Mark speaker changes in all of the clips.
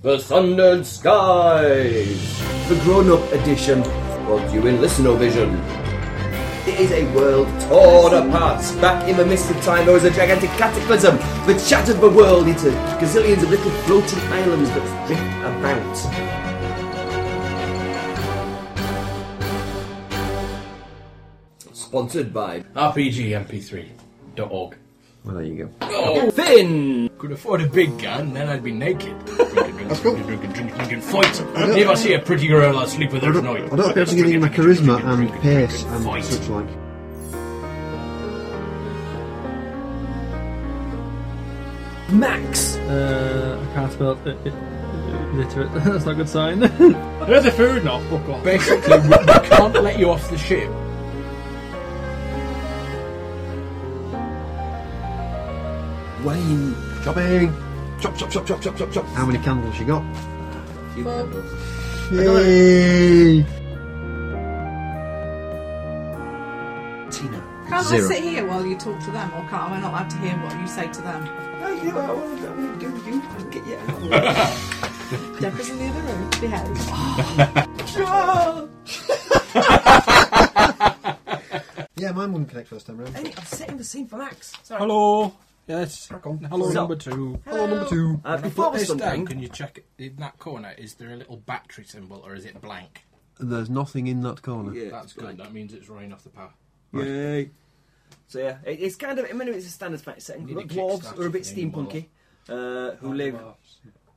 Speaker 1: The Sundered Skies, the grown up edition for you in Listenovision. It is a world torn apart. Back in the mist of time, there was a gigantic cataclysm that shattered the world into gazillions of little floating islands that drift about. Sponsored by
Speaker 2: RPGMP3.org.
Speaker 3: Well, there you go.
Speaker 1: Finn!
Speaker 2: Could afford a big gun, then I'd be naked. That's cool. Fight. If I see a pretty girl, I'll sleep with her
Speaker 3: I don't,
Speaker 2: tonight.
Speaker 3: I don't think I'm getting my charisma and pace and
Speaker 2: Fight.
Speaker 3: such like.
Speaker 1: Max!
Speaker 4: Uh, I can't spell it. it, it literate. That's not a good sign. There's a food now. Fuck off.
Speaker 2: Basically, we we can't let you off the ship.
Speaker 1: Wayne!
Speaker 3: Chopping!
Speaker 2: Chop, chop, chop, chop, chop, chop, chop.
Speaker 3: How many candles you got?
Speaker 1: You handle.
Speaker 3: Yay!
Speaker 1: Tina.
Speaker 5: Can't
Speaker 3: Zero.
Speaker 5: I sit here while you talk to them, or can't, am I not allowed to hear what you say to them? Deborah's in the other room. Behave.
Speaker 3: Yeah, mine wouldn't connect first time round.
Speaker 5: Hey, I'm setting the scene for Max. Sorry.
Speaker 4: Hello. Yes. Hello,
Speaker 1: So-
Speaker 4: number two.
Speaker 3: Hello, number two.
Speaker 1: Uh, before we something,
Speaker 2: you check it, in that corner? Is there a little battery symbol or is it blank?
Speaker 3: There's nothing in that corner.
Speaker 1: Yeah,
Speaker 2: That's good. That means it's running off the power.
Speaker 1: Yay. So yeah, it, it's kind of, I mean, it's a standard fact setting.
Speaker 2: Need a
Speaker 1: Dwarves
Speaker 2: kickstart
Speaker 1: are a bit
Speaker 2: if you need one.
Speaker 1: steampunky, uh, who live,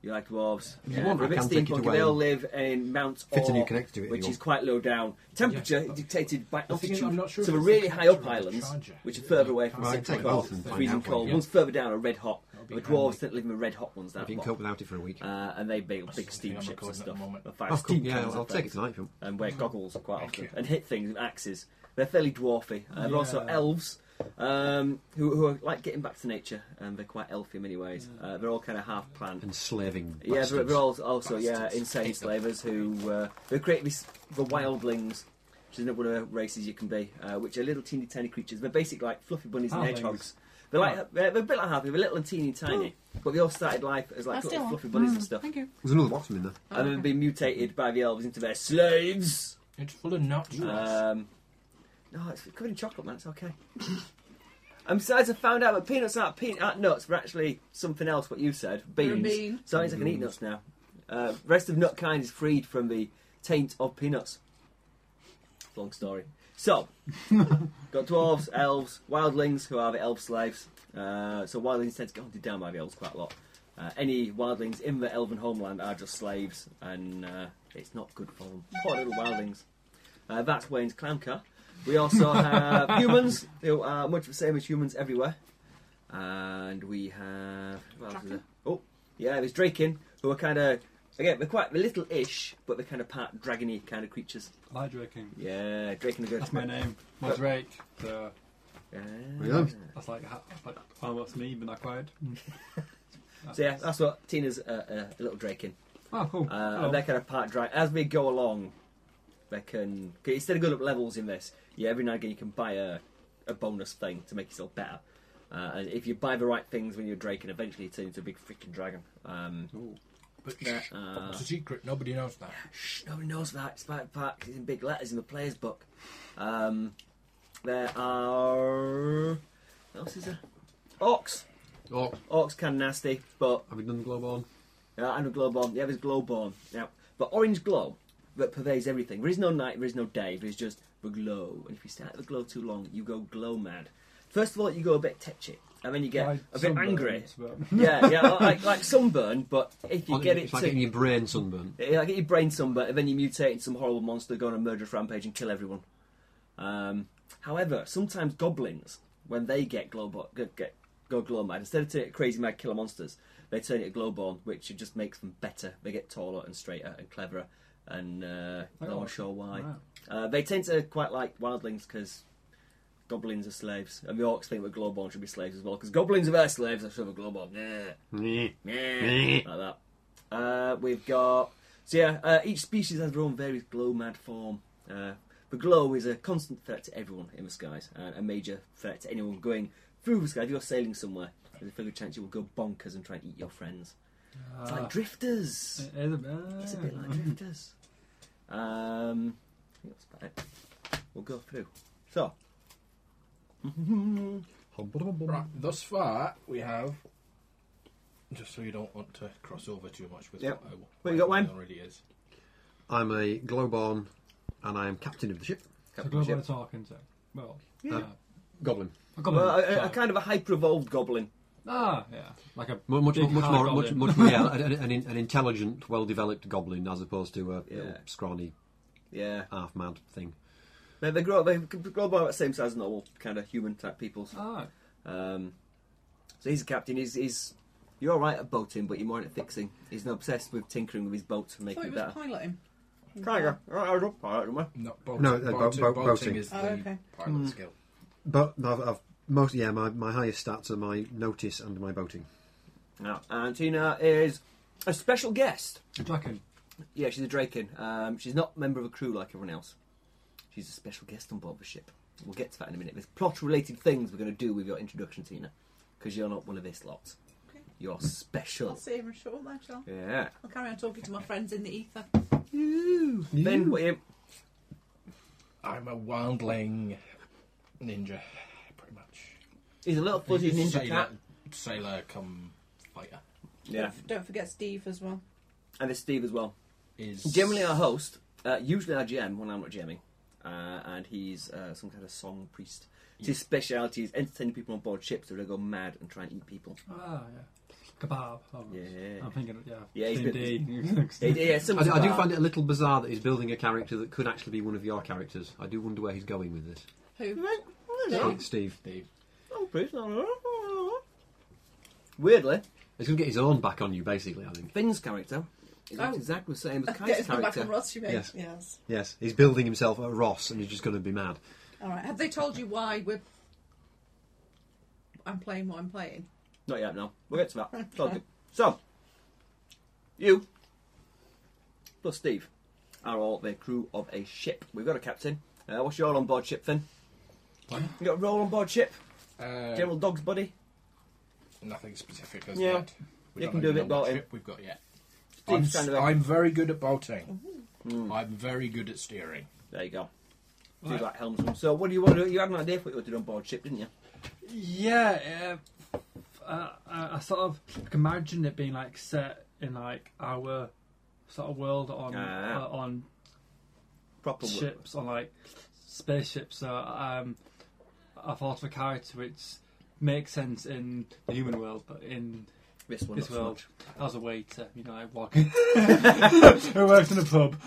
Speaker 1: you like dwarves,
Speaker 3: you want,
Speaker 1: They're a
Speaker 3: I
Speaker 1: bit
Speaker 3: can take it
Speaker 1: steampunky,
Speaker 3: away.
Speaker 1: they all live in Mount
Speaker 3: Fit a new
Speaker 1: Orr,
Speaker 3: connector to it if
Speaker 1: which
Speaker 3: you
Speaker 1: is
Speaker 3: want.
Speaker 1: quite low down. Temperature
Speaker 2: Yeah.
Speaker 1: dictated by
Speaker 2: The thing is,
Speaker 1: altitude,
Speaker 2: I'm not sure
Speaker 1: so
Speaker 2: if
Speaker 1: the
Speaker 2: it's
Speaker 1: really
Speaker 2: a
Speaker 1: high up
Speaker 2: connector or a
Speaker 1: islands,
Speaker 2: charger.
Speaker 1: which are further away from
Speaker 3: Right,
Speaker 1: central
Speaker 3: take
Speaker 1: cold,
Speaker 3: both and find
Speaker 1: freezing
Speaker 3: out,
Speaker 1: cold.
Speaker 3: yeah.
Speaker 1: One's further down are red hot,
Speaker 2: be
Speaker 1: the
Speaker 2: handy.
Speaker 1: dwarves that live in the red hot ones
Speaker 3: If
Speaker 1: that
Speaker 3: you can
Speaker 1: hot.
Speaker 3: cope without it for a week.
Speaker 1: Uh, and they build big
Speaker 2: the thing
Speaker 1: steam
Speaker 2: I'm
Speaker 1: ships and
Speaker 2: recording at
Speaker 1: stuff.
Speaker 2: the moment.
Speaker 1: The five
Speaker 3: Oh, cool.
Speaker 1: steam
Speaker 3: Yeah,
Speaker 1: cannons
Speaker 3: I'll,
Speaker 1: are
Speaker 3: I'll take it
Speaker 1: fun.
Speaker 3: tonight. if you want.
Speaker 1: and wear goggles quite
Speaker 2: Mm-hmm. Thank
Speaker 1: often
Speaker 2: you.
Speaker 1: and hit things with axes. They're fairly dwarfy. Uh, They're also
Speaker 4: Yeah.
Speaker 1: elves um, who, who are like getting back to nature, and they're quite elfy in many ways. Uh, they're all kind of half planned.
Speaker 3: Enslaving.
Speaker 1: Yeah, they're,
Speaker 3: bastards.
Speaker 1: they're all also yeah
Speaker 2: Bastards.
Speaker 1: insane
Speaker 2: Hate them.
Speaker 1: slavers who uh, they create these the wildlings. Which is one of the races you can be, uh, which are little teeny tiny creatures. They're basically like fluffy bunnies and
Speaker 2: Oh,
Speaker 4: Halflings.
Speaker 1: hedgehogs. They're like they're, they're a bit like half, they're little and teeny tiny, but they all started life as like
Speaker 5: That's
Speaker 1: little
Speaker 5: still- Mm.
Speaker 1: fluffy bunnies and stuff,
Speaker 5: Thank you.
Speaker 3: There's another bottom in there.
Speaker 1: and then been mutated by the elves into their slaves.
Speaker 2: It's full of nuts.
Speaker 1: Um, no, it's covered in chocolate, man. It's okay. And besides, I found out that peanuts aren't peanut aren't nuts. They're actually something else. What you said,
Speaker 5: They're a
Speaker 1: beans.
Speaker 5: bean.
Speaker 1: So that means I can eat nuts now. Uh, rest of nut kind is freed from the taint of peanuts. Long story. So, got dwarves, elves, wildlings who are the elf slaves. Uh, so wildlings tend to get hunted down by the elves quite a lot. Uh, any wildlings in the elven homeland are just slaves, and uh, it's not good for them. Poor little wildlings. Uh, that's Wayne's clown car. We also have humans who are much the same as humans everywhere, and we have what else is there?
Speaker 5: Draken.
Speaker 1: oh yeah, there's Draken who are kind of again they're quite they're little-ish, but they're kind of part dragony kind of creatures.
Speaker 4: Elijah King.
Speaker 1: Yeah, Draken are good.
Speaker 4: That's my name. My Drake. So
Speaker 1: Yeah.
Speaker 3: Really?
Speaker 4: that's like ha- that's like almost me, but not quite.
Speaker 1: So yeah, that's what Tina's uh, uh, a little Draken.
Speaker 4: Oh, cool.
Speaker 1: Uh,
Speaker 4: Hello.
Speaker 1: and they're kind of part dry. As we go along, they can 'cause instead of going up levels in this, yeah, every now and again you can buy a, a bonus thing to make yourself better. Uh, and if you buy the right things when you're a drake, and eventually you turn into a big freaking dragon. Um,
Speaker 2: but shh,
Speaker 1: uh,
Speaker 2: it's a secret. Nobody knows that.
Speaker 1: shh, nobody knows that. It's part part 'cause it's in big letters in the player's book. Um, there are what else is there? Orcs.
Speaker 3: Oh,
Speaker 1: Orcs kind of nasty, but
Speaker 3: have we done Globorn?
Speaker 1: Yeah, and a glow bomb. Yeah, there's glow bomb. Now, but orange glow that pervades everything. There is no night, there is no day, there is just the glow. And if you stay out the glow too long, you go glow mad. First of all, you go a bit tetchy, and then you get
Speaker 4: Like
Speaker 1: a bit
Speaker 4: sunburns,
Speaker 1: angry.
Speaker 4: but-
Speaker 1: yeah, yeah, like, like sunburn, but if you
Speaker 3: Oh,
Speaker 1: get
Speaker 3: it's
Speaker 1: it
Speaker 3: like
Speaker 1: to.
Speaker 3: getting your brain sunburnt.
Speaker 1: Yeah, like get your brain sunburn, and then you mutate into some horrible monster, go on a murderous rampage and kill everyone. Um, however, sometimes goblins, when they get glow bo- get, get go glow mad, instead of turning it crazy mad killer monsters, they turn it glowborn, which just makes them better. They get taller and straighter and cleverer, and uh,
Speaker 4: Like
Speaker 1: no
Speaker 4: what?
Speaker 1: one's sure why.
Speaker 4: Wow.
Speaker 1: Uh, they tend to quite like wildlings because goblins are slaves, and the orcs think that glowborn should be slaves as well because goblins are their slaves. I should have glowborn. Yeah. Meh, like that. Uh, we've got so yeah. Uh, each species has their own various glow mad form. Uh, the glow is a constant threat to everyone in the skies, and a major threat to anyone going through the sky. If you're sailing somewhere, there's a fairly good chance you will go bonkers and try and eat your friends. It's like drifters.
Speaker 4: Ah, It is a bit.
Speaker 1: It's a bit like drifters. Um, I think that's about it. We'll go through. So,
Speaker 2: Right, thus far we have. Just so you don't want to cross over too much with
Speaker 1: Yep.
Speaker 2: what I
Speaker 1: What you got, Wayne?
Speaker 2: already is.
Speaker 3: I'm a Glowborn, and I am captain of the ship.
Speaker 4: So go by talking to. Well, yeah.
Speaker 3: Goblin.
Speaker 4: A goblin.
Speaker 1: well, a- a, a
Speaker 4: sorry.
Speaker 1: kind of a hyper-evolved goblin.
Speaker 4: Ah, yeah. Like a
Speaker 3: Mu- Much,
Speaker 4: big
Speaker 3: much, much
Speaker 4: hard
Speaker 3: more, much,
Speaker 4: goblin.
Speaker 3: much more, yeah, an, an, an intelligent, well-developed goblin as opposed to a little
Speaker 1: Yeah.
Speaker 3: scrawny,
Speaker 1: Yeah.
Speaker 3: half-mad thing.
Speaker 1: They, they grow they grow about the same size as normal kind of human type people.
Speaker 4: Ah,
Speaker 1: Um, so he's a captain. He's, he's you're all right at boating, but you're more at fixing. He's not obsessed with tinkering with his boats and
Speaker 5: I
Speaker 1: making
Speaker 5: thought it
Speaker 1: it
Speaker 5: was
Speaker 1: better.
Speaker 5: piloting.
Speaker 1: Kinda. All right, I was up pilot, am I?
Speaker 2: Not boating.
Speaker 3: No, uh, bo-
Speaker 2: boating,
Speaker 3: bo-
Speaker 2: boating
Speaker 3: boating.
Speaker 2: is
Speaker 5: Oh,
Speaker 2: the
Speaker 5: okay.
Speaker 2: pilot
Speaker 1: Hmm.
Speaker 2: skill.
Speaker 3: But I've, I've most, yeah, my, my highest stats are my notice and my boating.
Speaker 1: No. And Tina is a special guest.
Speaker 4: a dragon.
Speaker 1: Yeah, she's a Draken. Um, she's not a member of a crew like everyone else. She's a special guest on board the ship. We'll get to that in a minute. There's plot-related things we're going to do with your introduction, Tina, because you're not one of this lot.
Speaker 5: Okay.
Speaker 1: You're
Speaker 5: I'll
Speaker 1: special.
Speaker 5: see him short then, shall I?
Speaker 1: Yeah.
Speaker 5: I'll carry on talking to my friends in the ether.
Speaker 1: Ben, what are you?
Speaker 2: I'm a wildling ninja, pretty much.
Speaker 1: He's a little fuzzy ninja
Speaker 2: sailor,
Speaker 1: cat.
Speaker 2: sailor come fighter
Speaker 1: Yeah.
Speaker 5: Don't forget Steve as well.
Speaker 1: And there's Steve as well.
Speaker 2: is
Speaker 1: Generally, our host, uh, usually our GM when I'm not GMing, uh, and he's uh, some kind of song priest. It's His speciality is entertaining people on board ships so they go mad and try and eat people.
Speaker 4: Ah, yeah. Kebab. Oh,
Speaker 1: Yeah.
Speaker 4: I'm thinking, yeah.
Speaker 1: Yeah, he's
Speaker 4: same
Speaker 1: Yeah,
Speaker 4: day.
Speaker 1: yeah, some
Speaker 3: I do, I do
Speaker 1: bizarre-
Speaker 3: find it a little bizarre that he's building a character that could actually be one of your characters. I do wonder where he's going with this.
Speaker 5: Who?
Speaker 1: Right, well, there's
Speaker 5: Yeah.
Speaker 1: that.
Speaker 3: Thanks, Steve.
Speaker 2: the
Speaker 1: Song priest, I don't know. Weirdly,
Speaker 3: He's going to get his own back on you, basically, I think.
Speaker 1: Finn's character is
Speaker 5: Oh.
Speaker 1: not exactly the same as
Speaker 5: Get
Speaker 1: Kai's
Speaker 5: his number back on
Speaker 1: character.
Speaker 5: Ross, you mean?
Speaker 3: Yes.
Speaker 5: yes.
Speaker 3: Yes, he's building himself a Ross and he's just going to be mad.
Speaker 5: All right. Have they told you why we're? I'm playing what I'm playing.
Speaker 1: Not yet, no. We'll get to that. It's all good. So, you plus Steve are all the crew of a ship. We've got a captain. Uh, what's your on board ship, Finn?
Speaker 2: What?
Speaker 1: You got a role on board ship?
Speaker 2: uh,
Speaker 1: General Dog's buddy?
Speaker 2: nothing specific as
Speaker 1: Yeah.
Speaker 2: yet. We
Speaker 1: You
Speaker 2: don't
Speaker 1: can
Speaker 2: know
Speaker 1: do a
Speaker 2: what
Speaker 1: bit about him.
Speaker 2: ship We've got yet. I'm,
Speaker 1: Steve's kind of a-
Speaker 2: am very good at boating.
Speaker 1: Mm-hmm.
Speaker 2: I'm very good at steering.
Speaker 1: There you go. Do like helmsman. So, what do you want to do? You had an idea for what you wanted to do on board ship, didn't you?
Speaker 4: Yeah, uh, uh, I, I sort of I can imagine it being like set in like our sort of world on
Speaker 1: Ah.
Speaker 4: uh, on
Speaker 1: Proper wo-
Speaker 4: ships on like spaceships. So um, I thought of a character which makes sense in the human world, but in
Speaker 1: This one,
Speaker 4: this
Speaker 1: not so
Speaker 4: world,
Speaker 1: much.
Speaker 4: as a waiter, you know, I walk. Who works in a pub?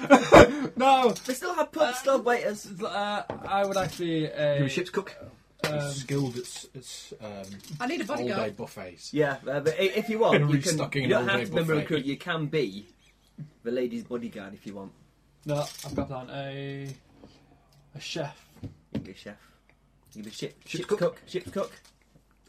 Speaker 4: no,
Speaker 1: They still have pub still waiters.
Speaker 4: uh, I would actually.
Speaker 3: You're
Speaker 4: Uh,
Speaker 3: a ship's cook?
Speaker 4: um,
Speaker 2: skilled at, s- at s- um,
Speaker 5: I need a
Speaker 2: all day
Speaker 5: bodyguard.
Speaker 2: buffets.
Speaker 1: Yeah, uh, but i- if you want, you, can,
Speaker 2: Restocking
Speaker 1: you don't
Speaker 2: an
Speaker 1: have
Speaker 2: all-day
Speaker 1: to be a member of
Speaker 2: buffet.
Speaker 1: crew. You can be the lady's bodyguard if you want.
Speaker 4: No, I've got down a a chef,
Speaker 1: You can be chef. You can be ship,
Speaker 3: Ship's
Speaker 1: ship's
Speaker 3: cook.
Speaker 1: cook. Ship's cook.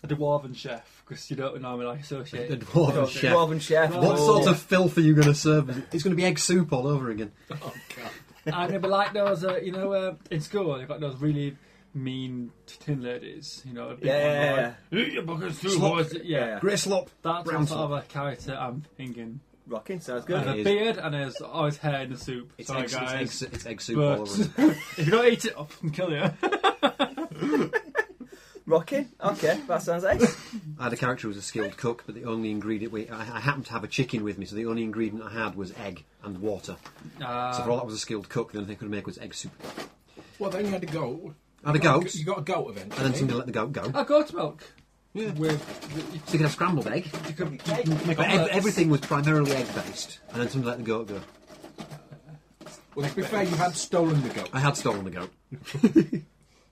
Speaker 4: a dwarven chef, because you don't normally like associate.
Speaker 3: A dwarven
Speaker 1: Dwarven
Speaker 3: chef.
Speaker 1: Dwarven chef.
Speaker 3: What
Speaker 1: Oh.
Speaker 3: sort of filth are you going to serve? It's going to be egg soup all over again.
Speaker 2: Oh god.
Speaker 4: and it'd be like those, uh, you know, uh, in school they've got those really mean tin ladies, you know. a big
Speaker 1: Yeah,
Speaker 4: one,
Speaker 1: yeah,
Speaker 4: like, "Eat your buckets too,
Speaker 3: Slop.
Speaker 4: boys." Yeah,
Speaker 1: Yeah.
Speaker 3: Grey slop.
Speaker 4: that's
Speaker 3: Brown
Speaker 4: what sort of a character I'm thinking.
Speaker 1: Rocking, sounds
Speaker 4: There's
Speaker 1: good.
Speaker 3: It
Speaker 4: a
Speaker 3: is.
Speaker 4: beard and there's always hair in the soup.
Speaker 3: It's
Speaker 4: Sorry,
Speaker 3: egg, it's egg
Speaker 4: guys.
Speaker 3: su- it's egg soup all over
Speaker 4: But
Speaker 3: again.
Speaker 4: if you don't eat it, I'll fucking kill you.
Speaker 1: Rocking, okay, that sounds ace.
Speaker 3: I had a character who was a skilled cook, but the only ingredient we, I, I happened to have a chicken with me, so the only ingredient I had was egg and water.
Speaker 4: Ah.
Speaker 3: so for all that was a skilled cook, the only thing I could make was egg soup.
Speaker 2: Well, then you had a goat.
Speaker 3: I had a goat,
Speaker 2: You got a goat eventually.
Speaker 3: and then somebody let the goat go.
Speaker 4: a Oh, goat's milk.
Speaker 3: Yeah.
Speaker 4: With
Speaker 3: So you could have scrambled egg.
Speaker 4: you could,
Speaker 3: But ev- everything was primarily egg based, and then somebody let the goat go.
Speaker 2: Well, to be fair, you had stolen the goat.
Speaker 3: I had stolen the goat.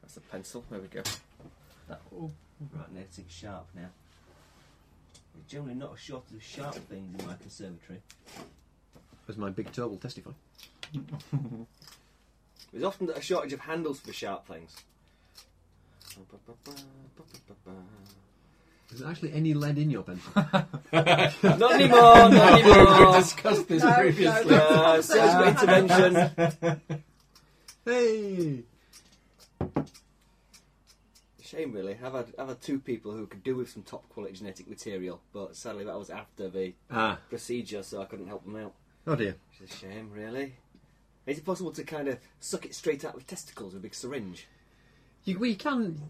Speaker 1: That's a pencil, there we go. That, oh, Right, now it's sharp now. There's generally not a shot of sharp things in my conservatory.
Speaker 3: As my big toe will testify.
Speaker 1: There's often a shortage of handles for sharp things.
Speaker 3: Is there actually any lead in your pencil?
Speaker 1: not anymore, not anymore.
Speaker 2: discussed this
Speaker 5: No, no,
Speaker 2: previously.
Speaker 5: no.
Speaker 1: Uh, surgical intervention.
Speaker 3: hey!
Speaker 1: shame, really. I've had I've had two people who could do with some top quality genetic material, but sadly that was after the
Speaker 3: Ah,
Speaker 1: procedure, so I couldn't help them out.
Speaker 3: oh dear.
Speaker 1: Which is a shame, really. Is it possible to kind of suck it straight out with testicles with a big syringe?
Speaker 3: You, we can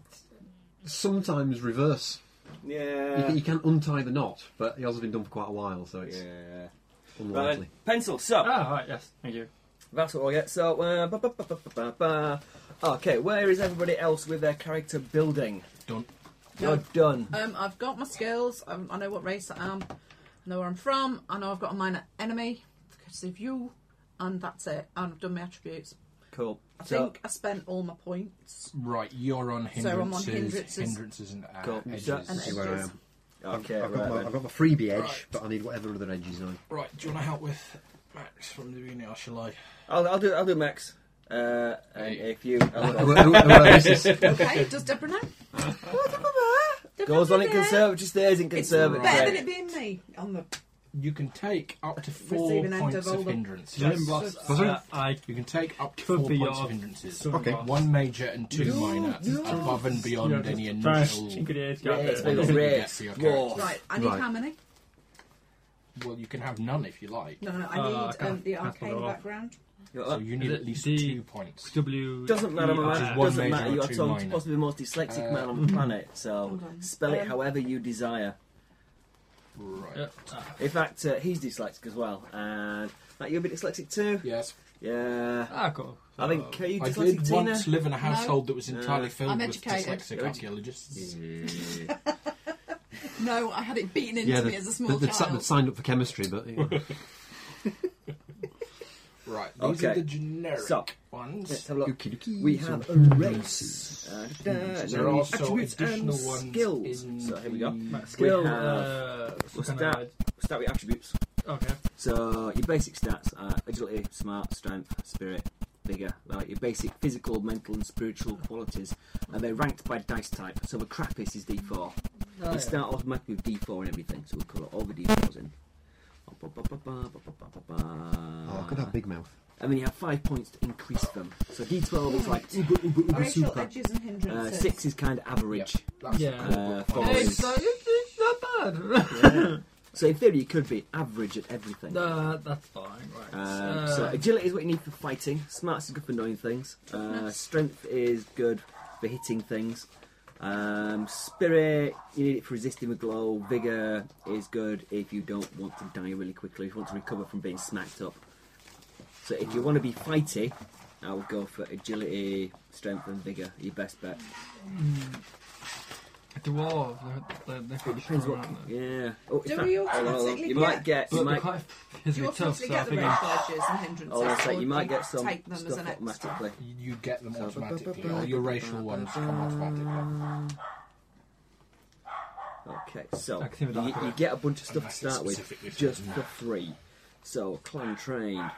Speaker 3: sometimes reverse. You,
Speaker 1: Yeah.
Speaker 3: can- you can untie the knot, but it has been done for quite a while, so it's
Speaker 1: yeah. Right,
Speaker 3: unlikely.
Speaker 1: then. pencil. So
Speaker 4: Ah, right, yes. Thank you.
Speaker 1: that's what I get. So, uh, ba- ba- ba- ba- ba- ba- ba. okay, where is everybody else with their character building?
Speaker 2: Done.
Speaker 1: You're done.
Speaker 5: Um, I've got my skills. i I know what race I am. I know where I'm from. I know I've got a minor enemy. Because of you, and that's it. And I've done my attributes.
Speaker 1: Cool.
Speaker 5: I
Speaker 1: So,
Speaker 5: think I spent all my points.
Speaker 2: Right, you're on hindrances.
Speaker 5: So I'm on hindrances.
Speaker 2: hindrances and uh,
Speaker 1: Cool.
Speaker 2: edges.
Speaker 1: So-
Speaker 5: And
Speaker 3: See where I
Speaker 5: edges.
Speaker 3: am.
Speaker 1: okay,
Speaker 3: I've,
Speaker 1: right
Speaker 3: got my,
Speaker 1: then.
Speaker 3: I've got my freebie edge,
Speaker 2: Right.
Speaker 3: but I need whatever other edges on.
Speaker 2: Right, do you want to help with Max from the beginning, or shall I?
Speaker 1: I'll, I'll do. I'll do Max. Uh, and
Speaker 2: Hey.
Speaker 1: if you
Speaker 3: who, who, who else is-
Speaker 5: Okay, does Deborah know?
Speaker 1: goes on in conservatory, stays in
Speaker 5: It's
Speaker 1: conservatory.
Speaker 5: better than it being me on the
Speaker 2: You can take up to four
Speaker 5: Receiving end
Speaker 2: points
Speaker 5: of
Speaker 2: of
Speaker 5: all the-
Speaker 2: hindrance.
Speaker 4: Gym boss,
Speaker 3: Was there-
Speaker 4: uh, I
Speaker 2: You can take up to
Speaker 4: Could
Speaker 2: four
Speaker 4: be
Speaker 2: points of
Speaker 4: ours.
Speaker 2: hindrances.
Speaker 3: Okay.
Speaker 2: One major and two
Speaker 1: No,
Speaker 2: minor,
Speaker 1: no.
Speaker 2: above and beyond
Speaker 4: You're
Speaker 2: any
Speaker 4: just trash.
Speaker 2: initial.
Speaker 4: Chinkadee,
Speaker 1: Yeah,
Speaker 4: got
Speaker 1: it's
Speaker 4: it.
Speaker 1: been
Speaker 2: Yeah.
Speaker 1: race,
Speaker 2: Yeah.
Speaker 1: dwarf.
Speaker 5: right. I need
Speaker 3: Right.
Speaker 5: how many?
Speaker 2: Well, you can have none if you like.
Speaker 5: No, no. I
Speaker 4: Uh,
Speaker 5: need
Speaker 4: I can't-
Speaker 5: um, the
Speaker 4: I can't
Speaker 5: arcane
Speaker 4: go off.
Speaker 5: background.
Speaker 1: You're
Speaker 2: So
Speaker 1: up.
Speaker 2: you need
Speaker 4: Is it
Speaker 2: at least
Speaker 4: D-
Speaker 2: two points.
Speaker 4: W.
Speaker 1: Doesn't matter,
Speaker 4: E-
Speaker 1: man.
Speaker 4: R.
Speaker 2: Which is one
Speaker 1: doesn't
Speaker 2: major
Speaker 1: matter.
Speaker 2: or
Speaker 1: You are
Speaker 2: two
Speaker 1: Tom,
Speaker 2: minor.
Speaker 1: possibly the most dyslexic
Speaker 2: Uh,
Speaker 1: man on the planet. So
Speaker 5: Hold on.
Speaker 1: spell it
Speaker 5: Um,
Speaker 1: however you desire.
Speaker 2: Right.
Speaker 4: Yeah.
Speaker 1: In fact, uh, he's dyslexic as well. And Matt, you're a bit dyslexic too.
Speaker 2: Yes.
Speaker 1: Yeah.
Speaker 4: Ah, cool.
Speaker 1: I think are you
Speaker 2: I
Speaker 1: dyslexic,
Speaker 2: did
Speaker 1: Tina?
Speaker 2: once live in a household that was entirely
Speaker 1: Uh,
Speaker 2: filled
Speaker 5: I'm
Speaker 2: with
Speaker 5: educated.
Speaker 2: dyslexic
Speaker 1: You're Mm. edu-
Speaker 2: archaeologists.
Speaker 5: No, I had it beaten into
Speaker 3: Yeah,
Speaker 5: me as a small
Speaker 3: they'd si-
Speaker 5: child.
Speaker 3: they'd signed up for chemistry, but you know.
Speaker 2: Right. These are
Speaker 1: Okay.
Speaker 2: the generic
Speaker 1: So,
Speaker 2: ones.
Speaker 1: Let's have a look.
Speaker 3: Okie dokie.
Speaker 1: We
Speaker 3: So-
Speaker 1: have a race. Uh, da-
Speaker 2: There are
Speaker 1: da-
Speaker 2: also
Speaker 1: attributes
Speaker 2: additional
Speaker 1: and
Speaker 2: ones
Speaker 1: skills.
Speaker 2: in
Speaker 1: So here we go.
Speaker 2: the-
Speaker 4: My skill.
Speaker 1: have-
Speaker 4: uh,
Speaker 1: What's
Speaker 4: kinda
Speaker 1: that?
Speaker 4: like-
Speaker 1: We'll start with attributes.
Speaker 4: Okay.
Speaker 1: So your basic stats are agility, smart, strength, spirit, vigor. Like your basic physical, mental, and spiritual qualities, and they're ranked by dice type. So the crappiest is D4.
Speaker 4: Oh,
Speaker 1: we
Speaker 4: yeah.
Speaker 1: start automatically with D4 and everything, so we'll colour all the D4s in.
Speaker 3: Oh, I could have big mouth.
Speaker 1: And then you have five points to increase them. so D12 is like uber, uber, uber
Speaker 5: Racial
Speaker 1: super.
Speaker 5: edges and
Speaker 1: Uh,
Speaker 5: hindrances.
Speaker 1: six is kind of average.
Speaker 2: That's
Speaker 4: Yeah.
Speaker 2: cool.
Speaker 1: Uh,
Speaker 2: Fine.
Speaker 1: four is-
Speaker 4: It's, uh, it's- it's not bad.
Speaker 1: So in theory, you could be average at everything.
Speaker 4: Uh, that's fine. Right.
Speaker 5: Uh.
Speaker 4: Uh,
Speaker 1: Um, so agility is what you need for fighting. Smarts is good for knowing things. Uh,
Speaker 5: Toughness.
Speaker 1: strength is good for hitting things. Um, spirit, you need it for resisting with glow. Vigor is good if you don't want to die really quickly. If you want to recover from being smacked up. So if you want to be fighty, I would go for agility, strength, and vigor. Your best bet.
Speaker 4: dwarf. They're, they're, they're quite
Speaker 1: Depends
Speaker 4: strong,
Speaker 1: what.
Speaker 4: aren't they?
Speaker 1: Yeah. Oh, in
Speaker 5: Do
Speaker 1: fact,
Speaker 5: we
Speaker 1: hold on, hold on.
Speaker 5: automatically
Speaker 1: You
Speaker 5: get-
Speaker 1: might get. You
Speaker 4: But they're
Speaker 1: might.
Speaker 4: quite physically
Speaker 5: you
Speaker 4: tough,
Speaker 5: automatically
Speaker 4: so I
Speaker 5: get the
Speaker 4: think
Speaker 5: racial edges and hindrances.
Speaker 1: Oh, that's
Speaker 5: or
Speaker 1: right, you might get some
Speaker 5: take them as
Speaker 1: stuff
Speaker 5: an extra.
Speaker 1: automatically.
Speaker 2: You- You get them automatically. All your racial ones come automatically.
Speaker 1: Okay, so
Speaker 4: I can see the
Speaker 1: you,
Speaker 4: dark
Speaker 1: you
Speaker 4: bit.
Speaker 1: get a bunch of stuff to
Speaker 2: Unless
Speaker 1: start
Speaker 2: it's
Speaker 1: with
Speaker 2: specifically
Speaker 1: just
Speaker 2: said
Speaker 1: for free. So, clan trained.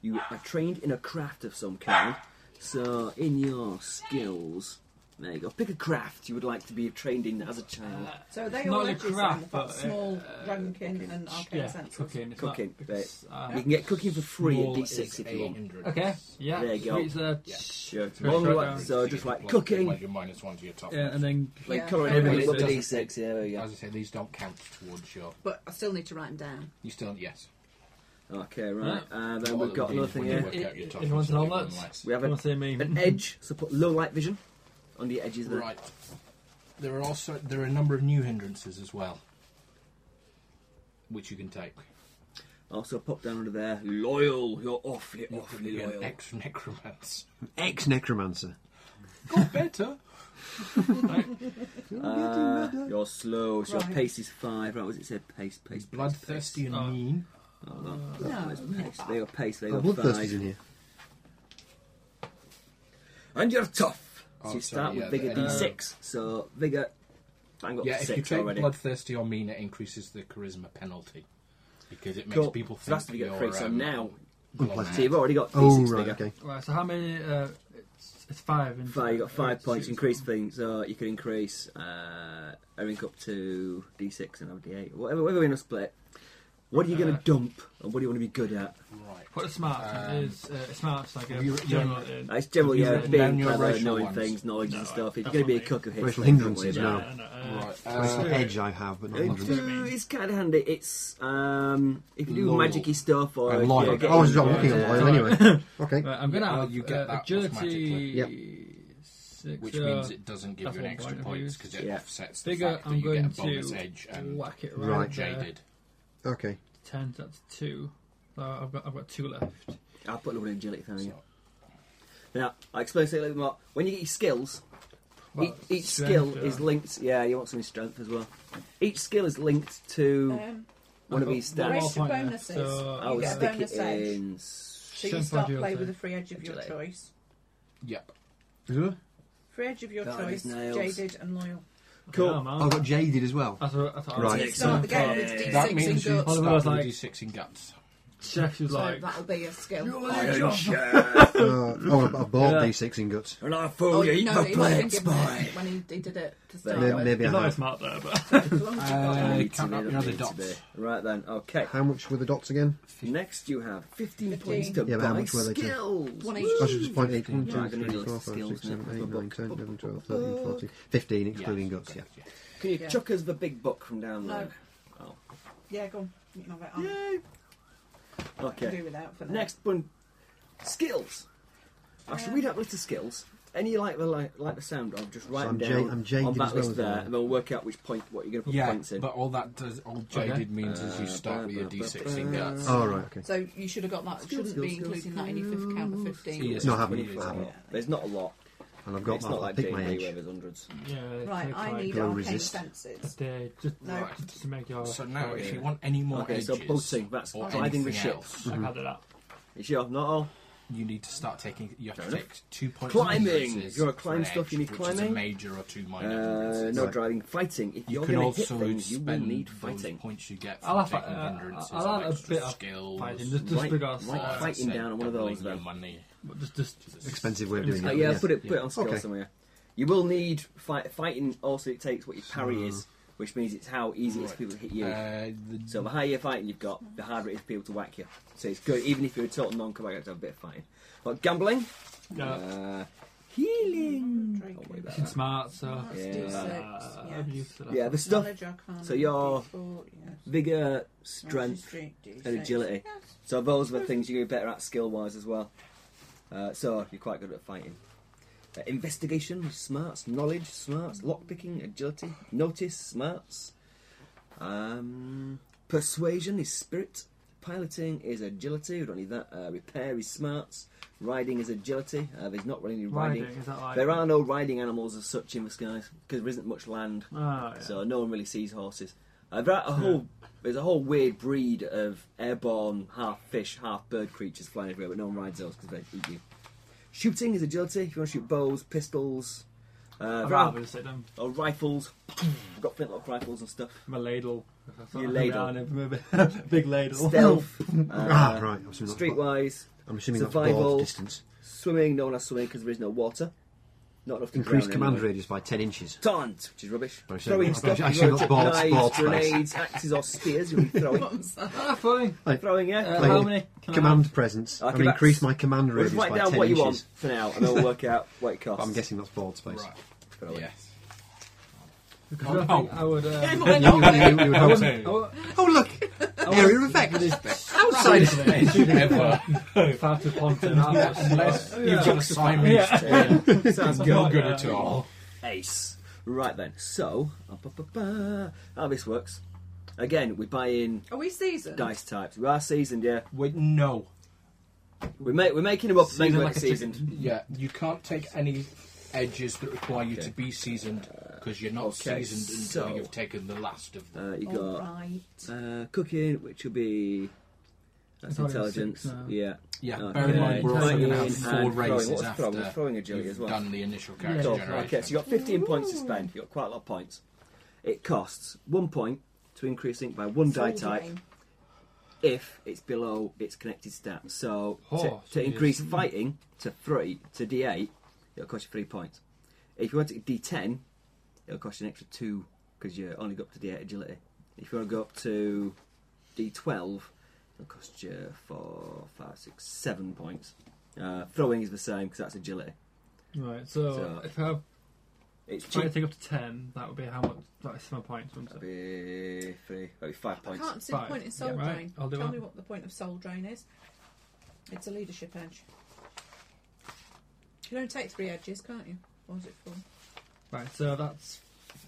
Speaker 1: You are trained in a craft of some kind. So, in your skills, there you go. Pick a craft you would like to be trained in as a child.
Speaker 5: So are they
Speaker 4: Not
Speaker 5: all
Speaker 4: a
Speaker 5: edges then,
Speaker 4: craft,
Speaker 5: with
Speaker 4: but,
Speaker 5: that
Speaker 4: uh,
Speaker 5: small ranking and arcane
Speaker 4: Yeah,
Speaker 5: senses.
Speaker 4: cooking. It's
Speaker 1: Cooking,
Speaker 4: Not, because,
Speaker 1: you
Speaker 4: uh,
Speaker 1: can get cooking for free at
Speaker 2: Small
Speaker 1: D6
Speaker 2: is
Speaker 1: if
Speaker 2: a
Speaker 1: you want.
Speaker 2: hindrance.
Speaker 4: okay. Yeah.
Speaker 1: There you go.
Speaker 4: It's, uh,
Speaker 2: Yeah.
Speaker 1: Sure.
Speaker 4: Sure,
Speaker 1: One
Speaker 4: sure,
Speaker 1: way-
Speaker 4: yeah.
Speaker 1: so, just like
Speaker 2: Plus- well,
Speaker 1: cooking,
Speaker 2: your minus one to your toughness.
Speaker 4: yeah, and then
Speaker 1: like
Speaker 5: Yeah.
Speaker 1: colouring
Speaker 4: Yeah,
Speaker 1: everything
Speaker 4: but
Speaker 1: up
Speaker 4: it
Speaker 1: to
Speaker 2: doesn't-
Speaker 1: D6. Yeah, there you go.
Speaker 2: As I say, these don't count towards your.
Speaker 5: But I still need to write them down.
Speaker 2: You still yes.
Speaker 1: Okay, right. Uh, then
Speaker 2: All
Speaker 1: we've
Speaker 2: that
Speaker 1: got
Speaker 2: we
Speaker 1: another
Speaker 2: do is
Speaker 1: thing
Speaker 2: when you
Speaker 1: here.
Speaker 2: work out your
Speaker 4: If-
Speaker 2: toughness,
Speaker 4: if you want to
Speaker 2: you'll
Speaker 4: know
Speaker 2: get
Speaker 4: that-
Speaker 2: one less.
Speaker 1: We have
Speaker 4: you
Speaker 1: a,
Speaker 4: want to see me?
Speaker 1: an edge, so put low light vision on the edges there.
Speaker 2: Right. There are also there are a number of new hindrances as well, which you can take.
Speaker 1: Also, pop down under there. Loyal, you're awfully,
Speaker 2: You're
Speaker 1: awfully
Speaker 2: gonna be
Speaker 1: loyal.
Speaker 2: an ex necromance.
Speaker 3: Ex necromancer.
Speaker 2: Got better.
Speaker 1: Uh, you're slow, so
Speaker 5: Right.
Speaker 1: your pace is five. Right, was it said pace, pace, pace,
Speaker 2: Bloodthirsty and
Speaker 4: Oh.
Speaker 2: mean.
Speaker 1: pace. Hold on.
Speaker 5: No.
Speaker 1: Where's pace? They got pace, they
Speaker 3: Oh,
Speaker 1: got
Speaker 3: bloodthirsty's in
Speaker 1: five.
Speaker 3: here.
Speaker 1: And you're tough!
Speaker 2: Oh,
Speaker 1: so you
Speaker 2: sorry,
Speaker 1: start
Speaker 2: yeah,
Speaker 1: with vigor
Speaker 2: the-
Speaker 1: d6. So vigor, I got
Speaker 2: Yeah, if you
Speaker 1: six
Speaker 2: take
Speaker 1: Oh. already.
Speaker 2: bloodthirsty or mean, it increases the charisma penalty because it makes
Speaker 1: Cool.
Speaker 2: people think
Speaker 1: So that's to be
Speaker 2: you're,
Speaker 1: get free. So
Speaker 2: um,
Speaker 1: now,
Speaker 2: blood
Speaker 1: so you've already got d6
Speaker 3: Oh, right,
Speaker 1: vigor.
Speaker 3: okay.
Speaker 4: Right. So how many? Uh, it's, it's five. And
Speaker 1: Five, you got five points.
Speaker 4: Six.
Speaker 1: Increase things. So you could increase uh, everything up to d6 and have d8. Whatever, whatever we're going to split. What are you going
Speaker 4: Uh,
Speaker 1: to dump, and what do you want to be good at?
Speaker 2: Right.
Speaker 4: What a smart
Speaker 2: Um,
Speaker 4: is uh, a smart like a
Speaker 2: you-
Speaker 4: general.
Speaker 1: Uh, It's generally
Speaker 2: You've
Speaker 1: yeah,
Speaker 2: written down
Speaker 1: being
Speaker 2: your
Speaker 1: clever,
Speaker 2: racial
Speaker 1: knowing
Speaker 2: ones.
Speaker 1: things, knowledge and
Speaker 4: No,
Speaker 1: stuff. If you're
Speaker 4: that's
Speaker 1: going to be a
Speaker 4: what I mean.
Speaker 1: cook of history,
Speaker 3: Racial
Speaker 1: then
Speaker 3: hindrances,
Speaker 1: yeah.
Speaker 3: no.
Speaker 4: I don't know, uh,
Speaker 2: Right.
Speaker 3: Racial
Speaker 2: Uh,
Speaker 3: edge I have, but not
Speaker 1: It
Speaker 3: hindrance.
Speaker 1: do- it's kind of handy. It's um, if you do
Speaker 2: Loyal.
Speaker 1: magicy stuff or
Speaker 3: And
Speaker 1: if
Speaker 3: loyal.
Speaker 1: you're
Speaker 3: I was
Speaker 1: getting- uh,
Speaker 3: just looking
Speaker 1: yeah.
Speaker 3: at loyal anyway. Okay.
Speaker 4: Right, I'm gonna
Speaker 2: Well,
Speaker 4: have
Speaker 2: you get
Speaker 4: uh,
Speaker 2: that
Speaker 4: agility. Six,
Speaker 2: which
Speaker 4: uh,
Speaker 2: means it doesn't give
Speaker 4: that's
Speaker 2: you an
Speaker 4: what
Speaker 2: extra
Speaker 4: I'm gonna
Speaker 2: point
Speaker 4: use.
Speaker 2: because it
Speaker 1: Yeah.
Speaker 2: offsets the
Speaker 4: bigger.
Speaker 2: fact that
Speaker 4: I'm
Speaker 2: you
Speaker 4: going
Speaker 2: get a bonus
Speaker 4: to
Speaker 2: edge and
Speaker 4: whack it right,
Speaker 3: Right.
Speaker 4: there.
Speaker 2: um, jaded.
Speaker 3: Okay.
Speaker 4: Ten. That's two. So I've got I've got two left.
Speaker 1: I'll put another agility thing in.
Speaker 2: So-
Speaker 1: Now, I explain to you a little bit more. When you get your skills, e-,
Speaker 4: Well,
Speaker 1: each, each
Speaker 4: strength, uh,
Speaker 1: skill
Speaker 4: yeah.
Speaker 1: is linked. Yeah, you want some strength as well. Each skill is linked to
Speaker 5: Um,
Speaker 1: one
Speaker 4: I've
Speaker 1: of
Speaker 4: got
Speaker 1: these
Speaker 4: one
Speaker 1: stats.
Speaker 4: more
Speaker 5: Racial
Speaker 4: point left,
Speaker 5: bonuses.
Speaker 4: so-
Speaker 1: I would
Speaker 5: Yeah.
Speaker 1: stick it
Speaker 5: Bonus edge.
Speaker 1: in.
Speaker 5: so you
Speaker 4: Strength
Speaker 5: start
Speaker 4: module,
Speaker 5: play
Speaker 4: so-
Speaker 5: with a free edge of your
Speaker 1: Agility.
Speaker 5: choice.
Speaker 2: Yep.
Speaker 1: Uh,
Speaker 5: Free edge of your
Speaker 1: Got
Speaker 5: choice,
Speaker 1: his nails.
Speaker 5: jaded and loyal.
Speaker 1: Cool.
Speaker 4: Yeah,
Speaker 3: Oh, I've
Speaker 4: man.
Speaker 3: got jaded as
Speaker 1: uh,
Speaker 3: well.
Speaker 4: I thought, I thought
Speaker 3: Right.
Speaker 4: I
Speaker 5: You
Speaker 4: was
Speaker 5: start the game with
Speaker 1: Okay.
Speaker 5: D6
Speaker 2: That means you
Speaker 5: and guts.
Speaker 4: Oh,
Speaker 2: start with
Speaker 4: like-
Speaker 2: a d6 in guts.
Speaker 4: Chef was
Speaker 5: So
Speaker 4: uh, like,
Speaker 5: that'll be a skill.
Speaker 1: Chef,
Speaker 3: Uh, oh, I- I bought
Speaker 4: Yeah.
Speaker 3: D6 in guts.
Speaker 1: and I fool
Speaker 5: Oh,
Speaker 1: you, eat
Speaker 5: no,
Speaker 1: my
Speaker 5: he wasn't
Speaker 1: plates,
Speaker 5: given
Speaker 1: boy.
Speaker 5: it when he, he did it to start
Speaker 3: May-
Speaker 5: with.
Speaker 3: Maybe I
Speaker 4: not as
Speaker 3: have.
Speaker 4: smart there, but
Speaker 5: As long as you've got
Speaker 2: Uh,
Speaker 5: it.
Speaker 1: Need to
Speaker 2: count
Speaker 1: be,
Speaker 2: up your
Speaker 1: need
Speaker 2: other
Speaker 1: to
Speaker 2: dots.
Speaker 1: be. Right then, okay.
Speaker 3: How much were the dots again?
Speaker 1: Next, you have 15,
Speaker 5: 15.
Speaker 1: points to
Speaker 3: Yeah, but how
Speaker 1: buy
Speaker 3: much were they, Tim?
Speaker 1: skills.
Speaker 5: One
Speaker 3: I
Speaker 5: each.
Speaker 3: should just point 8, 1,
Speaker 1: Yeah,
Speaker 3: 2,
Speaker 1: I'm gonna
Speaker 3: 3,
Speaker 1: do, like,
Speaker 3: 4, 5, 6,
Speaker 1: skills now.
Speaker 3: 7, 8, 9, 10, 11, 12,
Speaker 1: Book. Uh,
Speaker 3: 13, 14, 15,
Speaker 2: Yeah.
Speaker 3: excluding guts, yeah.
Speaker 1: Can you
Speaker 5: Yeah.
Speaker 1: chuck us the big book from down
Speaker 5: No.
Speaker 1: there?
Speaker 5: Yeah, go on. You can have it on. I can
Speaker 1: Okay.
Speaker 5: do without for now.
Speaker 1: Next one, skills. I should
Speaker 5: Yeah.
Speaker 1: read out a list of skills. Any you like the like, like the sound of, just write
Speaker 3: I'm
Speaker 1: them
Speaker 3: ja-
Speaker 1: down
Speaker 3: I'm jaded
Speaker 1: on
Speaker 3: as
Speaker 1: that
Speaker 3: well
Speaker 1: list
Speaker 3: as
Speaker 1: there,
Speaker 3: well.
Speaker 1: and we'll work out which point what you're going to put
Speaker 2: Yeah,
Speaker 1: points in.
Speaker 2: but all that does,
Speaker 1: Oh,
Speaker 2: all
Speaker 4: Okay.
Speaker 2: jaded means is you
Speaker 1: Uh,
Speaker 2: start with your
Speaker 1: ba- ba-
Speaker 2: d6 in
Speaker 1: ba-
Speaker 2: guts.
Speaker 3: Oh, right, okay.
Speaker 5: So you should have got that.
Speaker 1: Skills,
Speaker 5: Shouldn't be
Speaker 1: skills,
Speaker 5: including that in your
Speaker 1: skills.
Speaker 5: fifth count of fifteen.
Speaker 2: Yes.
Speaker 3: No, I haven't.
Speaker 1: It's
Speaker 3: I
Speaker 1: not a
Speaker 3: haven't.
Speaker 1: lot. There's not a lot.
Speaker 3: And I've got
Speaker 1: it's
Speaker 3: that.
Speaker 1: not
Speaker 3: I
Speaker 1: like
Speaker 3: picked
Speaker 1: Big
Speaker 3: my
Speaker 1: Day
Speaker 3: edge.
Speaker 1: where there's hundreds.
Speaker 4: yeah. it
Speaker 5: Right,
Speaker 4: takes,
Speaker 5: I
Speaker 4: like,
Speaker 5: need
Speaker 3: Blow
Speaker 5: arcane
Speaker 3: resist.
Speaker 5: senses.
Speaker 4: a day just,
Speaker 5: No.
Speaker 4: just to make your.
Speaker 2: So now, if
Speaker 1: Okay.
Speaker 2: you want any more
Speaker 1: uh, Okay,
Speaker 2: edges
Speaker 1: so boating, that's
Speaker 2: or
Speaker 1: riding the
Speaker 2: anything
Speaker 1: ship.
Speaker 2: else,
Speaker 4: I've had it up.
Speaker 1: You sure? Not all.
Speaker 2: you need to start taking. You have
Speaker 1: Fair
Speaker 2: to
Speaker 1: enough.
Speaker 2: take two points.
Speaker 1: Climbing!
Speaker 2: Of hindrances
Speaker 1: If you're a
Speaker 2: for
Speaker 1: climb
Speaker 2: an
Speaker 1: stuff, you need
Speaker 2: edge, which is a
Speaker 1: climbing.
Speaker 2: major or two minor.
Speaker 1: Uh,
Speaker 2: hindrances.
Speaker 1: no
Speaker 3: Right.
Speaker 1: driving, fighting. If
Speaker 2: You
Speaker 1: you're
Speaker 2: can
Speaker 1: going to hit
Speaker 2: also
Speaker 1: things, you will
Speaker 2: spend
Speaker 1: need
Speaker 2: those
Speaker 1: fighting.
Speaker 2: points you get
Speaker 4: I'll
Speaker 2: from
Speaker 4: have a-
Speaker 2: taking
Speaker 4: uh,
Speaker 2: hindrances,
Speaker 4: I'll have
Speaker 2: or
Speaker 4: a
Speaker 2: extra
Speaker 4: bit of
Speaker 2: skills,
Speaker 4: fighting, just- just
Speaker 1: Right,
Speaker 4: regards
Speaker 1: right,
Speaker 4: to-
Speaker 2: or
Speaker 1: fighting down on one of
Speaker 2: doubling
Speaker 1: those, uh,
Speaker 2: your
Speaker 1: then.
Speaker 2: money.
Speaker 4: But Just, just
Speaker 3: Expensive way of doing
Speaker 1: Uh,
Speaker 3: it.
Speaker 1: yeah,
Speaker 3: yeah.
Speaker 1: put it put it on skill
Speaker 3: Okay.
Speaker 1: somewhere. You will need fight, fighting. Also, it takes what your parry is, which means it's how easy it's for people to hit you.
Speaker 2: Uh, the-
Speaker 1: so the higher your fighting you've got, the harder it is for people to whack you. So it's good, even if you're a total non-combat, you have to have a bit of fighting. But gambling,
Speaker 4: yeah,
Speaker 1: uh, healing.
Speaker 5: Drink.
Speaker 1: Don't worry about
Speaker 4: it's
Speaker 1: that.
Speaker 4: smart. So
Speaker 5: That's
Speaker 1: Yeah.
Speaker 5: D6,
Speaker 4: uh,
Speaker 5: yeah.
Speaker 4: I've used to that.
Speaker 1: Yeah, the stuff:
Speaker 5: Knowledge, arcana,
Speaker 1: So your
Speaker 5: D4, yes.
Speaker 1: vigor, strength,
Speaker 5: Magic, D6.
Speaker 1: and agility.
Speaker 5: Yes.
Speaker 1: So those are the things you're better at skill-wise as well. Uh, so you're quite good at fighting. Uh, investigation, smarts, knowledge, smarts, lockpicking, agility, notice, smarts. Um, persuasion is spirit. Piloting is agility. We don't need that. Uh, repair is smarts. Riding is agility. Uh, there's not really any riding.
Speaker 4: Riding, is that like?
Speaker 1: There are no riding animals as such in the skies because there isn't much land,
Speaker 4: Ah, yeah.
Speaker 1: so no one really sees horses. Uh, there are a whole there's a whole weird breed of airborne half fish, half bird creatures flying everywhere, but no one rides those because they eat you. Shooting is agility. If you want to shoot bows, pistols, uh,
Speaker 4: I'd
Speaker 1: there are-
Speaker 4: rather just sit down.
Speaker 1: or rifles, I've got flintlock rifles and stuff.
Speaker 4: My ladle.
Speaker 1: Your ladle.
Speaker 4: Big ladle.
Speaker 1: Stealth,
Speaker 3: Ah,
Speaker 1: uh,
Speaker 3: right. I'm assuming that's bo-
Speaker 1: streetwise,
Speaker 3: I'm assuming that's
Speaker 1: survival.
Speaker 3: board distance.
Speaker 1: swimming. No one has swimming because there is no water. Not enough to
Speaker 3: Increased
Speaker 1: drown
Speaker 3: command
Speaker 1: anyone.
Speaker 3: radius by 10 inches.
Speaker 1: Taunt, which is rubbish.
Speaker 3: Very
Speaker 1: Throwing
Speaker 3: simple.
Speaker 1: stuff,
Speaker 3: Actually,
Speaker 1: you've got
Speaker 3: not balls,
Speaker 1: knives,
Speaker 3: balls, please.
Speaker 1: grenades, axes or spears. You're throwing,
Speaker 5: What's that?
Speaker 4: Ah, funny.
Speaker 1: throwing it.
Speaker 4: Uh,
Speaker 3: Like,
Speaker 4: how many?
Speaker 1: Uh-huh.
Speaker 4: Can I
Speaker 3: command
Speaker 4: have?
Speaker 3: presence.
Speaker 1: Okay,
Speaker 3: I've
Speaker 1: that's-
Speaker 3: increased my command
Speaker 1: Well,
Speaker 3: radius
Speaker 1: just write
Speaker 3: by
Speaker 1: down
Speaker 3: 10
Speaker 1: what you
Speaker 3: inches.
Speaker 1: want for now, and then we'll work out what it
Speaker 3: But
Speaker 1: costs.
Speaker 3: I'm guessing that's board space.
Speaker 2: Right.
Speaker 1: Throwing.
Speaker 2: Yes.
Speaker 4: Because I think I would. Uh,
Speaker 5: Why
Speaker 3: You,
Speaker 5: not?
Speaker 3: you- you would
Speaker 4: I
Speaker 3: hope
Speaker 4: would,
Speaker 3: so.
Speaker 4: I would,
Speaker 3: Oh, look! Area of effect! Outside of it!
Speaker 2: Ever.
Speaker 4: Far too ponton. I would-
Speaker 2: Unless
Speaker 4: Yeah.
Speaker 2: you've got assignments
Speaker 4: Yeah.
Speaker 2: to it.
Speaker 1: Sounds
Speaker 4: That's
Speaker 1: good.
Speaker 4: not
Speaker 2: good at all.
Speaker 1: Ace. Right then. So, uh, ba- ba- ba, how this works? Again, we buy in
Speaker 5: Are we seasoned?
Speaker 1: dice types. We are seasoned, yeah.
Speaker 2: Wait, no.
Speaker 1: We make, we're making them up. Make
Speaker 2: Seasoned
Speaker 1: them
Speaker 2: like a
Speaker 1: seasoned.
Speaker 2: Yeah, you can't take any edges that require you
Speaker 1: Okay.
Speaker 2: to be seasoned because you're not
Speaker 1: Okay,
Speaker 2: seasoned until
Speaker 1: so-
Speaker 2: you've taken the last of them.
Speaker 1: Uh, you
Speaker 5: All
Speaker 1: got
Speaker 5: Oh, right.
Speaker 1: uh, cooking, which will be that's
Speaker 4: It's already
Speaker 1: intelligence.
Speaker 4: six now.
Speaker 1: Yeah.
Speaker 2: yeah,
Speaker 1: Uh,
Speaker 2: bear in mind we're also
Speaker 1: throwing
Speaker 2: going to have
Speaker 1: and
Speaker 2: four
Speaker 1: throwing.
Speaker 2: races
Speaker 1: What's
Speaker 2: after
Speaker 1: throwing? We're throwing agility
Speaker 2: you've
Speaker 1: as well.
Speaker 2: done the initial character
Speaker 1: Cool.
Speaker 2: generation.
Speaker 1: Okay, so you got 15 points to spend. You've got quite a lot of points. It costs one point to increasing by one die
Speaker 5: Full
Speaker 1: type
Speaker 5: game.
Speaker 1: if it's below its connected stat. So to-
Speaker 4: Oh,
Speaker 1: to,
Speaker 4: so it's-
Speaker 1: increase fighting to three to d8, it'll cost you three points. If you want it d10, it'll cost you an extra two because you only go up to d8 agility. If you want to go up to d12, It'll cost you four, five, six, seven points. Uh, throwing is the same because that's agility.
Speaker 4: Right, so,
Speaker 1: So-
Speaker 4: if I
Speaker 1: It's
Speaker 4: try to
Speaker 1: cheap.
Speaker 4: take up to 10, that would be how much? That's seven points, wouldn't
Speaker 1: That'd
Speaker 4: it?
Speaker 1: be three, that'd be five
Speaker 5: I
Speaker 1: points.
Speaker 5: can't see the
Speaker 4: Five.
Speaker 5: point in soul
Speaker 4: Yeah, right.
Speaker 5: drain.
Speaker 4: I'll do
Speaker 5: Tell
Speaker 4: that.
Speaker 5: me what the point of soul drain is. It's a leadership edge. You can only take three edges, can't you? Or is it four?
Speaker 4: Right, so that's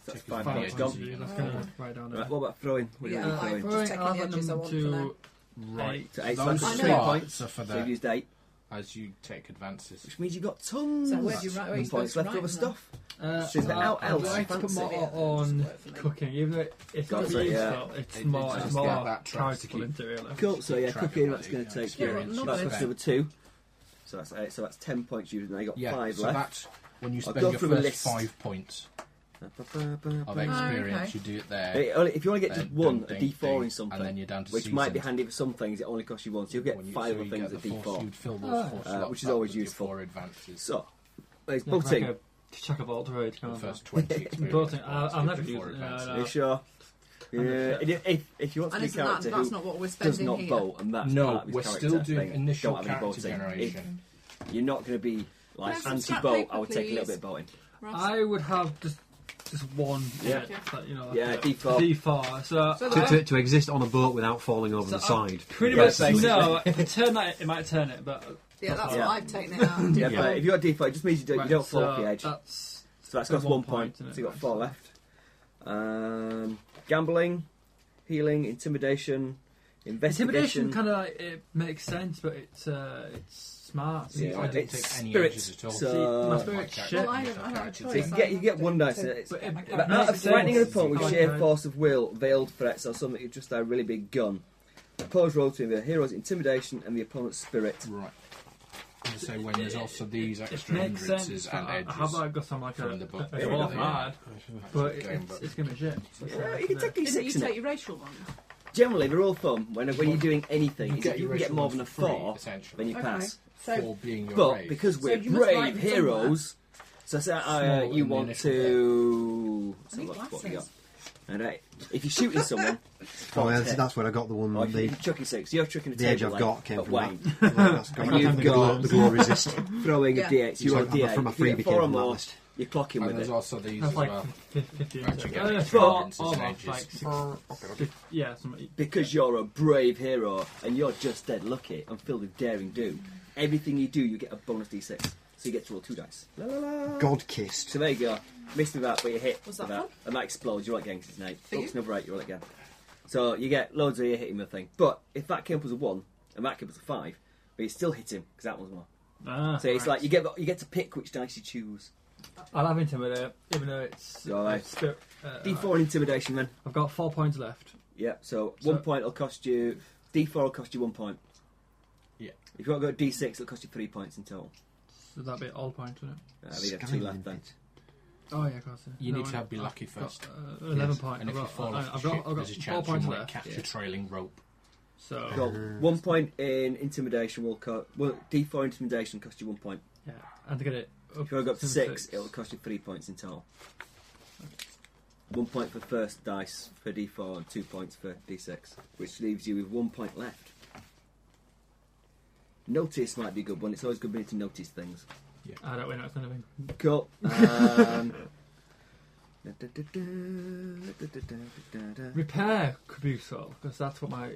Speaker 1: That's
Speaker 2: Take your
Speaker 1: five
Speaker 2: five
Speaker 1: points
Speaker 2: points.
Speaker 1: gone.
Speaker 4: you. That's
Speaker 5: Oh.
Speaker 4: kind of right down there.
Speaker 1: Right, what about throwing? What do you
Speaker 5: Yeah,
Speaker 1: want
Speaker 5: I-
Speaker 4: Uh,
Speaker 1: throwing?
Speaker 5: throwing. Just taking the
Speaker 4: I'll add
Speaker 5: edges, I
Speaker 4: them
Speaker 5: want for
Speaker 4: to
Speaker 5: now.
Speaker 2: Right.
Speaker 1: To eight
Speaker 2: Those
Speaker 5: slots. I know.
Speaker 2: slots are for
Speaker 1: So you've
Speaker 2: that
Speaker 1: used eight,
Speaker 2: as you take advances.
Speaker 1: which means you've got tons
Speaker 5: So where do you write- where are you
Speaker 1: of points
Speaker 5: supposed to
Speaker 1: left
Speaker 5: write
Speaker 1: over
Speaker 5: them?
Speaker 1: stuff.
Speaker 4: Uh,
Speaker 1: She's
Speaker 4: well,
Speaker 1: out
Speaker 4: I'd
Speaker 1: else.
Speaker 4: like to put
Speaker 5: Fancy
Speaker 4: more
Speaker 5: it.
Speaker 4: on
Speaker 5: Just work for me.
Speaker 4: cooking, even though it's
Speaker 1: Go
Speaker 4: not
Speaker 1: for it,
Speaker 4: really
Speaker 1: yeah.
Speaker 4: useful. It's
Speaker 2: It-
Speaker 4: more,
Speaker 2: it's
Speaker 4: it's
Speaker 2: just
Speaker 4: more
Speaker 2: get that track to
Speaker 4: charitable,
Speaker 2: keep-
Speaker 4: isn't it, really.
Speaker 1: Cool. So yeah,
Speaker 2: Keep track
Speaker 1: cooking.
Speaker 2: of
Speaker 1: That's
Speaker 2: that,
Speaker 1: going
Speaker 2: yeah,
Speaker 1: to take you.
Speaker 2: experience.
Speaker 5: Yeah,
Speaker 1: That's
Speaker 5: lovely.
Speaker 1: cost over two. So that's eight. So that's ten points you now. You got
Speaker 2: Yeah,
Speaker 1: five
Speaker 2: so
Speaker 1: left.
Speaker 2: that's when you spend
Speaker 1: go
Speaker 2: your
Speaker 1: through a
Speaker 2: first
Speaker 1: list.
Speaker 2: five points of
Speaker 5: Oh,
Speaker 2: experience,
Speaker 5: okay.
Speaker 2: you do it there.
Speaker 1: It Eh, only- If you only get just
Speaker 2: then
Speaker 1: one,
Speaker 2: ding,
Speaker 1: a
Speaker 2: ding, ding,
Speaker 1: D4 in
Speaker 2: and then
Speaker 1: something,
Speaker 2: you're down to
Speaker 1: which might be
Speaker 2: seasons.
Speaker 1: handy for some things. It only costs you once. You'll
Speaker 2: When
Speaker 1: get
Speaker 2: you-
Speaker 1: five
Speaker 2: so
Speaker 1: other
Speaker 2: you
Speaker 1: things
Speaker 2: get
Speaker 1: at
Speaker 2: the four, so
Speaker 1: D4.
Speaker 2: You'd fill those four
Speaker 1: Uh,
Speaker 2: slots
Speaker 1: which is
Speaker 2: up
Speaker 1: always
Speaker 2: with your
Speaker 1: useful.
Speaker 2: Four advances.
Speaker 1: So it's
Speaker 4: Yeah, it's like
Speaker 1: bolting.
Speaker 4: a chuck of alt road kind
Speaker 2: the
Speaker 4: of
Speaker 2: first twenty. experience
Speaker 4: Bolting. I'll-
Speaker 2: points
Speaker 4: I'll
Speaker 2: gives
Speaker 4: never
Speaker 2: you
Speaker 4: use
Speaker 2: four
Speaker 4: it. No,
Speaker 2: advances.
Speaker 4: no.
Speaker 1: Are you sure? Yeah.
Speaker 4: the
Speaker 1: If, if, if you want to
Speaker 5: And
Speaker 1: be a
Speaker 5: isn't that,
Speaker 1: character
Speaker 5: that's
Speaker 1: who
Speaker 5: not what we're
Speaker 1: does
Speaker 5: spending
Speaker 1: not
Speaker 5: here.
Speaker 1: bolt, and that's
Speaker 2: No,
Speaker 1: part of his
Speaker 2: we're
Speaker 1: character
Speaker 2: still doing
Speaker 1: thing, don't
Speaker 2: initial
Speaker 1: have any
Speaker 2: character
Speaker 1: bolting.
Speaker 2: generation.
Speaker 1: If you're not going to be
Speaker 5: Can I
Speaker 1: like
Speaker 5: have some
Speaker 1: anti bolt.
Speaker 5: scrap
Speaker 1: I would take a little
Speaker 5: paper,
Speaker 1: bit of bolting.
Speaker 5: Ross?
Speaker 4: I would have just just one.
Speaker 1: Yeah.
Speaker 4: Yeah. That, you know,
Speaker 1: Yeah,
Speaker 4: like a
Speaker 1: D4.
Speaker 4: D4. So,
Speaker 5: So
Speaker 4: I-
Speaker 3: To, to, to exist on a boat without falling over
Speaker 4: so
Speaker 3: the
Speaker 1: uh,
Speaker 4: I
Speaker 3: side.
Speaker 4: Pretty
Speaker 1: Yeah,
Speaker 4: much,
Speaker 1: basically.
Speaker 4: no. If I turn that, it might turn it, but
Speaker 5: yeah, that's
Speaker 1: Yeah.
Speaker 5: what I've taken it out.
Speaker 1: Yeah, but if you're at D4, it just means you don't,
Speaker 4: Right,
Speaker 1: you don't fall
Speaker 4: so
Speaker 1: off the edge.
Speaker 4: That's
Speaker 1: So that's
Speaker 4: So
Speaker 1: got
Speaker 4: one
Speaker 1: one point.
Speaker 4: point,
Speaker 1: So you've got
Speaker 4: innit?
Speaker 1: four left. Um, gambling, healing, intimidation, investigation.
Speaker 4: intimidation. Kind of like it makes sense, but it's uh, it's smart. uh,
Speaker 2: See,
Speaker 1: Yeah.
Speaker 2: I didn't
Speaker 1: It's
Speaker 2: take any
Speaker 1: spirit,
Speaker 2: edges at all.
Speaker 1: so-
Speaker 4: See, my
Speaker 1: Uh,
Speaker 4: spirit
Speaker 2: my
Speaker 4: shit.
Speaker 5: well, I haven't, I haven't had a
Speaker 2: So you
Speaker 5: choice.
Speaker 1: so you can get, you get one dice.
Speaker 5: So-
Speaker 1: and it's,
Speaker 4: But
Speaker 5: But
Speaker 1: But
Speaker 5: That
Speaker 1: out
Speaker 5: makes
Speaker 1: of threatening an
Speaker 5: sense.
Speaker 1: opponent with
Speaker 5: Like
Speaker 1: sheer
Speaker 4: that.
Speaker 1: force of will, veiled threats, or something with just a really big gun. The pose roll between the hero's intimidation and the opponent's spirit.
Speaker 2: Right. And so when there's also these
Speaker 4: It
Speaker 2: extra
Speaker 4: makes sense.
Speaker 2: hindrances and
Speaker 4: I, I
Speaker 2: edges.
Speaker 4: have like got some like a,
Speaker 2: from the book.
Speaker 4: a
Speaker 2: Yeah,
Speaker 4: dwarf
Speaker 2: yeah.
Speaker 4: hard, but
Speaker 2: Actual game,
Speaker 4: it's, it's gonna be shit. So
Speaker 1: Yeah, you can take
Speaker 5: Didn't you
Speaker 1: D6 in
Speaker 5: take
Speaker 1: it.
Speaker 5: your racial one?
Speaker 1: Generally, they're all fun when, when you're doing anything.
Speaker 2: You
Speaker 1: is
Speaker 2: get
Speaker 1: if you
Speaker 2: your
Speaker 1: can get
Speaker 2: original
Speaker 1: more than a
Speaker 2: three,
Speaker 1: four,
Speaker 2: essentially.
Speaker 1: then you
Speaker 5: Okay.
Speaker 1: pass.
Speaker 5: So
Speaker 2: Four being your
Speaker 1: But
Speaker 2: raise.
Speaker 1: because we're
Speaker 5: you must write
Speaker 1: brave
Speaker 5: it
Speaker 1: heroes, so say uh,
Speaker 2: Small
Speaker 1: you
Speaker 2: in the
Speaker 1: want
Speaker 2: initial
Speaker 1: to.
Speaker 5: I
Speaker 1: So
Speaker 5: need
Speaker 1: what, what you got?
Speaker 5: glasses.
Speaker 1: And uh, if you're shooting someone,
Speaker 3: Oh, yeah,
Speaker 1: that's
Speaker 3: that's, that's where I got the one.
Speaker 1: Or if you're
Speaker 3: the
Speaker 1: chucking six, you're chucking a
Speaker 3: the edge
Speaker 1: table leg
Speaker 3: I've got came
Speaker 1: at
Speaker 3: from
Speaker 1: Wayne.
Speaker 3: that. Yeah, that's
Speaker 1: And
Speaker 3: got-
Speaker 1: you've
Speaker 3: the glow,
Speaker 1: got-
Speaker 3: the glow resist.
Speaker 1: Throwing
Speaker 5: Yeah.
Speaker 1: a d8,
Speaker 3: So
Speaker 1: you're on
Speaker 3: I've got
Speaker 1: d8.
Speaker 3: from a
Speaker 1: If you
Speaker 3: freebie
Speaker 1: get four
Speaker 3: came
Speaker 1: or
Speaker 3: from that
Speaker 1: more,
Speaker 3: list.
Speaker 1: you're clocking
Speaker 2: And
Speaker 1: with
Speaker 2: there's
Speaker 1: it.
Speaker 2: also these
Speaker 4: That's
Speaker 2: as
Speaker 4: like
Speaker 2: well.
Speaker 4: fif- fifty.
Speaker 2: Right,
Speaker 4: into
Speaker 2: you
Speaker 4: it.
Speaker 2: get
Speaker 4: Oh, yeah,
Speaker 2: extra
Speaker 4: four-
Speaker 2: hints and
Speaker 4: almost
Speaker 2: edges.
Speaker 4: like six- fif- yeah, something.
Speaker 1: Because you're a brave hero and you're just dead lucky and filled with daring do.
Speaker 5: Mm.
Speaker 1: Everything you do, you get a bonus d6. So you get to roll two dice. La, la, la.
Speaker 3: God kissed.
Speaker 1: So there you go. Missed with that, but you hit.
Speaker 5: Was that
Speaker 1: with
Speaker 5: fun?
Speaker 1: And that explodes. You're at gangs his name.
Speaker 5: you?
Speaker 1: Oops, another eight, you're at again. So you get loads of you hitting the thing. But if that came up as a one and that came up as a five, but you still hit him because that one's more.
Speaker 4: Ah,
Speaker 1: So it's
Speaker 4: right.
Speaker 1: like you get you get to pick which dice you choose.
Speaker 4: I'll have intimidate, even though it's
Speaker 1: All right.
Speaker 4: it's spirit- uh,
Speaker 1: D4
Speaker 4: right.
Speaker 1: and intimidation then.
Speaker 4: I've got four points left.
Speaker 1: Yeah, so,
Speaker 4: So-
Speaker 1: one point will cost you. D4 will cost you one point.
Speaker 2: Yeah.
Speaker 1: If you want to go D6, it'll cost you three points in total.
Speaker 4: So that'd be all points, wouldn't it?
Speaker 1: Uh, we have two left then.
Speaker 4: Oh yeah, of course. yeah.
Speaker 2: You
Speaker 4: No,
Speaker 2: need to
Speaker 4: I-
Speaker 2: have be
Speaker 4: I've
Speaker 2: lucky
Speaker 4: got,
Speaker 2: first.
Speaker 4: Uh, Eleven
Speaker 3: Yes.
Speaker 4: points.
Speaker 2: And if
Speaker 4: I've
Speaker 2: you
Speaker 4: got,
Speaker 2: fall
Speaker 4: I've
Speaker 2: off the
Speaker 4: got,
Speaker 2: ship,
Speaker 4: I've got
Speaker 2: there's a
Speaker 4: four
Speaker 2: chance you
Speaker 4: points
Speaker 2: might
Speaker 4: left.
Speaker 2: catch a trailing rope.
Speaker 4: So
Speaker 1: So one point in intimidation will cost. Well, D4 intimidation cost you one point.
Speaker 4: yeah, and to get it. Up
Speaker 1: If you want to go up to
Speaker 4: to
Speaker 1: six, it'll cost you three points in total. One point for first dice for D4 and two points for D6, which leaves you with one point left. Notice might be a good one. It's always good being to notice things.
Speaker 4: I don't win out anything.
Speaker 1: Cool. Um, you
Speaker 4: Repair could be useful because that's what my.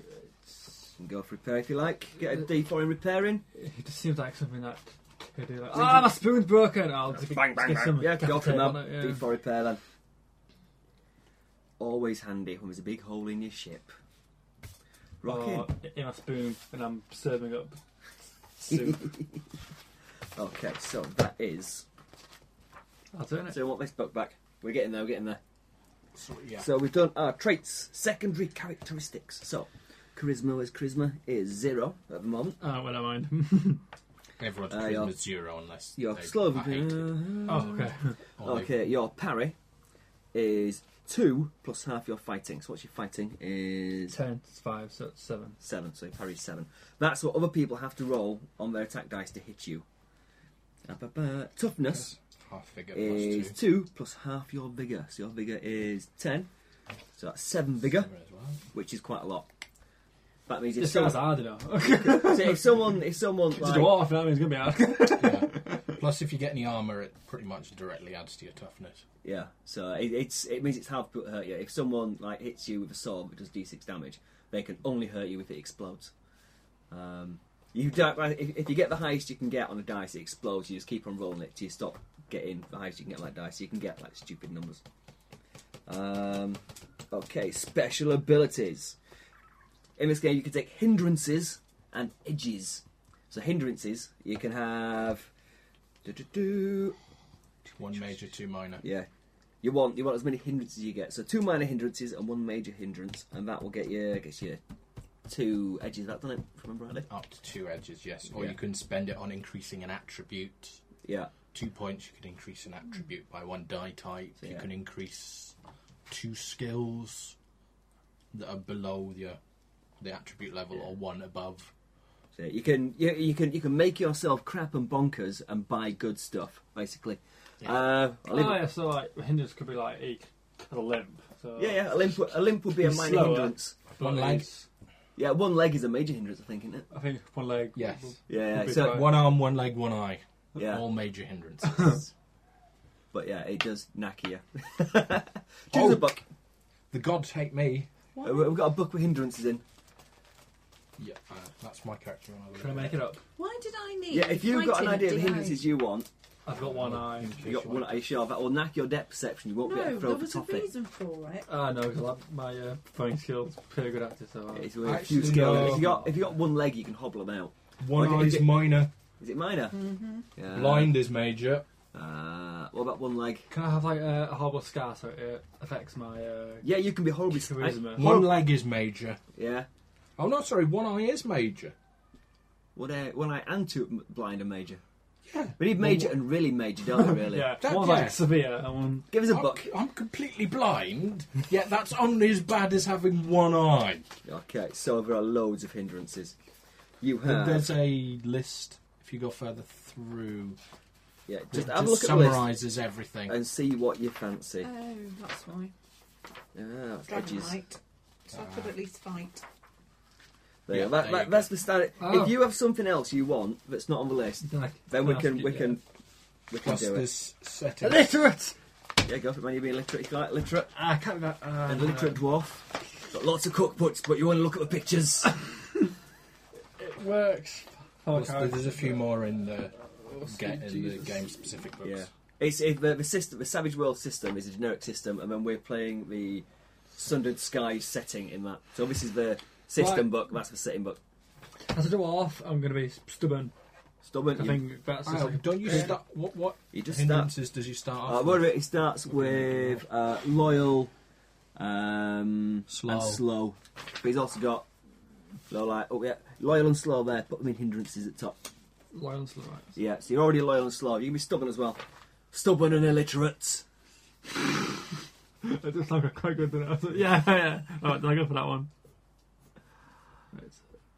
Speaker 4: It's,
Speaker 1: can go for repair if you like. Get a D4 in repairing.
Speaker 4: it just seems like something that could do. Like,
Speaker 1: So you
Speaker 4: ah,
Speaker 1: can-
Speaker 4: my spoon's broken. I'll just
Speaker 1: Bang, bang,
Speaker 4: get
Speaker 1: bang.
Speaker 4: some
Speaker 1: Yeah, go for
Speaker 4: tape
Speaker 1: that.
Speaker 4: on it, yeah.
Speaker 1: D4 repair then. Always handy when there's a big hole in your ship. Rocking.
Speaker 4: Or in my spoon, and I'm serving up soup.
Speaker 1: Okay, so that is.
Speaker 4: I'll do it.
Speaker 1: So we want this book back. We're getting there, we're getting there.
Speaker 2: So, yeah.
Speaker 1: So we've done our traits, secondary characteristics. So, charisma is charisma is zero at the moment.
Speaker 4: Oh, well, I mind.
Speaker 2: Everyone's
Speaker 1: Uh,
Speaker 2: charisma
Speaker 1: yeah.
Speaker 2: is zero unless
Speaker 1: Your
Speaker 2: they
Speaker 1: slow.
Speaker 2: are hated.
Speaker 4: oh, okay.
Speaker 2: Or they-
Speaker 1: Okay, your parry is two plus half your fighting. So what's your fighting is
Speaker 4: Ten, it's five, so it's seven.
Speaker 1: seven. So your parry is seven. That's what other people have to roll on their attack dice to hit you. Ba-ba-ba. Toughness
Speaker 2: Half figure
Speaker 1: is
Speaker 2: plus two.
Speaker 1: two plus half your vigor. So your vigor is ten. So that's seven vigor,
Speaker 2: Remember as well.
Speaker 1: which is quite a lot. That means if,
Speaker 4: This
Speaker 1: some,
Speaker 4: guy's
Speaker 1: so
Speaker 4: hard enough.
Speaker 1: if someone, if someone,
Speaker 4: He's a
Speaker 1: like,
Speaker 4: dwarf, that means it's gonna be hard.
Speaker 2: Yeah. Plus, if you get any armor, it pretty much directly adds to your toughness.
Speaker 1: yeah. So it, it's it means it's hard to hurt you. If someone like hits you with a sword that does d6 damage, they can only hurt you if it explodes. Um, you don't, like, if, if you get the highest you can get on a dice, it explodes. You just keep on rolling it till you stop getting the highest you can get on that dice. You can get like stupid numbers. Um, okay, special abilities. In this game, you can take hindrances and edges. So hindrances, you can have. Du-du-du,
Speaker 2: One major, two minor.
Speaker 1: yeah. You want you want as many hindrances you get. So two minor hindrances and one major hindrance, and that will get you gets you two edges. That doesn't it? If I remember rightly.
Speaker 2: Up to two edges, yes. Or
Speaker 1: Yeah.
Speaker 2: you can spend it on increasing an attribute.
Speaker 1: Yeah.
Speaker 2: Two points, you can increase an attribute by one die type. You
Speaker 1: Yeah.
Speaker 2: can increase two skills that are below your the attribute level or one above.
Speaker 1: So you can you, you can you can make yourself crap and bonkers and buy good stuff basically.
Speaker 2: Yeah.
Speaker 1: Uh, a
Speaker 4: Oh,
Speaker 1: limp,
Speaker 4: yeah, so like hindrance could be like he has a limp. So
Speaker 1: yeah, yeah. A limp, a limp would be a
Speaker 4: He's
Speaker 1: minor
Speaker 4: slower.
Speaker 1: hindrance.
Speaker 4: but
Speaker 2: One leg.
Speaker 4: he's-
Speaker 1: Yeah, one leg is a major hindrance, I think, isn't it?
Speaker 4: I think one leg.
Speaker 2: Yes.
Speaker 1: Yeah, yeah.
Speaker 4: Big
Speaker 1: So
Speaker 4: Right.
Speaker 2: One arm, one leg, one eye.
Speaker 1: yeah,
Speaker 2: All major hindrances.
Speaker 1: but yeah, it does knack you. Choose a book.
Speaker 2: the gods hate me.
Speaker 1: Uh, We've got a book with hindrances in.
Speaker 2: Yeah, uh, that's my character. when I was
Speaker 4: Trying to
Speaker 2: a
Speaker 4: make it up.
Speaker 5: Why did I need?
Speaker 1: Yeah, if you've got an
Speaker 5: fighting?
Speaker 1: idea of
Speaker 5: Did
Speaker 1: hindrances you want,
Speaker 4: I've got one eye.
Speaker 1: You got one eye sharp. That will knack your depth perception. You
Speaker 5: I...
Speaker 1: won't be able
Speaker 5: No,
Speaker 1: to throw
Speaker 5: there
Speaker 1: the
Speaker 5: was a
Speaker 1: top it.
Speaker 5: reason for it.
Speaker 4: Ah, no, because my uh, throwing skill's pretty good at it. So
Speaker 1: It's with a few
Speaker 2: Actually,
Speaker 1: skill.
Speaker 2: no.
Speaker 1: If you got if you got one leg, you can hobble them out.
Speaker 2: One
Speaker 1: Okay,
Speaker 2: eye's
Speaker 1: is it-
Speaker 2: minor.
Speaker 1: Is it minor?
Speaker 5: Mm-hmm.
Speaker 1: Yeah.
Speaker 2: Blind is major.
Speaker 1: Uh, what about one leg?
Speaker 4: Can I have like a, a horrible scar so it affects my uh,
Speaker 1: Yeah, you can be horribly.
Speaker 4: charisma?
Speaker 1: Uh,
Speaker 2: One leg is major.
Speaker 1: yeah,
Speaker 2: Oh no, sorry, one eye is major.
Speaker 1: one eye, uh, one eye and two m- blind and major.
Speaker 2: Yeah.
Speaker 1: We need major and really major, don't we? Really.
Speaker 4: yeah,
Speaker 2: That-
Speaker 4: one's
Speaker 2: yeah.
Speaker 4: like severe and one.
Speaker 1: Give us a
Speaker 2: I'm-
Speaker 1: book.
Speaker 2: I'm completely blind, yet that's only as bad as having one eye.
Speaker 1: Okay, so there are loads of hindrances. You
Speaker 2: But
Speaker 1: have
Speaker 2: There's a list, if you go further through,
Speaker 1: yeah.
Speaker 2: that
Speaker 1: Just have a look at the list
Speaker 2: summarises everything.
Speaker 1: and see what you fancy.
Speaker 5: Oh, that's why.
Speaker 1: Ah, that's edges.
Speaker 5: Dragonite. So I could at least fight.
Speaker 1: There you
Speaker 2: Yeah,
Speaker 1: go. That,
Speaker 2: there
Speaker 1: that,
Speaker 2: you Ah.
Speaker 1: that's the standard.
Speaker 4: Oh.
Speaker 1: If you have something else you want that's not on the list,
Speaker 4: Like,
Speaker 1: Then we
Speaker 4: ask
Speaker 1: can
Speaker 4: you,
Speaker 1: we
Speaker 4: yeah.
Speaker 1: can we can
Speaker 2: Plus
Speaker 1: do it.
Speaker 2: this setting.
Speaker 4: illiterate.
Speaker 1: Yeah, go for it, man. You're being literate. If you like literate,
Speaker 4: I can't be that. Uh,
Speaker 1: and literate dwarf. Got lots of cookbooks, but you want to look at the pictures.
Speaker 4: It works.
Speaker 2: Plus there's a few more in the, ga- in the
Speaker 4: Jesus.
Speaker 2: game specific books.
Speaker 1: yeah, it's it, the, the system. The Savage World system is a generic system, and then we're playing the Sundered Skies setting in that. So this is the system
Speaker 4: Right.
Speaker 1: book. That's the setting book.
Speaker 4: As a dwarf, I'm going to be stubborn.
Speaker 1: Stubborn.
Speaker 4: I
Speaker 1: You,
Speaker 4: think that's just
Speaker 2: Oh,
Speaker 4: like,
Speaker 2: don't you
Speaker 4: Yeah.
Speaker 2: start? What what
Speaker 1: you just start.
Speaker 2: hindrances does you start
Speaker 1: Uh,
Speaker 2: off?
Speaker 1: what
Speaker 2: with?
Speaker 1: it? It starts with uh, loyal, um,
Speaker 2: Slow.
Speaker 1: and slow. But he's also got. So like, oh yeah, loyal and slow there. Put them in hindrances at top.
Speaker 4: loyal to the right.
Speaker 1: Yeah, so you're already loyal and slow. You can be stubborn as well. Stubborn and illiterate.
Speaker 4: It just sounded quite good, didn't it? I was like, yeah, yeah. All right, then I go for that one.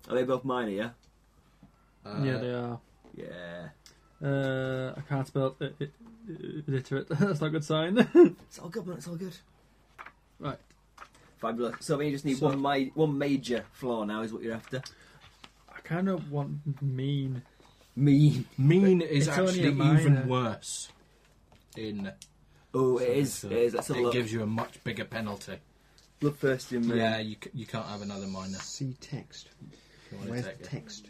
Speaker 1: Are they both minor, yeah?
Speaker 2: Uh,
Speaker 4: yeah, they are.
Speaker 1: Yeah.
Speaker 4: Uh, I can't spell it, it, it, illiterate. that's not a good sign.
Speaker 1: It's all good, man. It's all good.
Speaker 4: right.
Speaker 1: Fabulous. So we just need
Speaker 4: So-
Speaker 1: one ma- one major flaw now is what you're after.
Speaker 4: I kind of want mean.
Speaker 1: Mean.
Speaker 2: Mean is
Speaker 4: It's only
Speaker 2: actually
Speaker 4: a minor.
Speaker 2: even worse. In
Speaker 1: Oh, it
Speaker 2: So-
Speaker 1: is.
Speaker 2: so
Speaker 1: it is. Let's have a
Speaker 2: it
Speaker 1: look.
Speaker 2: gives you a much bigger penalty.
Speaker 1: Bloodthirsty and mean.
Speaker 2: Yeah, you, c- you can't have another minor.
Speaker 3: See text.
Speaker 2: If you want
Speaker 3: Where's
Speaker 2: to
Speaker 3: the
Speaker 2: take it.
Speaker 3: text?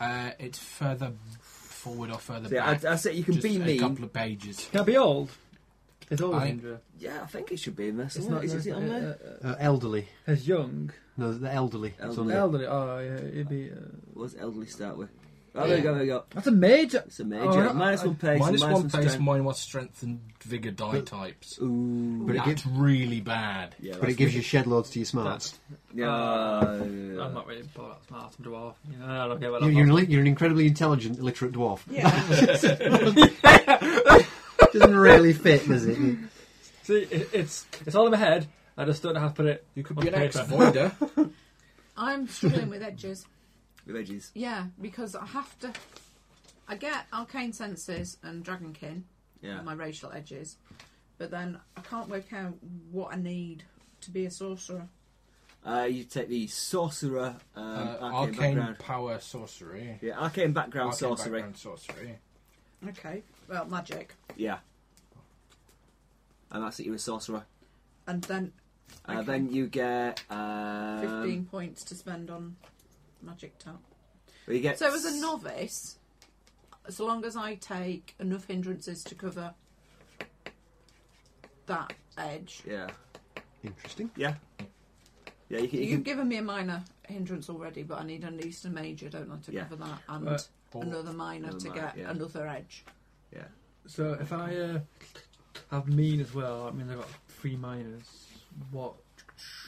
Speaker 2: Uh, it's further forward or further
Speaker 1: So yeah,
Speaker 2: back.
Speaker 1: I, I say you can
Speaker 2: just
Speaker 1: be
Speaker 2: a
Speaker 1: mean.
Speaker 2: couple of pages.
Speaker 4: Can I be old? It's old,
Speaker 2: I-
Speaker 4: Indra.
Speaker 1: Yeah, I think it should be in this.
Speaker 4: It's
Speaker 1: isn't
Speaker 4: not.
Speaker 1: it? Is,
Speaker 4: no,
Speaker 1: is it on
Speaker 4: uh,
Speaker 1: there?
Speaker 4: uh,
Speaker 3: Uh, elderly.
Speaker 4: uh, As young,
Speaker 3: No, the elderly. It's on
Speaker 1: Elderly.
Speaker 3: there.
Speaker 4: elderly. Oh, yeah, it'd be. Uh,
Speaker 1: What's elderly start with? Oh, there we go. There we go.
Speaker 4: that's a major.
Speaker 1: It's a major.
Speaker 4: Oh, I-
Speaker 1: Minus
Speaker 4: I-
Speaker 1: one pace.
Speaker 2: minus one
Speaker 1: one's
Speaker 2: pace,
Speaker 1: strength.
Speaker 2: minus one strength and vigor die types.
Speaker 1: Ooh.
Speaker 3: But it
Speaker 2: That's really bad.
Speaker 1: yeah,
Speaker 3: But it gives you shed loads to your smarts.
Speaker 1: Yeah.
Speaker 4: I'm not really bothered about smart. I'm dwarf. You know, I don't care about
Speaker 3: You're,
Speaker 4: that.
Speaker 3: you're, an,
Speaker 4: part.
Speaker 3: illi- you're an incredibly intelligent, illiterate dwarf.
Speaker 5: Yeah.
Speaker 3: Doesn't really fit, does it?
Speaker 4: See, it, it's it's all in my head. I just don't know how to put it.
Speaker 2: You could
Speaker 4: on
Speaker 2: be an ex
Speaker 4: paper.
Speaker 2: voider.
Speaker 5: I'm struggling with edges.
Speaker 1: With edges.
Speaker 5: Yeah, because I have to. I get arcane senses and dragonkin,
Speaker 1: Yeah.
Speaker 5: my racial edges, but then I can't work out what I need to be a sorcerer.
Speaker 1: Uh, you take the sorcerer um,
Speaker 2: Uh,
Speaker 1: arcane,
Speaker 2: arcane
Speaker 1: background.
Speaker 2: power sorcery.
Speaker 1: Yeah, arcane background
Speaker 2: Arcane
Speaker 1: sorcery.
Speaker 2: background sorcery.
Speaker 5: Okay. Well, magic.
Speaker 1: Yeah. And that's it. You're a sorcerer.
Speaker 5: And then
Speaker 1: Uh,
Speaker 5: Okay.
Speaker 1: Then you get um,
Speaker 5: 15 points to spend on magic tap.
Speaker 1: You get
Speaker 5: So as a novice, as long as I take enough hindrances to cover that edge.
Speaker 1: Yeah,
Speaker 3: Interesting.
Speaker 1: yeah, yeah. You can, you
Speaker 5: You've
Speaker 1: can
Speaker 5: given me a minor hindrance already, but I need at least a major, don't I, to
Speaker 1: Yeah.
Speaker 5: cover that and
Speaker 4: Right.
Speaker 2: Or-
Speaker 5: another minor
Speaker 1: Another
Speaker 5: to
Speaker 1: minor,
Speaker 5: get
Speaker 1: yeah.
Speaker 5: another edge.
Speaker 4: So if I uh, have mean as well, I mean I've got three minors. What?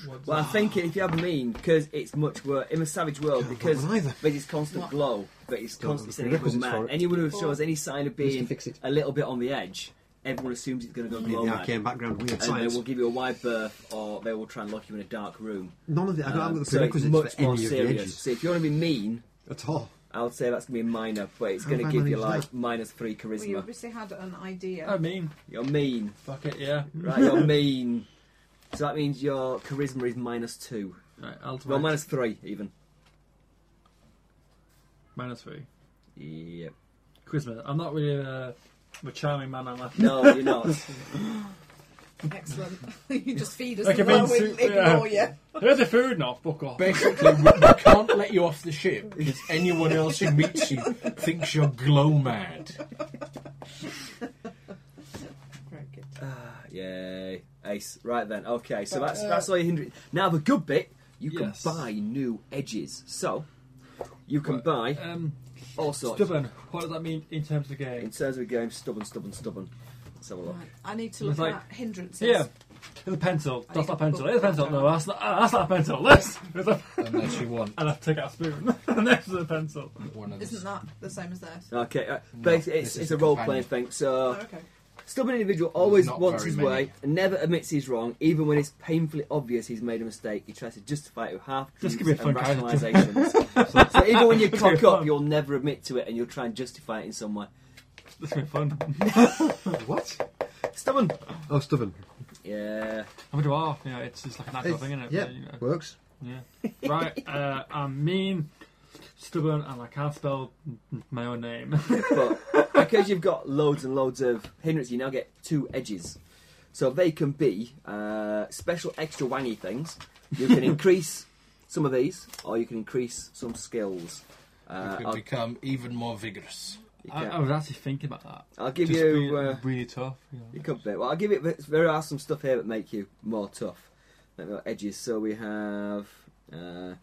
Speaker 4: What?
Speaker 1: Well, I think if you have mean, because it's much worse in a savage world, because
Speaker 3: Not either.
Speaker 1: but it's constant
Speaker 5: What?
Speaker 1: glow, but it's
Speaker 3: Don't
Speaker 1: constant
Speaker 3: have
Speaker 1: sending people
Speaker 3: prerequisites for
Speaker 1: mad.
Speaker 3: it.
Speaker 1: Anyone who
Speaker 5: Four.
Speaker 1: shows any sign of
Speaker 3: Needs to
Speaker 1: being
Speaker 3: fix it.
Speaker 1: a little bit on the edge, everyone assumes it's going to go
Speaker 3: Yeah,
Speaker 1: glow
Speaker 3: the
Speaker 1: mad,
Speaker 3: arcane background, weird
Speaker 1: and
Speaker 3: science.
Speaker 1: they will give you a wide berth, or they will try and lock you in a dark room.
Speaker 3: None of the, I don't
Speaker 1: Um,
Speaker 3: have the
Speaker 1: so it's
Speaker 3: prerequisites
Speaker 1: much
Speaker 3: for any
Speaker 1: more
Speaker 3: of the
Speaker 1: serious.
Speaker 3: edges
Speaker 1: So if you want to be mean,
Speaker 3: at all.
Speaker 1: I would say that's going to be minor, but it's
Speaker 3: How
Speaker 1: going to
Speaker 3: have I
Speaker 1: give you
Speaker 3: managed
Speaker 1: like
Speaker 3: that?
Speaker 1: minus three
Speaker 5: Well, you
Speaker 1: charisma.
Speaker 5: obviously had an idea.
Speaker 4: I
Speaker 1: Um,
Speaker 4: mean,
Speaker 1: You're mean,
Speaker 4: fuck it, yeah.
Speaker 1: right? You're mean. So that means your charisma is minus two.
Speaker 4: Right, I'll
Speaker 1: Well, minus
Speaker 4: minus,
Speaker 1: three even.
Speaker 4: minus three.
Speaker 1: Yep.
Speaker 4: Charisma. I'm not really a, a charming man, am I?
Speaker 1: No, you're not.
Speaker 5: Excellent. you just feed us
Speaker 4: Like
Speaker 5: like
Speaker 4: a
Speaker 5: and
Speaker 4: bean
Speaker 5: we
Speaker 4: soup,
Speaker 5: ignore you.
Speaker 4: There's a food now. Fuck off.
Speaker 2: Basically, we, we can't let you off the ship because anyone else who meets you thinks you're glow mad.
Speaker 5: Right, good.
Speaker 1: Yay. Ace. Right then. Okay, so
Speaker 4: But,
Speaker 1: that's
Speaker 4: uh,
Speaker 1: that's all your hindrance. Now the good bit, you
Speaker 4: Yes.
Speaker 1: can buy new edges. So you can
Speaker 4: What?
Speaker 1: buy
Speaker 4: Um,
Speaker 1: all sorts.
Speaker 4: stubborn. What does that mean in terms of the
Speaker 1: In
Speaker 4: game?
Speaker 1: terms of the game, stubborn, stubborn, stubborn. Let's have a look.
Speaker 5: Right, I need to
Speaker 4: It's
Speaker 5: look
Speaker 4: like-
Speaker 5: at hindrances.
Speaker 4: Yeah. Here's a pencil.
Speaker 5: I
Speaker 4: That's
Speaker 5: need
Speaker 4: not a
Speaker 5: to
Speaker 4: pencil.
Speaker 5: put
Speaker 4: Here's a
Speaker 5: that
Speaker 4: pencil.
Speaker 5: down.
Speaker 4: No, that's not. Uh, that's not a pencil. This. Here's a,
Speaker 2: Unless you want
Speaker 4: and I take out a spoon. and this is a pencil.
Speaker 2: one of
Speaker 5: Isn't
Speaker 2: these.
Speaker 5: that the same as theirs?
Speaker 1: Okay, uh,
Speaker 2: No,
Speaker 1: basically,
Speaker 2: this
Speaker 1: it's,
Speaker 2: is
Speaker 1: it's
Speaker 2: a
Speaker 1: a role playing
Speaker 2: companion.
Speaker 1: thing. So,
Speaker 5: Oh, okay.
Speaker 1: stubborn individual always
Speaker 2: not
Speaker 1: wants
Speaker 2: very
Speaker 1: his
Speaker 2: many.
Speaker 1: way and never admits he's wrong, even when it's painfully obvious he's made a mistake. He tries to justify it with half truths
Speaker 4: This could be a
Speaker 1: and
Speaker 4: fun character.
Speaker 1: rationalisations. so, even when you
Speaker 4: This could be
Speaker 1: cock up,
Speaker 4: fun.
Speaker 1: you'll never admit to it, and you'll try and justify it in some way.
Speaker 4: This will be fun.
Speaker 3: What?
Speaker 1: Stubborn.
Speaker 3: Oh, stubborn.
Speaker 1: Yeah.
Speaker 4: I'm a dwarf. You know, it's just like a natural
Speaker 3: Hey,
Speaker 4: thing, isn't it?
Speaker 3: yeah,
Speaker 4: You know.
Speaker 3: works.
Speaker 4: Yeah. Right. Uh, I'm mean, stubborn, and I can't spell m- my own name.
Speaker 1: but because you've got loads and loads of hindrance, you now get two edges. So they can be uh, special extra wangy things. You can increase some of these, or you can increase some skills.
Speaker 2: You
Speaker 1: Uh,
Speaker 2: could
Speaker 1: I'll,
Speaker 2: become even more vigorous.
Speaker 1: you
Speaker 4: I,
Speaker 1: can-
Speaker 4: I was actually thinking about that.
Speaker 1: I'll give
Speaker 4: Just
Speaker 1: you.
Speaker 4: being
Speaker 1: Uh,
Speaker 4: really tough. You
Speaker 1: you
Speaker 4: know.
Speaker 1: could be. Well, I'll give it. There are some stuff here that make you more tough. Like little edges. So we have uh,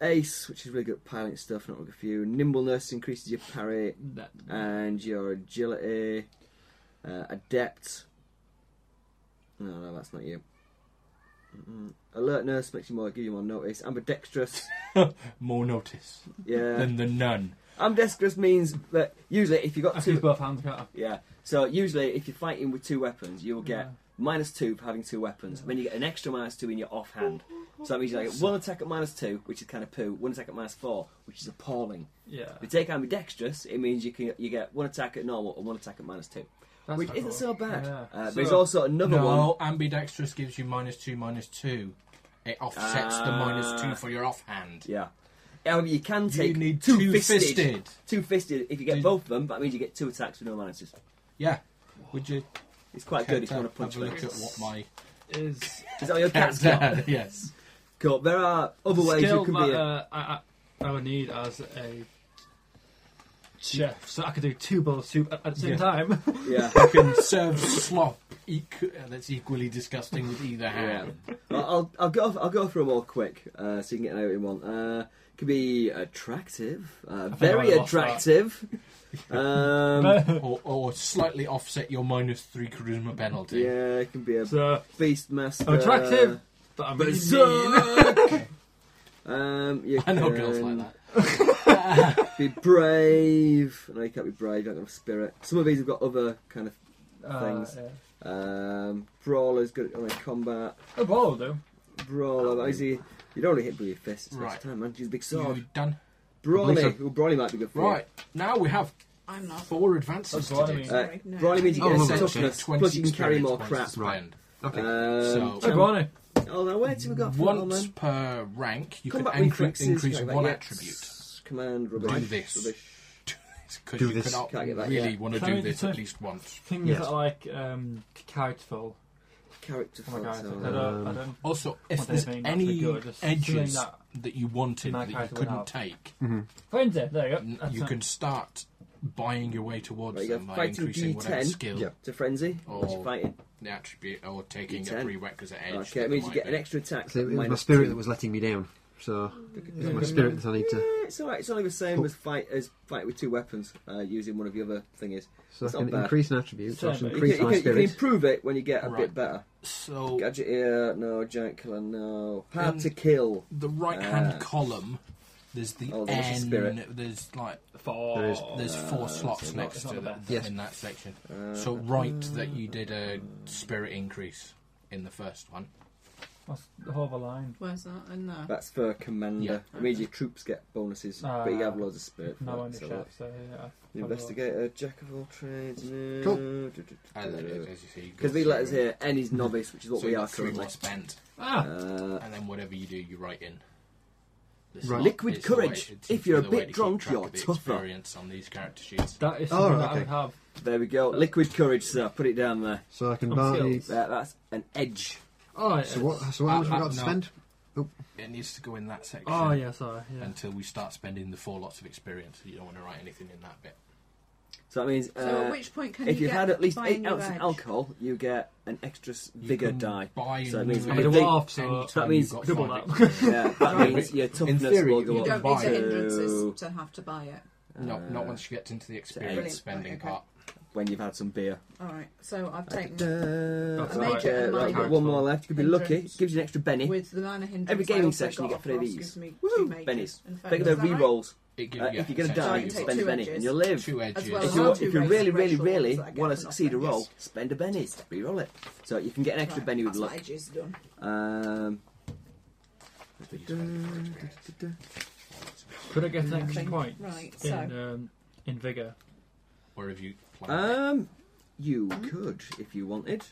Speaker 1: ace, which is really good at piloting stuff. Not really good for you. Nimbleness increases your parry.
Speaker 4: That-
Speaker 1: and your agility, uh, adept. No, no, that's not you. Mm-mm. Alertness makes you more give you more notice. Ambidextrous,
Speaker 2: More notice
Speaker 1: yeah.
Speaker 2: than the nun.
Speaker 1: Ambidextrous means that usually if you
Speaker 4: I
Speaker 1: got
Speaker 4: can use
Speaker 1: two,
Speaker 4: both hands, can't I?
Speaker 1: yeah. So usually if you're fighting with two weapons, you'll get minus two for having two weapons. Then you get an extra minus two in your offhand. So that means you get one attack at minus two, which is kind of poo. One attack at minus four, which is appalling.
Speaker 4: Yeah.
Speaker 1: If you take ambidextrous, it means you can you get one attack at normal and one attack at minus two.
Speaker 4: That's
Speaker 1: which
Speaker 4: quite
Speaker 1: isn't
Speaker 4: cool.
Speaker 1: so bad.
Speaker 4: Yeah.
Speaker 1: Uh,
Speaker 4: So-
Speaker 1: there's also another one.
Speaker 2: No, ambidextrous gives you minus two, minus two. It offsets the minus two
Speaker 1: Ah.
Speaker 2: for your offhand.
Speaker 1: Yeah. Um, you can
Speaker 2: You
Speaker 1: take
Speaker 2: need
Speaker 1: two,
Speaker 2: two-fisted.
Speaker 1: fisted. Two fisted. If you get
Speaker 2: Did-
Speaker 1: both of them, that means you get two attacks with no minuses.
Speaker 2: Yeah. Would you
Speaker 1: It's quite good if you want to punch
Speaker 2: have a
Speaker 1: them.
Speaker 2: look at what my
Speaker 4: Is
Speaker 1: Is that your cat's got?
Speaker 2: yes.
Speaker 1: Cool. There are other ways
Speaker 4: skill
Speaker 1: you can
Speaker 4: that
Speaker 1: be. A,
Speaker 4: uh, I, I, I would need as a chef, so I could do two bowls of soup at, at the same
Speaker 2: Yeah.
Speaker 4: time.
Speaker 1: yeah.
Speaker 2: You can serve slop equ- uh, that's equally disgusting with either
Speaker 1: yeah.
Speaker 2: hand.
Speaker 1: I'll, I'll- I'll go. I'll go through them all quick, uh, so you can get an out in one. Uh, could be attractive, uh,
Speaker 4: think
Speaker 1: very
Speaker 4: I lost
Speaker 1: attractive. um,
Speaker 2: Or, or slightly offset your minus three charisma penalty.
Speaker 1: yeah, it can be a
Speaker 4: so
Speaker 1: beast master.
Speaker 4: attractive, but I'm really mean.
Speaker 1: Berserk. um, you
Speaker 2: I know
Speaker 1: can
Speaker 2: girls like that.
Speaker 1: Be brave. No, you can't be brave. You don't have spirit. Some of these have got other kind of
Speaker 4: Uh,
Speaker 1: Things.
Speaker 4: yeah.
Speaker 1: um, brawlers good at online combat.
Speaker 4: A bowl will do.
Speaker 1: Brawler, that is he. You don't really hit with your fists. It's
Speaker 2: Oh, Right.
Speaker 1: right. time, man. Use a big
Speaker 2: You
Speaker 1: sword.
Speaker 2: done?
Speaker 1: Brawly.
Speaker 2: Lisa.
Speaker 1: Well, brawly might be good for
Speaker 2: Right, now we have
Speaker 5: I'm not.
Speaker 2: four advances
Speaker 4: That's what I
Speaker 2: to
Speaker 4: mean.
Speaker 2: do.
Speaker 1: you. Uh,
Speaker 5: Sorry, no.
Speaker 1: brawly means you
Speaker 3: Oh,
Speaker 1: get
Speaker 3: well,
Speaker 1: a
Speaker 3: well,
Speaker 1: toughness, plus you can carry more crap.
Speaker 3: Uh,
Speaker 2: Right.
Speaker 3: Okay.
Speaker 1: Um,
Speaker 2: so,
Speaker 4: Hey, Brawny.
Speaker 1: so Oh no, where did we got for
Speaker 2: Once
Speaker 1: man?
Speaker 2: per rank, you
Speaker 1: Come
Speaker 2: can
Speaker 1: back with
Speaker 2: incre-
Speaker 1: fixes,
Speaker 2: increase
Speaker 1: can't get
Speaker 2: one
Speaker 1: that yet.
Speaker 2: attribute.
Speaker 1: Command rubbish.
Speaker 2: Do this.
Speaker 1: Rubbish.
Speaker 2: Because
Speaker 3: Do
Speaker 2: you
Speaker 3: this.
Speaker 2: cannot
Speaker 1: Can't get that
Speaker 2: really
Speaker 1: yet.
Speaker 2: want to
Speaker 4: Can
Speaker 2: do
Speaker 4: we
Speaker 2: this
Speaker 4: do-
Speaker 2: at least once.
Speaker 4: Things
Speaker 3: Yes.
Speaker 4: that are like um, characterful.
Speaker 1: Character
Speaker 4: Oh my
Speaker 1: font,
Speaker 4: god, I
Speaker 1: so,
Speaker 4: don't, I
Speaker 3: Um,
Speaker 4: don't.
Speaker 2: Also, if
Speaker 4: What
Speaker 2: there's
Speaker 4: they mean, that's
Speaker 2: any
Speaker 4: really good. It's something
Speaker 2: edges that,
Speaker 4: that-
Speaker 2: you wanted
Speaker 4: My
Speaker 2: that you
Speaker 4: character
Speaker 2: couldn't
Speaker 4: went
Speaker 2: take,
Speaker 1: Mm-hmm.
Speaker 4: Friends, there you
Speaker 2: n-
Speaker 4: go. That's
Speaker 2: you
Speaker 4: it.
Speaker 2: can start buying your way towards
Speaker 1: Right, you
Speaker 2: them
Speaker 1: go
Speaker 2: by
Speaker 1: fighting
Speaker 2: increasing whatever
Speaker 1: D10.
Speaker 2: skill,
Speaker 3: Yeah.
Speaker 1: to frenzy.
Speaker 2: Oh.
Speaker 1: What you fighting?
Speaker 2: the attribute, or taking a
Speaker 1: D10.
Speaker 2: prerequisite edge.
Speaker 1: okay,
Speaker 2: that
Speaker 1: it means you
Speaker 2: might
Speaker 1: get an
Speaker 2: be.
Speaker 1: extra attack.
Speaker 3: So it was my
Speaker 1: minus
Speaker 3: spirit
Speaker 1: two.
Speaker 3: that was letting me down. So it's my
Speaker 4: Yeah.
Speaker 3: spirit that I need to.
Speaker 1: Yeah, it's alright. It's only the same as fight as fight with two weapons uh, using one of the other thing is.
Speaker 3: So I
Speaker 1: It's
Speaker 3: can
Speaker 1: not bad.
Speaker 3: increase an attribute, so I
Speaker 4: Same,
Speaker 3: should
Speaker 4: but
Speaker 1: You can,
Speaker 3: increase
Speaker 1: you
Speaker 3: my
Speaker 1: can- you can
Speaker 3: spirit.
Speaker 1: improve it when you get a
Speaker 2: Right.
Speaker 1: bit better.
Speaker 2: So
Speaker 1: Gadget here, no giant killer, no hard
Speaker 2: Um,
Speaker 1: to kill.
Speaker 2: the right-hand
Speaker 1: Ah.
Speaker 2: column, there's the
Speaker 1: Oh, there's a
Speaker 2: N.
Speaker 1: spirit. Oh,
Speaker 2: There's like
Speaker 4: Four.
Speaker 3: There is-
Speaker 2: there's four slots
Speaker 4: it's not-
Speaker 2: next
Speaker 4: it's not
Speaker 2: to
Speaker 4: the
Speaker 2: that
Speaker 4: best.
Speaker 3: Yes.
Speaker 2: in that section.
Speaker 1: Uh,
Speaker 2: So write that
Speaker 3: Mm.
Speaker 2: you did a spirit increase in the first one.
Speaker 4: That's the whole of a line.
Speaker 5: Where's that? In there.
Speaker 1: That's for commander.
Speaker 5: Yeah.
Speaker 1: It means your troops get bonuses, but
Speaker 3: Uh,
Speaker 1: you have
Speaker 4: Ah.
Speaker 1: loads of spirit. for
Speaker 4: No
Speaker 1: that,
Speaker 4: one is
Speaker 1: so
Speaker 4: chef, so yeah.
Speaker 1: The Investigator, jack of all trades. No.
Speaker 3: Cool.
Speaker 2: And then,
Speaker 1: Because
Speaker 2: as you see, you
Speaker 1: the
Speaker 2: go through
Speaker 1: letters
Speaker 2: and-
Speaker 1: here, N is novice, which is what
Speaker 2: so
Speaker 1: we
Speaker 2: you
Speaker 1: are
Speaker 2: got three
Speaker 1: currently.
Speaker 2: more spent,
Speaker 4: Ah,
Speaker 1: Uh,
Speaker 2: and then whatever you do, you write in. The
Speaker 3: Right.
Speaker 2: slot
Speaker 1: Liquid
Speaker 2: is the way-
Speaker 1: courage.
Speaker 2: it's
Speaker 1: If you're a
Speaker 2: the way
Speaker 1: bit
Speaker 2: to keep
Speaker 1: drunk,
Speaker 2: track
Speaker 1: you're
Speaker 2: of the
Speaker 1: tougher.
Speaker 2: Experience on these character sheets.
Speaker 4: that is
Speaker 3: Oh,
Speaker 4: something
Speaker 3: right,
Speaker 4: that I would
Speaker 3: okay.
Speaker 4: have.
Speaker 1: there we go. Liquid courage, sir. Put it down there.
Speaker 3: So I can
Speaker 4: Some
Speaker 3: buy.
Speaker 4: skills.
Speaker 1: There, that's an edge.
Speaker 4: Oh,
Speaker 3: So what? So how much have I got to
Speaker 2: Uh, uh,
Speaker 3: spend?
Speaker 2: It needs to go in that section.
Speaker 4: Oh, yeah, sorry. Yeah.
Speaker 2: Until we start spending the four lots of experience, you don't want to write anything in that bit.
Speaker 1: So that means
Speaker 5: so at
Speaker 1: uh,
Speaker 5: which point can
Speaker 1: if
Speaker 5: you
Speaker 1: you've
Speaker 5: get
Speaker 1: had at least
Speaker 5: buying
Speaker 1: eight
Speaker 5: your
Speaker 1: ounces of
Speaker 5: edge?
Speaker 1: alcohol, you get an extra s-
Speaker 2: You
Speaker 1: vigor
Speaker 2: can
Speaker 1: die.
Speaker 2: Buy
Speaker 1: So it
Speaker 2: and
Speaker 1: means-
Speaker 4: I'm
Speaker 1: I
Speaker 4: a
Speaker 1: mean,
Speaker 2: move
Speaker 4: dwarf,
Speaker 2: any
Speaker 4: so.
Speaker 2: time
Speaker 1: means
Speaker 2: you've got
Speaker 4: double
Speaker 2: five
Speaker 4: that.
Speaker 2: experience.
Speaker 1: Yeah, that
Speaker 2: Right.
Speaker 1: means your
Speaker 2: In
Speaker 1: toughness
Speaker 2: theory,
Speaker 1: will
Speaker 2: you
Speaker 1: go
Speaker 5: You
Speaker 1: up
Speaker 5: don't
Speaker 2: Buy
Speaker 5: need
Speaker 2: it.
Speaker 5: to hindrances
Speaker 1: to
Speaker 5: to have to buy it.
Speaker 2: No, not
Speaker 1: Uh,
Speaker 2: once you get into the experience
Speaker 5: Brilliant.
Speaker 2: spending
Speaker 5: Okay.
Speaker 2: part.
Speaker 1: when you've had some beer.
Speaker 5: All right. So I've taken
Speaker 1: That's
Speaker 4: right.
Speaker 1: right. Uh, right, we've got one more left. You could be
Speaker 5: Hindrance.
Speaker 1: lucky. It gives you an extra Benny.
Speaker 5: with the minor hindrance.
Speaker 1: Every
Speaker 5: I
Speaker 1: gaming
Speaker 5: also
Speaker 1: session, you
Speaker 5: got
Speaker 1: get three of
Speaker 5: off,
Speaker 1: these.
Speaker 5: gives me
Speaker 1: Woo,
Speaker 5: two majors.
Speaker 1: bennies.
Speaker 5: In fact,
Speaker 1: Think of the
Speaker 5: is that right?
Speaker 1: re-rolls.
Speaker 2: It gives
Speaker 1: Uh,
Speaker 2: you
Speaker 1: if you're going to
Speaker 2: essentially
Speaker 1: die,
Speaker 5: you
Speaker 1: you
Speaker 5: take
Speaker 1: spend
Speaker 5: two
Speaker 1: a Benny and
Speaker 5: edges.
Speaker 1: you'll live.
Speaker 2: two edges.
Speaker 5: As well
Speaker 1: If
Speaker 5: as
Speaker 1: you,
Speaker 5: Well,
Speaker 1: if
Speaker 5: two
Speaker 1: you
Speaker 5: raise
Speaker 1: really,
Speaker 5: and
Speaker 1: really,
Speaker 5: raise your
Speaker 1: really
Speaker 5: rolls, I get
Speaker 1: want to
Speaker 5: for
Speaker 1: succeed a
Speaker 5: nothing.
Speaker 1: roll, spend a Benny. Reroll it. So you can get an extra
Speaker 5: Right,
Speaker 1: Benny with
Speaker 5: that's
Speaker 1: luck.
Speaker 5: what edge is done.
Speaker 1: Um,
Speaker 2: You spend four experience.
Speaker 4: Could I get an extra
Speaker 5: Nothing.
Speaker 4: point
Speaker 5: Right,
Speaker 4: in,
Speaker 5: so-
Speaker 4: um, in vigour?
Speaker 2: Or have you planned it?
Speaker 1: um, you could, if you wanted.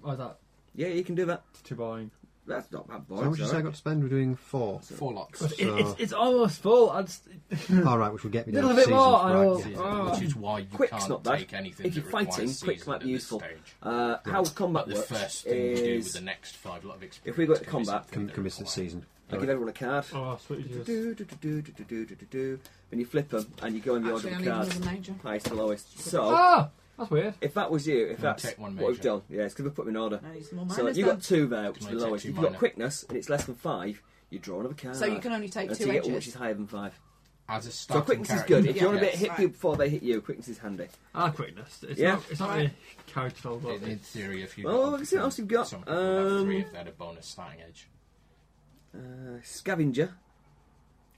Speaker 4: Or Oh, is that
Speaker 1: Yeah, you can do that.
Speaker 4: too boring?
Speaker 1: That's not that
Speaker 3: So how
Speaker 1: boring.
Speaker 3: much did you say I got to spend? We're doing four.
Speaker 2: four lots?
Speaker 4: It,
Speaker 3: So-
Speaker 4: it's, it's almost full. I'd s
Speaker 3: All right, which will get me down to
Speaker 4: Little bit
Speaker 3: seasons.
Speaker 4: more, I
Speaker 3: Right,
Speaker 4: will-
Speaker 3: yeah.
Speaker 4: Oh.
Speaker 2: Which is why you
Speaker 1: Quick's
Speaker 2: can't
Speaker 1: not bad.
Speaker 2: take anything
Speaker 1: If
Speaker 2: that
Speaker 1: you're fighting,
Speaker 2: requires
Speaker 1: quick
Speaker 2: season
Speaker 1: might be
Speaker 2: at this
Speaker 1: useful.
Speaker 2: stage.
Speaker 1: Uh, how combat
Speaker 2: But the
Speaker 1: works
Speaker 2: first thing you do with
Speaker 1: is
Speaker 2: the next five lot of experience.
Speaker 1: we go to
Speaker 2: can be
Speaker 1: combat,
Speaker 2: something
Speaker 3: Can,
Speaker 2: that
Speaker 3: can miss the
Speaker 2: requires-
Speaker 3: season.
Speaker 1: I give everyone a card.
Speaker 4: oh, sweet Jesus.
Speaker 1: Do, do, do, do, do, do, do, do, do, do. Then you flip them and you go in the order
Speaker 5: Actually, I
Speaker 1: of
Speaker 5: need
Speaker 1: the cards.
Speaker 5: another major.
Speaker 1: Highest to lowest. So
Speaker 4: Ah, that's weird.
Speaker 1: if that was you, if
Speaker 2: Can I
Speaker 1: that's
Speaker 2: take one
Speaker 1: what we've
Speaker 2: major?
Speaker 1: done, yeah, it's because we put them in order.
Speaker 5: I need some more minors.
Speaker 1: So you
Speaker 5: then.
Speaker 1: got two there, which
Speaker 2: Can
Speaker 1: is
Speaker 2: I
Speaker 1: the lowest.
Speaker 2: take two
Speaker 1: If you've got
Speaker 2: minor?
Speaker 1: quickness and it's less than five, you draw another card.
Speaker 5: So you can only take
Speaker 1: Until
Speaker 5: two
Speaker 1: Uh, you get one which
Speaker 5: edges.
Speaker 1: is higher than five.
Speaker 2: As a
Speaker 1: So
Speaker 2: starting
Speaker 1: quickness is
Speaker 2: character.
Speaker 1: good. If you
Speaker 5: Yeah.
Speaker 1: want to be hit
Speaker 5: Right.
Speaker 1: people before they hit you, quickness is handy.
Speaker 4: Ah, quickness. It's
Speaker 1: Yeah.
Speaker 4: not, it's not
Speaker 5: Right.
Speaker 4: really characterful, but
Speaker 2: In, in theory, if you
Speaker 1: Oh,
Speaker 2: got-
Speaker 1: let's see what else you've got.
Speaker 2: Some people would have three
Speaker 1: Um,
Speaker 2: if they had a bonus starting edge.
Speaker 1: Uh, scavenger.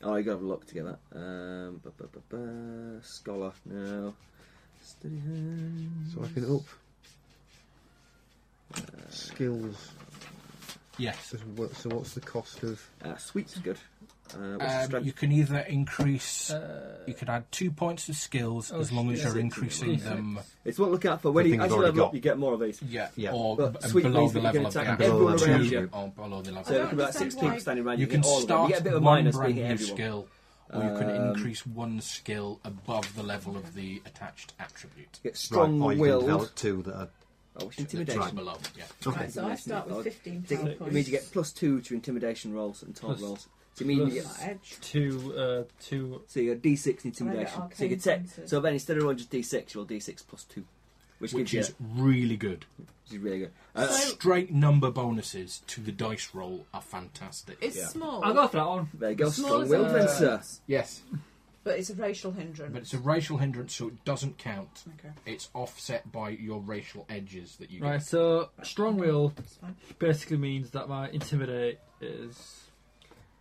Speaker 1: Oh, you got to have a look to get that. Um, ba, ba, ba, ba. Scholar. No. Steady hand.
Speaker 3: So I can up skills.
Speaker 2: Yes.
Speaker 3: So, what, so what's the cost of?
Speaker 1: Uh, sweep's good. Uh, what's the
Speaker 2: Um,
Speaker 1: strength?
Speaker 2: you can either increase.
Speaker 4: uh,
Speaker 2: you can add two points of skills
Speaker 4: Oh,
Speaker 2: as long as
Speaker 4: shit.
Speaker 2: you're increasing
Speaker 4: Six.
Speaker 2: them.
Speaker 1: It's what look out for. When
Speaker 3: The
Speaker 1: you
Speaker 3: thing
Speaker 1: as
Speaker 3: you've
Speaker 1: you
Speaker 3: already
Speaker 1: level up,
Speaker 3: got.
Speaker 1: you get more of these.
Speaker 2: Yeah.
Speaker 3: Yeah.
Speaker 2: Or
Speaker 1: But
Speaker 2: b-
Speaker 1: sweet
Speaker 2: below
Speaker 1: means
Speaker 2: the
Speaker 1: that you
Speaker 2: level
Speaker 1: can
Speaker 2: of
Speaker 1: attack
Speaker 2: the
Speaker 1: everyone
Speaker 2: average.
Speaker 1: around
Speaker 2: Two
Speaker 1: you.
Speaker 2: or below
Speaker 1: So there
Speaker 2: the level
Speaker 5: I don't
Speaker 1: can be about
Speaker 5: understand
Speaker 1: six people
Speaker 5: why-
Speaker 1: standing around.
Speaker 2: You
Speaker 1: get
Speaker 2: can
Speaker 1: all of them. You
Speaker 2: start
Speaker 1: get a bit of a
Speaker 2: one
Speaker 1: minus
Speaker 2: brand
Speaker 1: being
Speaker 2: new
Speaker 1: everyone.
Speaker 2: skill, or you can
Speaker 1: Um,
Speaker 2: increase one skill above the level of the attached attribute.
Speaker 1: Get
Speaker 3: right, or you
Speaker 1: strong
Speaker 3: can
Speaker 1: willed.
Speaker 3: develop two that are.
Speaker 1: Oh, it's
Speaker 2: Right
Speaker 1: intimidation.
Speaker 2: below, yeah.
Speaker 3: Okay.
Speaker 5: Right, so I start with 15
Speaker 1: Take-
Speaker 5: power
Speaker 1: It
Speaker 5: points.
Speaker 1: means you get plus two to intimidation rolls and taunt
Speaker 4: Plus-
Speaker 1: rolls. So you mean you
Speaker 4: plus-
Speaker 1: get
Speaker 5: My edge.
Speaker 4: two, uh, two.
Speaker 1: so you got D6
Speaker 5: And I
Speaker 1: intimidation.
Speaker 5: got
Speaker 1: So you
Speaker 5: arcane
Speaker 1: can take
Speaker 5: senses.
Speaker 1: so then instead of rolling just D6, you roll D6 plus two, which,
Speaker 2: Which
Speaker 1: gives
Speaker 2: is really good.
Speaker 1: you which is really good. Uh,
Speaker 2: Straight number bonuses to the dice roll are fantastic.
Speaker 5: It's
Speaker 1: Yeah.
Speaker 5: small,
Speaker 4: I go for that one.
Speaker 1: there you go,
Speaker 5: Small
Speaker 1: strong
Speaker 5: as
Speaker 1: willed
Speaker 5: a-
Speaker 1: then, sir.
Speaker 2: yes,
Speaker 5: but it's a racial hindrance.
Speaker 2: but it's a racial hindrance, so it doesn't count.
Speaker 5: Okay,
Speaker 2: It's offset by your racial edges that you
Speaker 4: Right,
Speaker 2: get.
Speaker 4: so strong will
Speaker 5: that's fine.
Speaker 4: basically means that my intimidate is.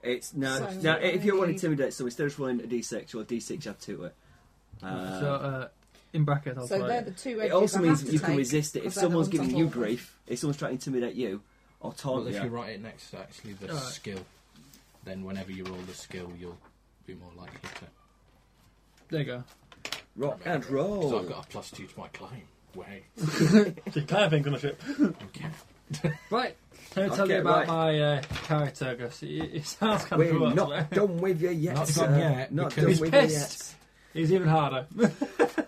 Speaker 1: It's now
Speaker 5: So-
Speaker 1: now if you want to
Speaker 5: Okay.
Speaker 1: intimidate, so instead of rolling a D6, you roll D6, you add two to it. Uh,
Speaker 4: so uh, in brackets, I'll
Speaker 5: So
Speaker 4: put
Speaker 5: they're the two edges.
Speaker 1: It also
Speaker 5: I
Speaker 1: means
Speaker 5: have
Speaker 1: that
Speaker 5: to
Speaker 1: you can
Speaker 5: take.
Speaker 1: resist it. If
Speaker 5: because I
Speaker 1: someone's
Speaker 5: don't
Speaker 1: giving
Speaker 5: want to
Speaker 1: you
Speaker 5: hold them.
Speaker 1: grief, if someone's trying to intimidate you or
Speaker 2: Well,
Speaker 1: taunt
Speaker 2: if you
Speaker 1: you,
Speaker 2: write it next to actually the
Speaker 4: Alright.
Speaker 2: skill, then whenever you roll the skill, you'll be more likely to.
Speaker 4: There you go.
Speaker 1: rock and
Speaker 2: So
Speaker 1: roll.
Speaker 2: I've got a plus two to my claim. Way.
Speaker 4: She can't think on a ship.
Speaker 2: Okay.
Speaker 4: Right, let me tell
Speaker 1: Okay,
Speaker 4: you about
Speaker 1: right.
Speaker 4: my uh, character, Gus. It, it sounds kind of
Speaker 1: We're
Speaker 4: rough,
Speaker 1: not
Speaker 4: but
Speaker 1: done with you yet.
Speaker 2: Not
Speaker 1: sir.
Speaker 2: done yet,
Speaker 1: Not
Speaker 2: because-
Speaker 1: done
Speaker 2: He's
Speaker 1: with you
Speaker 4: pissed.
Speaker 1: yet.
Speaker 4: He's even harder.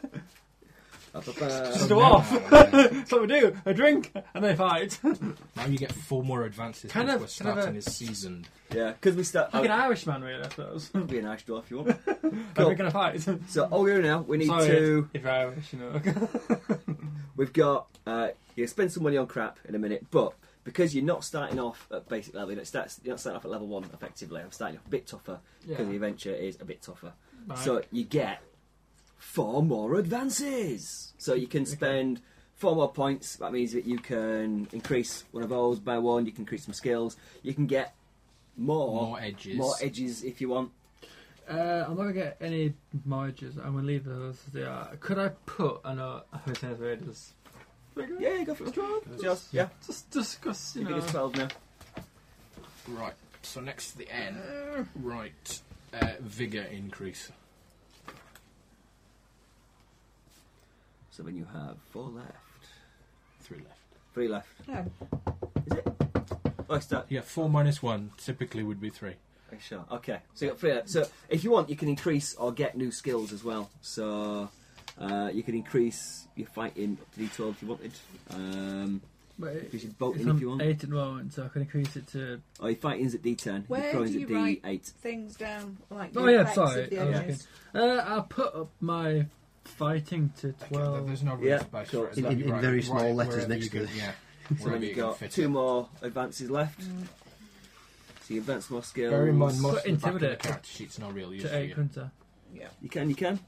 Speaker 1: Ba-ba-ba.
Speaker 4: Just go
Speaker 2: now-
Speaker 4: off. That's what we do. A drink, and they fight.
Speaker 2: Now you get four more advances
Speaker 4: Kind
Speaker 2: kind
Speaker 4: of-
Speaker 2: of, we're
Speaker 4: kind of
Speaker 2: starting
Speaker 4: a-
Speaker 2: is seasoned.
Speaker 1: Yeah, because we start.
Speaker 4: Like an
Speaker 1: Oh,
Speaker 4: Irishman, really, I suppose.
Speaker 1: be a nice draw if you want.
Speaker 4: Are
Speaker 1: Cool.
Speaker 4: we going to fight?
Speaker 1: So all we do now, we need
Speaker 4: Sorry,
Speaker 1: to.
Speaker 4: if you're Irish, you know.
Speaker 1: We've got. Uh, you spend some money on crap in a minute, but because you're not starting off at basic level, you don't start, you're not starting off at level one effectively. I'm starting off a bit tougher because the adventure is a bit tougher.
Speaker 4: Right.
Speaker 1: So you get four more advances. So you can spend four more points. That means that you can increase one of those by one. You can increase some skills. You can get more
Speaker 2: More edges.
Speaker 1: more edges if you want.
Speaker 4: Uh, I'm not gonna get any marriages. I'm gonna leave those as they are. Could I put? uh, I know I hope it sounds weird. Just,
Speaker 1: Yeah, go for it. Just, yeah,
Speaker 4: just discuss. You
Speaker 1: you
Speaker 4: know.
Speaker 1: can do twelve now.
Speaker 2: Right. So next to the N. Right. Uh, vigor increase.
Speaker 1: So then you have four left.
Speaker 2: Three left.
Speaker 1: Three left.
Speaker 5: Yeah.
Speaker 1: Is it? Oh, it's that.
Speaker 2: Yeah, four minus one typically would be three.
Speaker 1: Are you Sure. Okay. So you got three left. So if you want, you can increase or get new skills as well. So uh, you can increase your fighting up to D12 if you wanted. Um,
Speaker 4: But it,
Speaker 1: increase your bolting
Speaker 4: it's
Speaker 1: if you
Speaker 4: on
Speaker 1: want.
Speaker 4: eight at the moment, so I can increase it to.
Speaker 1: Or your fighting's at D10.
Speaker 5: Where
Speaker 1: your throwing's
Speaker 5: do
Speaker 1: at
Speaker 5: you write-
Speaker 1: D8.
Speaker 5: Things down like
Speaker 4: Oh,
Speaker 5: the
Speaker 4: yeah,
Speaker 5: effects
Speaker 4: sorry,
Speaker 5: of the
Speaker 4: I was
Speaker 5: edges.
Speaker 4: Uh, I'll put up my fighting to
Speaker 2: Okay,
Speaker 4: twelve.
Speaker 2: there's no real
Speaker 1: Yeah,
Speaker 2: space
Speaker 1: cool.
Speaker 2: for it.
Speaker 1: In-
Speaker 2: That'd
Speaker 3: in-
Speaker 2: be
Speaker 3: in very small letters
Speaker 2: wherever
Speaker 3: next
Speaker 2: you
Speaker 3: to
Speaker 2: could-
Speaker 3: it.
Speaker 2: Yeah.
Speaker 1: So then
Speaker 2: wherever
Speaker 1: you've
Speaker 2: you can
Speaker 1: got
Speaker 2: fit
Speaker 1: two
Speaker 2: it.
Speaker 1: more advances left.
Speaker 5: Mm.
Speaker 1: So you advance more skills.
Speaker 2: Bear in mind, most of
Speaker 4: Put
Speaker 2: the back of the
Speaker 4: intimidate
Speaker 2: character sheet's no real use
Speaker 4: to
Speaker 2: for
Speaker 4: eight,
Speaker 2: you.
Speaker 4: couldn't I?
Speaker 5: Yeah.
Speaker 1: You can, you can.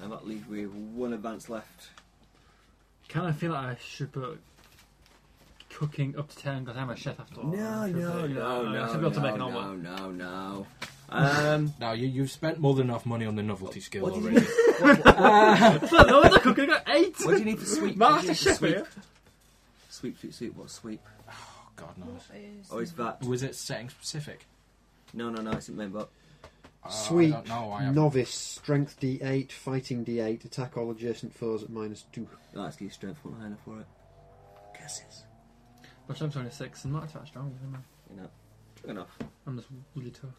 Speaker 1: And that leaves with one advance left.
Speaker 4: Kind of feel like I should put cooking up to ten because I'm a chef after all.
Speaker 1: No,
Speaker 4: Because, uh,
Speaker 1: no,
Speaker 4: you
Speaker 1: no,
Speaker 4: know, I
Speaker 1: Oh, no,
Speaker 4: should be able to make an omelette.
Speaker 1: no, no, no, no. Um,
Speaker 2: Now you, you've spent more than enough money on the novelty skill
Speaker 1: What did you
Speaker 2: already.
Speaker 4: Fuck, I was a cook, I got eight.
Speaker 1: what do you need for sweep? What do you
Speaker 4: Master
Speaker 1: need for
Speaker 4: chef
Speaker 1: sweep?
Speaker 4: here.
Speaker 1: Sweep, sweep, sweep. What sweep?
Speaker 2: oh, God knows.
Speaker 5: What is-
Speaker 1: Or is that?
Speaker 2: Was it setting specific?
Speaker 1: No, no, no. It's not member.
Speaker 2: Uh, I
Speaker 3: Sweet.
Speaker 2: don't know. I have
Speaker 3: Novice, strength D8, fighting D8, attack all adjacent foes at minus two.
Speaker 1: I'll ask you strength one higher for it. Guesses.
Speaker 4: My chef's only six, and mine's quite strong. Isn't it?
Speaker 1: You know, strong enough.
Speaker 4: I'm just really tough.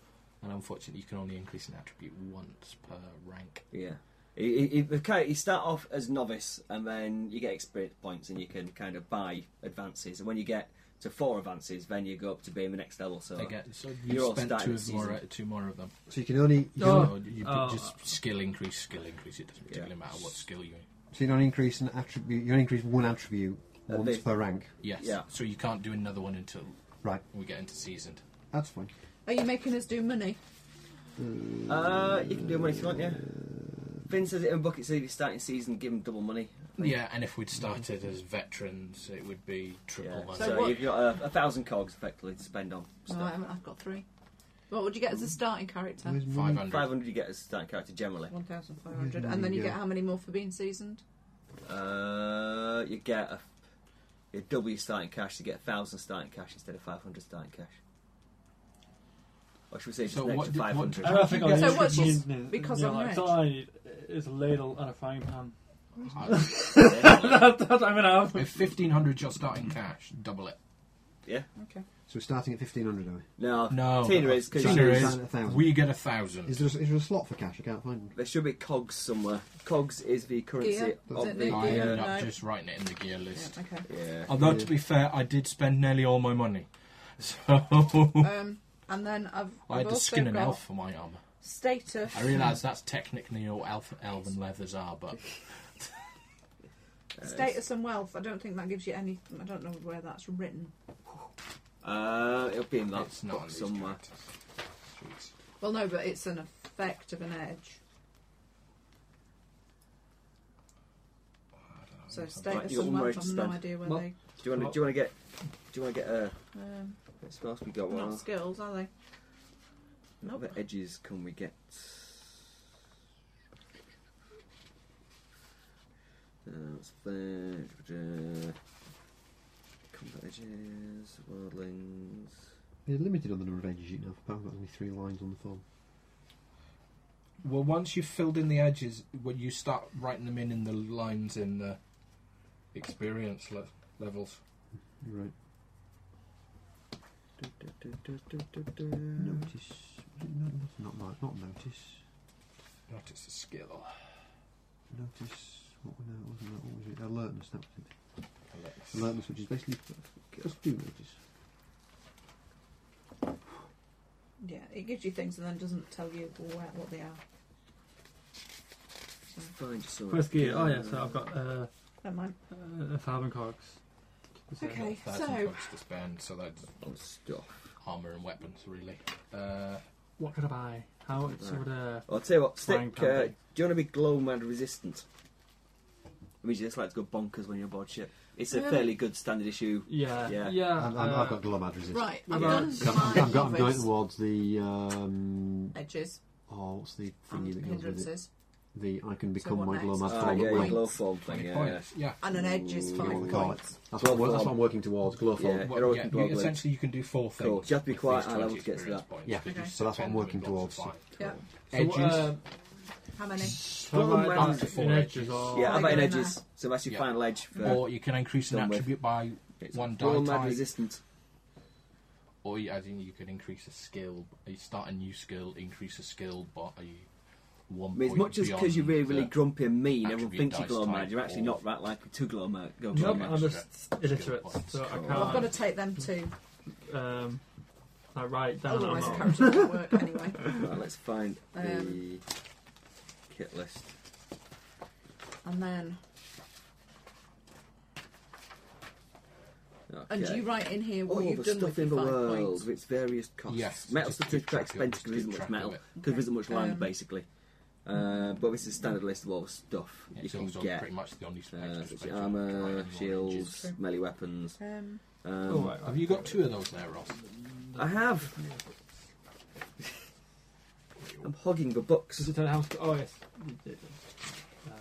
Speaker 2: And unfortunately, you can only increase an attribute once per rank.
Speaker 1: Yeah. You- You you- okay, you start off as novice, and then you get experience points, and you can kind of buy advances. And when you get to four advances, then you go up to being the next level. So
Speaker 2: Again, so
Speaker 1: You're all
Speaker 2: you spent
Speaker 1: starting
Speaker 2: two,
Speaker 1: this
Speaker 2: of more,
Speaker 1: season.
Speaker 2: two more of them.
Speaker 3: So you can only you can,
Speaker 4: Oh.
Speaker 2: So you
Speaker 4: Oh.
Speaker 2: just skill increase, skill increase. It doesn't
Speaker 1: Yeah.
Speaker 2: particularly matter what skill you.
Speaker 3: so you don't increase an attribute. You only increase one attribute
Speaker 1: At
Speaker 3: once
Speaker 1: least.
Speaker 3: per rank.
Speaker 2: Yes.
Speaker 1: Yeah.
Speaker 2: So you can't do another one until
Speaker 3: Right,
Speaker 2: we get into seasoned.
Speaker 3: that's fine.
Speaker 5: Are you making us do money?
Speaker 1: uh, you can do money if you want, yeah. Vin says it in Bucket says if you start in season, give him double money.
Speaker 2: Yeah, and if we'd started as veterans, it would be triple
Speaker 1: Yeah.
Speaker 2: money.
Speaker 1: So
Speaker 5: what-
Speaker 1: you've got a, a thousand cogs effectively to spend on stuff.
Speaker 5: No, I haven't- I've got three. What would you get as a starting character?
Speaker 3: Where's
Speaker 2: Five
Speaker 3: money?
Speaker 1: Five
Speaker 2: hundred.
Speaker 1: hundred you get as a starting character generally.
Speaker 5: One thousand five hundred,
Speaker 3: Where's
Speaker 5: and then
Speaker 3: money
Speaker 5: you
Speaker 3: go?
Speaker 5: get how many more for being seasoned?
Speaker 1: Uh, you get a, you double your starting cash. You get a thousand starting cash instead of five hundred starting cash. Or should we say just
Speaker 2: So
Speaker 1: an
Speaker 2: what
Speaker 1: extra
Speaker 2: did- what
Speaker 1: five hundred?
Speaker 2: did- I don't think I
Speaker 5: So
Speaker 2: need
Speaker 5: what's your- because I'm
Speaker 4: like,
Speaker 5: rich.
Speaker 4: All I need is a ladle and a frying pan.
Speaker 1: yeah.
Speaker 4: That's what I'm gonna have.
Speaker 2: If fifteen hundred you're starting cash, double it.
Speaker 1: Yeah.
Speaker 3: So we're starting at fifteen hundred. Are we?
Speaker 1: No.
Speaker 2: No,
Speaker 1: Tina is because
Speaker 2: Tina
Speaker 3: you're
Speaker 2: is.
Speaker 3: starting at 1,000.
Speaker 2: We get a thousand.
Speaker 3: Is there, a, is there a slot for cash? I can't find one.
Speaker 1: there should be cogs somewhere. Cogs is the currency
Speaker 5: Gear? Is
Speaker 1: of
Speaker 5: it
Speaker 1: the. uh,
Speaker 5: the
Speaker 2: I
Speaker 5: gear?
Speaker 2: ended
Speaker 5: no.
Speaker 2: up just writing it in the gear list.
Speaker 5: Yeah, okay.
Speaker 1: Yeah.
Speaker 2: Although to be fair, I did spend nearly all my money, so
Speaker 5: Um, and then I've,
Speaker 2: I
Speaker 5: I've
Speaker 2: had to
Speaker 5: also
Speaker 2: skin an
Speaker 5: got
Speaker 2: elf for my armor.
Speaker 5: status.
Speaker 2: I realise that's technically all elf, elven leathers are, but
Speaker 5: Uh, Status and wealth. I don't think that gives you any. I don't know where that's written.
Speaker 1: Uh, it'll be in that
Speaker 2: it's not on
Speaker 1: book
Speaker 2: these
Speaker 1: somewhere.
Speaker 2: characters. Jeez.
Speaker 5: Well, no, but it's an effect of an edge. So status
Speaker 1: You got
Speaker 5: and
Speaker 1: one
Speaker 5: wealth.
Speaker 1: way
Speaker 5: I've
Speaker 1: to
Speaker 5: no
Speaker 1: spend.
Speaker 5: idea where
Speaker 4: Well-
Speaker 5: they.
Speaker 1: Do you want to? Do you want to get? Do you want to get a?
Speaker 5: Um,
Speaker 1: What else
Speaker 2: Oh,
Speaker 1: we got?
Speaker 5: they're
Speaker 1: One.
Speaker 5: not skills, are they?
Speaker 1: What
Speaker 5: Nope.
Speaker 1: other edges can we get? Uh, what's that? Uh, Combat edges, wildlings.
Speaker 3: They're limited on the number of edges you can have. Apparently, there's only three lines on the form.
Speaker 2: Well, once you've filled in the edges, when you start writing them in in the lines in the experience le- levels.
Speaker 3: Right.
Speaker 1: No.
Speaker 3: Notice. No, not, not, not notice.
Speaker 2: Notice the skill.
Speaker 3: Notice. What, no, it wasn't that, what was it? Alertness, that was it.
Speaker 2: Alertness.
Speaker 3: Alertness, which is basically. Just do notice.
Speaker 5: Yeah, it gives you things and then doesn't tell you where, what they are. So,
Speaker 1: Find your sword.
Speaker 4: First gear. Oh yeah, so I've got uh,
Speaker 5: never mind.
Speaker 4: uh, a thousand cogs.
Speaker 5: Okay,
Speaker 2: Got
Speaker 5: so-
Speaker 2: 1,000 points to spend, so that's
Speaker 1: Oh, stuff.
Speaker 2: armour and weapons, really. Uh,
Speaker 4: What could I buy? How much
Speaker 1: Right.
Speaker 4: would uh,
Speaker 1: I'll tell you what,
Speaker 4: Frying
Speaker 1: stick.
Speaker 4: pan
Speaker 1: Uh, do
Speaker 4: thing.
Speaker 1: you want to be glow mad resistant? I mean, you just like to go bonkers when you're aboard ship. It's a
Speaker 5: Yeah.
Speaker 1: fairly good standard issue.
Speaker 4: yeah
Speaker 1: Yeah.
Speaker 4: yeah?
Speaker 3: I'm, I'm,
Speaker 4: uh,
Speaker 3: I've got glomad resist.
Speaker 5: Right,
Speaker 4: I've
Speaker 5: I've
Speaker 4: Yeah. done
Speaker 5: done
Speaker 4: I've
Speaker 3: I'm,
Speaker 5: my
Speaker 3: I'm, go- I'm going towards the. Um,
Speaker 5: edges
Speaker 3: oh, what's the thingy that
Speaker 5: and
Speaker 3: goes with it?
Speaker 5: hindrances.
Speaker 3: The I can become
Speaker 5: what
Speaker 3: my
Speaker 5: next?
Speaker 3: glomad
Speaker 1: Ah,
Speaker 3: form
Speaker 1: yeah,
Speaker 3: at
Speaker 1: your
Speaker 3: will.
Speaker 5: points.
Speaker 1: glow form thing.
Speaker 2: 20
Speaker 1: Yeah, yeah.
Speaker 2: points. Yeah.
Speaker 5: And an edge is
Speaker 1: Ooh,
Speaker 5: five
Speaker 3: what they call it.
Speaker 5: points.
Speaker 3: That's what, we're- that's
Speaker 1: Glowform.
Speaker 3: what I'm working towards.
Speaker 1: Yeah,
Speaker 3: Glowform.
Speaker 2: Well,
Speaker 1: heroic
Speaker 2: yeah,
Speaker 1: and
Speaker 2: you-
Speaker 1: glowblade.
Speaker 2: essentially, you can do four things.
Speaker 1: Cool. You have to be
Speaker 2: with
Speaker 1: quite
Speaker 2: these
Speaker 1: high level
Speaker 2: 20
Speaker 1: to get to
Speaker 2: experience
Speaker 1: that.
Speaker 2: points,
Speaker 3: Yeah.
Speaker 2: but you
Speaker 5: Okay.
Speaker 3: So that's what I'm
Speaker 2: spend them
Speaker 3: working
Speaker 2: in blocks
Speaker 3: towards.
Speaker 2: of five.
Speaker 5: Yeah.
Speaker 4: so what,
Speaker 2: Edges.
Speaker 4: uh,
Speaker 5: How many?
Speaker 4: so
Speaker 1: Well,
Speaker 4: am I
Speaker 1: man-
Speaker 4: up
Speaker 2: Up to
Speaker 4: to
Speaker 2: four
Speaker 4: in
Speaker 2: edges.
Speaker 4: edges or
Speaker 1: Yeah, I've
Speaker 5: Like
Speaker 1: got an
Speaker 5: a
Speaker 1: edges, so that's your
Speaker 2: Yeah.
Speaker 1: final edge. For
Speaker 2: or you can increase an
Speaker 1: Done with.
Speaker 2: attribute by
Speaker 1: it's
Speaker 2: one die
Speaker 1: glow mad
Speaker 2: type.
Speaker 1: resistant.
Speaker 2: Or you, as in you could increase a skill. You start a new skill, increase a skill by one
Speaker 1: I mean, as
Speaker 2: point
Speaker 1: much as because
Speaker 2: beyond
Speaker 1: you're really, really
Speaker 2: the-
Speaker 1: grumpy and mean, everyone
Speaker 2: attribute
Speaker 1: thinks you're
Speaker 2: dice
Speaker 1: glow mad.
Speaker 2: type
Speaker 1: You're actually
Speaker 2: or-
Speaker 1: not that likely to glow mad. Go glow
Speaker 4: Nope,
Speaker 1: mad.
Speaker 4: I'm just illiterate,
Speaker 2: points.
Speaker 4: so I
Speaker 1: Cool.
Speaker 4: can't.
Speaker 5: Well, I've got to take them too.
Speaker 4: um, like write down.
Speaker 5: Otherwise,
Speaker 4: I'm not-
Speaker 5: character won't work anyway.
Speaker 1: Right, let's find the
Speaker 5: Um,
Speaker 1: kit list.
Speaker 5: And then,
Speaker 1: Okay.
Speaker 5: and you write in here what
Speaker 1: all
Speaker 5: you've
Speaker 1: the
Speaker 5: done
Speaker 1: stuff
Speaker 5: with your
Speaker 1: in the
Speaker 5: five
Speaker 1: world
Speaker 5: points.
Speaker 1: with its various costs.
Speaker 2: Yes,
Speaker 1: metal
Speaker 2: just
Speaker 1: stuff
Speaker 2: keep
Speaker 1: is quite
Speaker 2: track of it,
Speaker 1: expensive
Speaker 2: just
Speaker 1: because there isn't much
Speaker 2: keep track of
Speaker 1: metal
Speaker 2: it.
Speaker 1: because there isn't much land
Speaker 5: Um,
Speaker 1: basically. Uh, but this is a standard list of all the stuff
Speaker 2: Yeah,
Speaker 1: you
Speaker 2: so
Speaker 1: can
Speaker 2: it's all
Speaker 1: get.
Speaker 2: pretty much the only
Speaker 1: Uh,
Speaker 2: space you
Speaker 1: such as
Speaker 2: spend to try and
Speaker 1: armor,
Speaker 2: ignore edges.
Speaker 1: shields,
Speaker 5: True.
Speaker 1: melee weapons.
Speaker 5: Um,
Speaker 1: Um,
Speaker 4: Oh, right,
Speaker 2: Have you got two of those there, Ross?
Speaker 1: I have. I'm hogging the books.
Speaker 4: Does it tell how? Oh yes. Uh,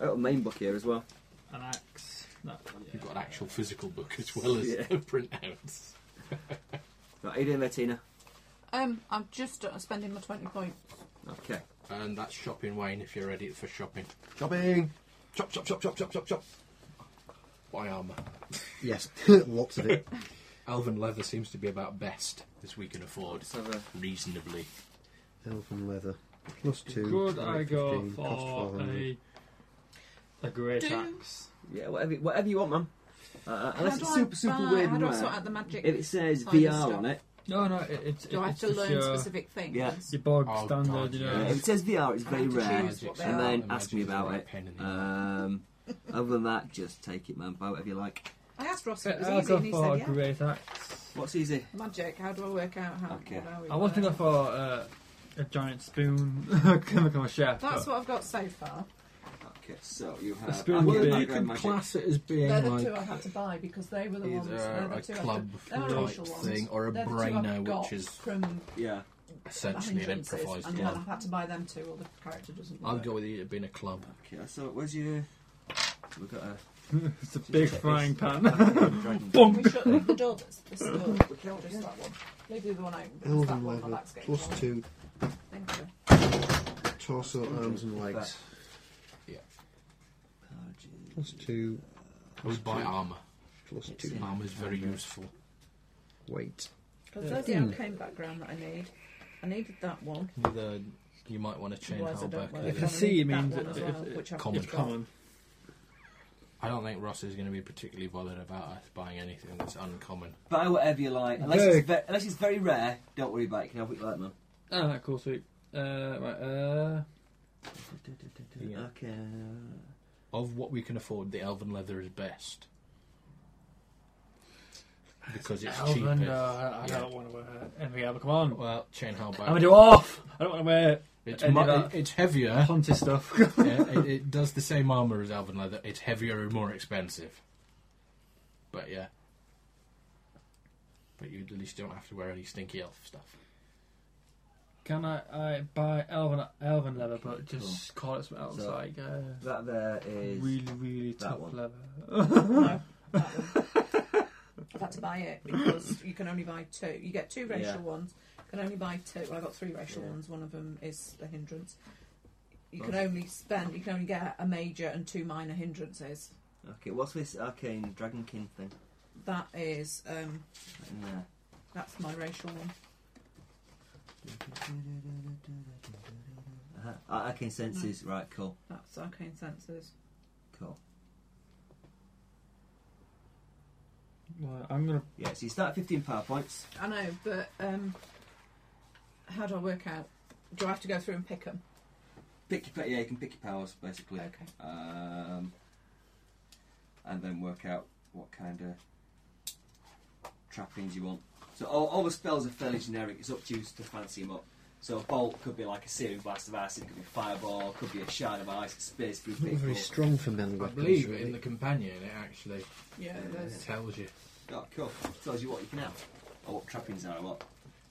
Speaker 1: I got a main book here as well.
Speaker 4: an axe. No, yeah.
Speaker 2: You've got an actual physical book as well as
Speaker 1: Yeah.
Speaker 2: the printouts.
Speaker 1: Right, how you doing there, Tina?
Speaker 5: um, I'm just uh, spending my 20 points.
Speaker 1: Okay.
Speaker 2: And that's shopping, Wayne, if you're ready for shopping.
Speaker 3: Shopping.
Speaker 2: Chop, chop, chop, chop, chop, chop, chop. Buy armour.
Speaker 3: Yes, lots of it.
Speaker 2: um, Elven leather seems to be about best as we can afford,
Speaker 1: Let's have a
Speaker 2: reasonably.
Speaker 3: Elven leather. Plus two.
Speaker 4: Could I
Speaker 3: right,
Speaker 4: go
Speaker 3: 15, cost
Speaker 4: for
Speaker 3: 400.
Speaker 4: a a great
Speaker 5: Do-
Speaker 4: axe?
Speaker 1: yeah, whatever, whatever you want, man. Uh, unless
Speaker 5: How do
Speaker 1: it's
Speaker 5: I
Speaker 1: super, super
Speaker 5: buy-
Speaker 1: weird.
Speaker 5: How
Speaker 1: and
Speaker 5: do I
Speaker 1: rare.
Speaker 5: sort out the magic?
Speaker 1: If it says
Speaker 5: Find the
Speaker 1: VR
Speaker 5: stuff.
Speaker 1: on it,
Speaker 4: No, no, it, it's.
Speaker 5: do I have
Speaker 4: it's
Speaker 5: to
Speaker 4: just
Speaker 5: learn
Speaker 4: your,
Speaker 5: specific things?
Speaker 1: Yeah.
Speaker 4: Your bog
Speaker 2: Oh,
Speaker 4: standard,
Speaker 2: God,
Speaker 4: you
Speaker 2: yeah.
Speaker 4: know.
Speaker 1: if it says VR, it's
Speaker 5: I
Speaker 1: very
Speaker 5: have to
Speaker 1: rare.
Speaker 5: choose what they
Speaker 1: And
Speaker 5: are.
Speaker 1: then
Speaker 2: uh, Imagine
Speaker 1: ask me
Speaker 2: there's a
Speaker 1: about
Speaker 2: right
Speaker 1: it.
Speaker 2: pen in the
Speaker 1: Um, other than that, just take it, man. Buy whatever you like.
Speaker 5: I asked Ross if it was
Speaker 4: I'll
Speaker 5: easy,
Speaker 4: go
Speaker 5: and he
Speaker 4: for
Speaker 5: said,
Speaker 4: a
Speaker 5: yeah.
Speaker 4: great axe.
Speaker 1: What's easy?
Speaker 5: Magic, how do I work out how
Speaker 1: Okay.
Speaker 5: what are we
Speaker 4: I was
Speaker 5: doing?
Speaker 4: thinking for uh, a giant spoon. Can become a chef.
Speaker 5: That's
Speaker 4: but-
Speaker 5: what I've got so far.
Speaker 1: Okay, so you have.
Speaker 4: A spoon
Speaker 1: I've
Speaker 4: would
Speaker 1: got
Speaker 4: be-
Speaker 1: a
Speaker 2: Well, you
Speaker 1: background
Speaker 2: can
Speaker 1: magic.
Speaker 2: class it as being
Speaker 5: They're the
Speaker 2: like
Speaker 5: two I had to buy because they were the ones.
Speaker 2: either
Speaker 5: They're the
Speaker 2: a
Speaker 5: two I
Speaker 2: club
Speaker 5: they're the
Speaker 2: type
Speaker 5: racial ones.
Speaker 2: thing or a
Speaker 5: They're the two I've
Speaker 2: brainer,
Speaker 5: got
Speaker 2: which is
Speaker 5: from
Speaker 1: Yeah.
Speaker 2: essentially an
Speaker 5: hindrances,
Speaker 2: improvised
Speaker 5: and then
Speaker 2: one.
Speaker 5: I've had to buy them too, or the character doesn't.
Speaker 2: I'll
Speaker 5: work.
Speaker 2: go with it being a club.
Speaker 1: Okay, so where's your. We've got a.
Speaker 4: it's a big frying pan.
Speaker 1: dragon.
Speaker 5: Can we shut leave the door that's this door? Just that one. Leave the other one out. because that
Speaker 3: Elven
Speaker 5: one, my
Speaker 3: leather.
Speaker 5: back's getting
Speaker 3: Plus
Speaker 5: tired.
Speaker 3: two.
Speaker 5: Thank you.
Speaker 3: Torso, arms, and legs. Plus two.
Speaker 2: I would buy armour.
Speaker 3: Plus
Speaker 1: It's
Speaker 3: two.
Speaker 1: in-
Speaker 2: Armour's very useful.
Speaker 3: Weight.
Speaker 5: Because there's the arcane background that I need. I needed that one.
Speaker 2: Either you might want to chain
Speaker 5: Otherwise, I
Speaker 2: how
Speaker 5: don't
Speaker 2: back.
Speaker 5: work.
Speaker 2: earlier.
Speaker 4: If it's see, it means
Speaker 5: that one
Speaker 4: it-
Speaker 5: as
Speaker 4: it-
Speaker 5: well,
Speaker 4: it-
Speaker 5: which I've
Speaker 2: common.
Speaker 5: got.
Speaker 4: Common.
Speaker 2: I don't think Ross is going to be particularly bothered about us buying anything that's uncommon.
Speaker 1: Buy whatever you like. Unless it's, ve- unless it's very rare, don't worry about it. You can have what you like, man.
Speaker 4: Ah, oh, cool, sweet. Uh, right, uh,
Speaker 2: Yeah.
Speaker 1: Okay.
Speaker 2: Of what we can afford, the elven leather is best. Because it's
Speaker 4: Elven,
Speaker 2: cheaper.
Speaker 4: no, I, uh, I
Speaker 2: Yeah.
Speaker 4: don't want to wear anything else. Come on.
Speaker 2: Well, chain how
Speaker 4: I'm a
Speaker 2: back.
Speaker 4: dwarf! I don't want to wear
Speaker 2: It's,
Speaker 4: any
Speaker 2: mu-
Speaker 4: of that.
Speaker 2: it's heavier.
Speaker 4: hunter stuff.
Speaker 2: yeah, it, it does the same armour as elven leather. It's heavier and more expensive. But yeah. But you at least don't have to wear any stinky elf stuff.
Speaker 4: Can I, I buy elven elven leather, but just call it something else
Speaker 1: So-
Speaker 4: like uh,
Speaker 1: That there is.
Speaker 4: really really
Speaker 1: that
Speaker 4: tough
Speaker 1: one.
Speaker 4: leather?
Speaker 5: No, that one. I've had to buy it because you can only buy two. You get two racial
Speaker 1: Yeah.
Speaker 5: ones. You can only buy two. Well, I got three racial
Speaker 1: Yeah.
Speaker 5: ones. One of them is a hindrance. You can only spend. You can only get a major and two minor hindrances.
Speaker 1: Okay, what's this arcane dragonkin thing?
Speaker 5: That is um,
Speaker 1: Yeah.
Speaker 5: that's my racial one.
Speaker 1: Uh-huh. Arcane senses, right? Cool,
Speaker 5: That's arcane senses.
Speaker 1: cool.
Speaker 4: Well, I'm gonna.
Speaker 1: Yeah, so you start at fifteen power points.
Speaker 5: I know, but um, how do I work out? Do I have to go through and pick them?
Speaker 1: Pick your, yeah, you can pick your powers basically,
Speaker 5: Okay.
Speaker 1: um, and then work out what kind of trappings you want. So all, all the spells are fairly generic. It's up to you to fancy them up. So a bolt could be like a searing blast of ice. It could be fireball. Could be a shard of ice. Space through
Speaker 3: Not
Speaker 1: people.
Speaker 3: very strong for metal
Speaker 2: I
Speaker 3: weapons.
Speaker 2: believe
Speaker 3: really.
Speaker 2: in the companion it actually
Speaker 5: Yeah,
Speaker 1: Yeah.
Speaker 5: there's,
Speaker 2: tells you.
Speaker 1: Oh, cool. Tells you what you can have, or what trappings are, or what.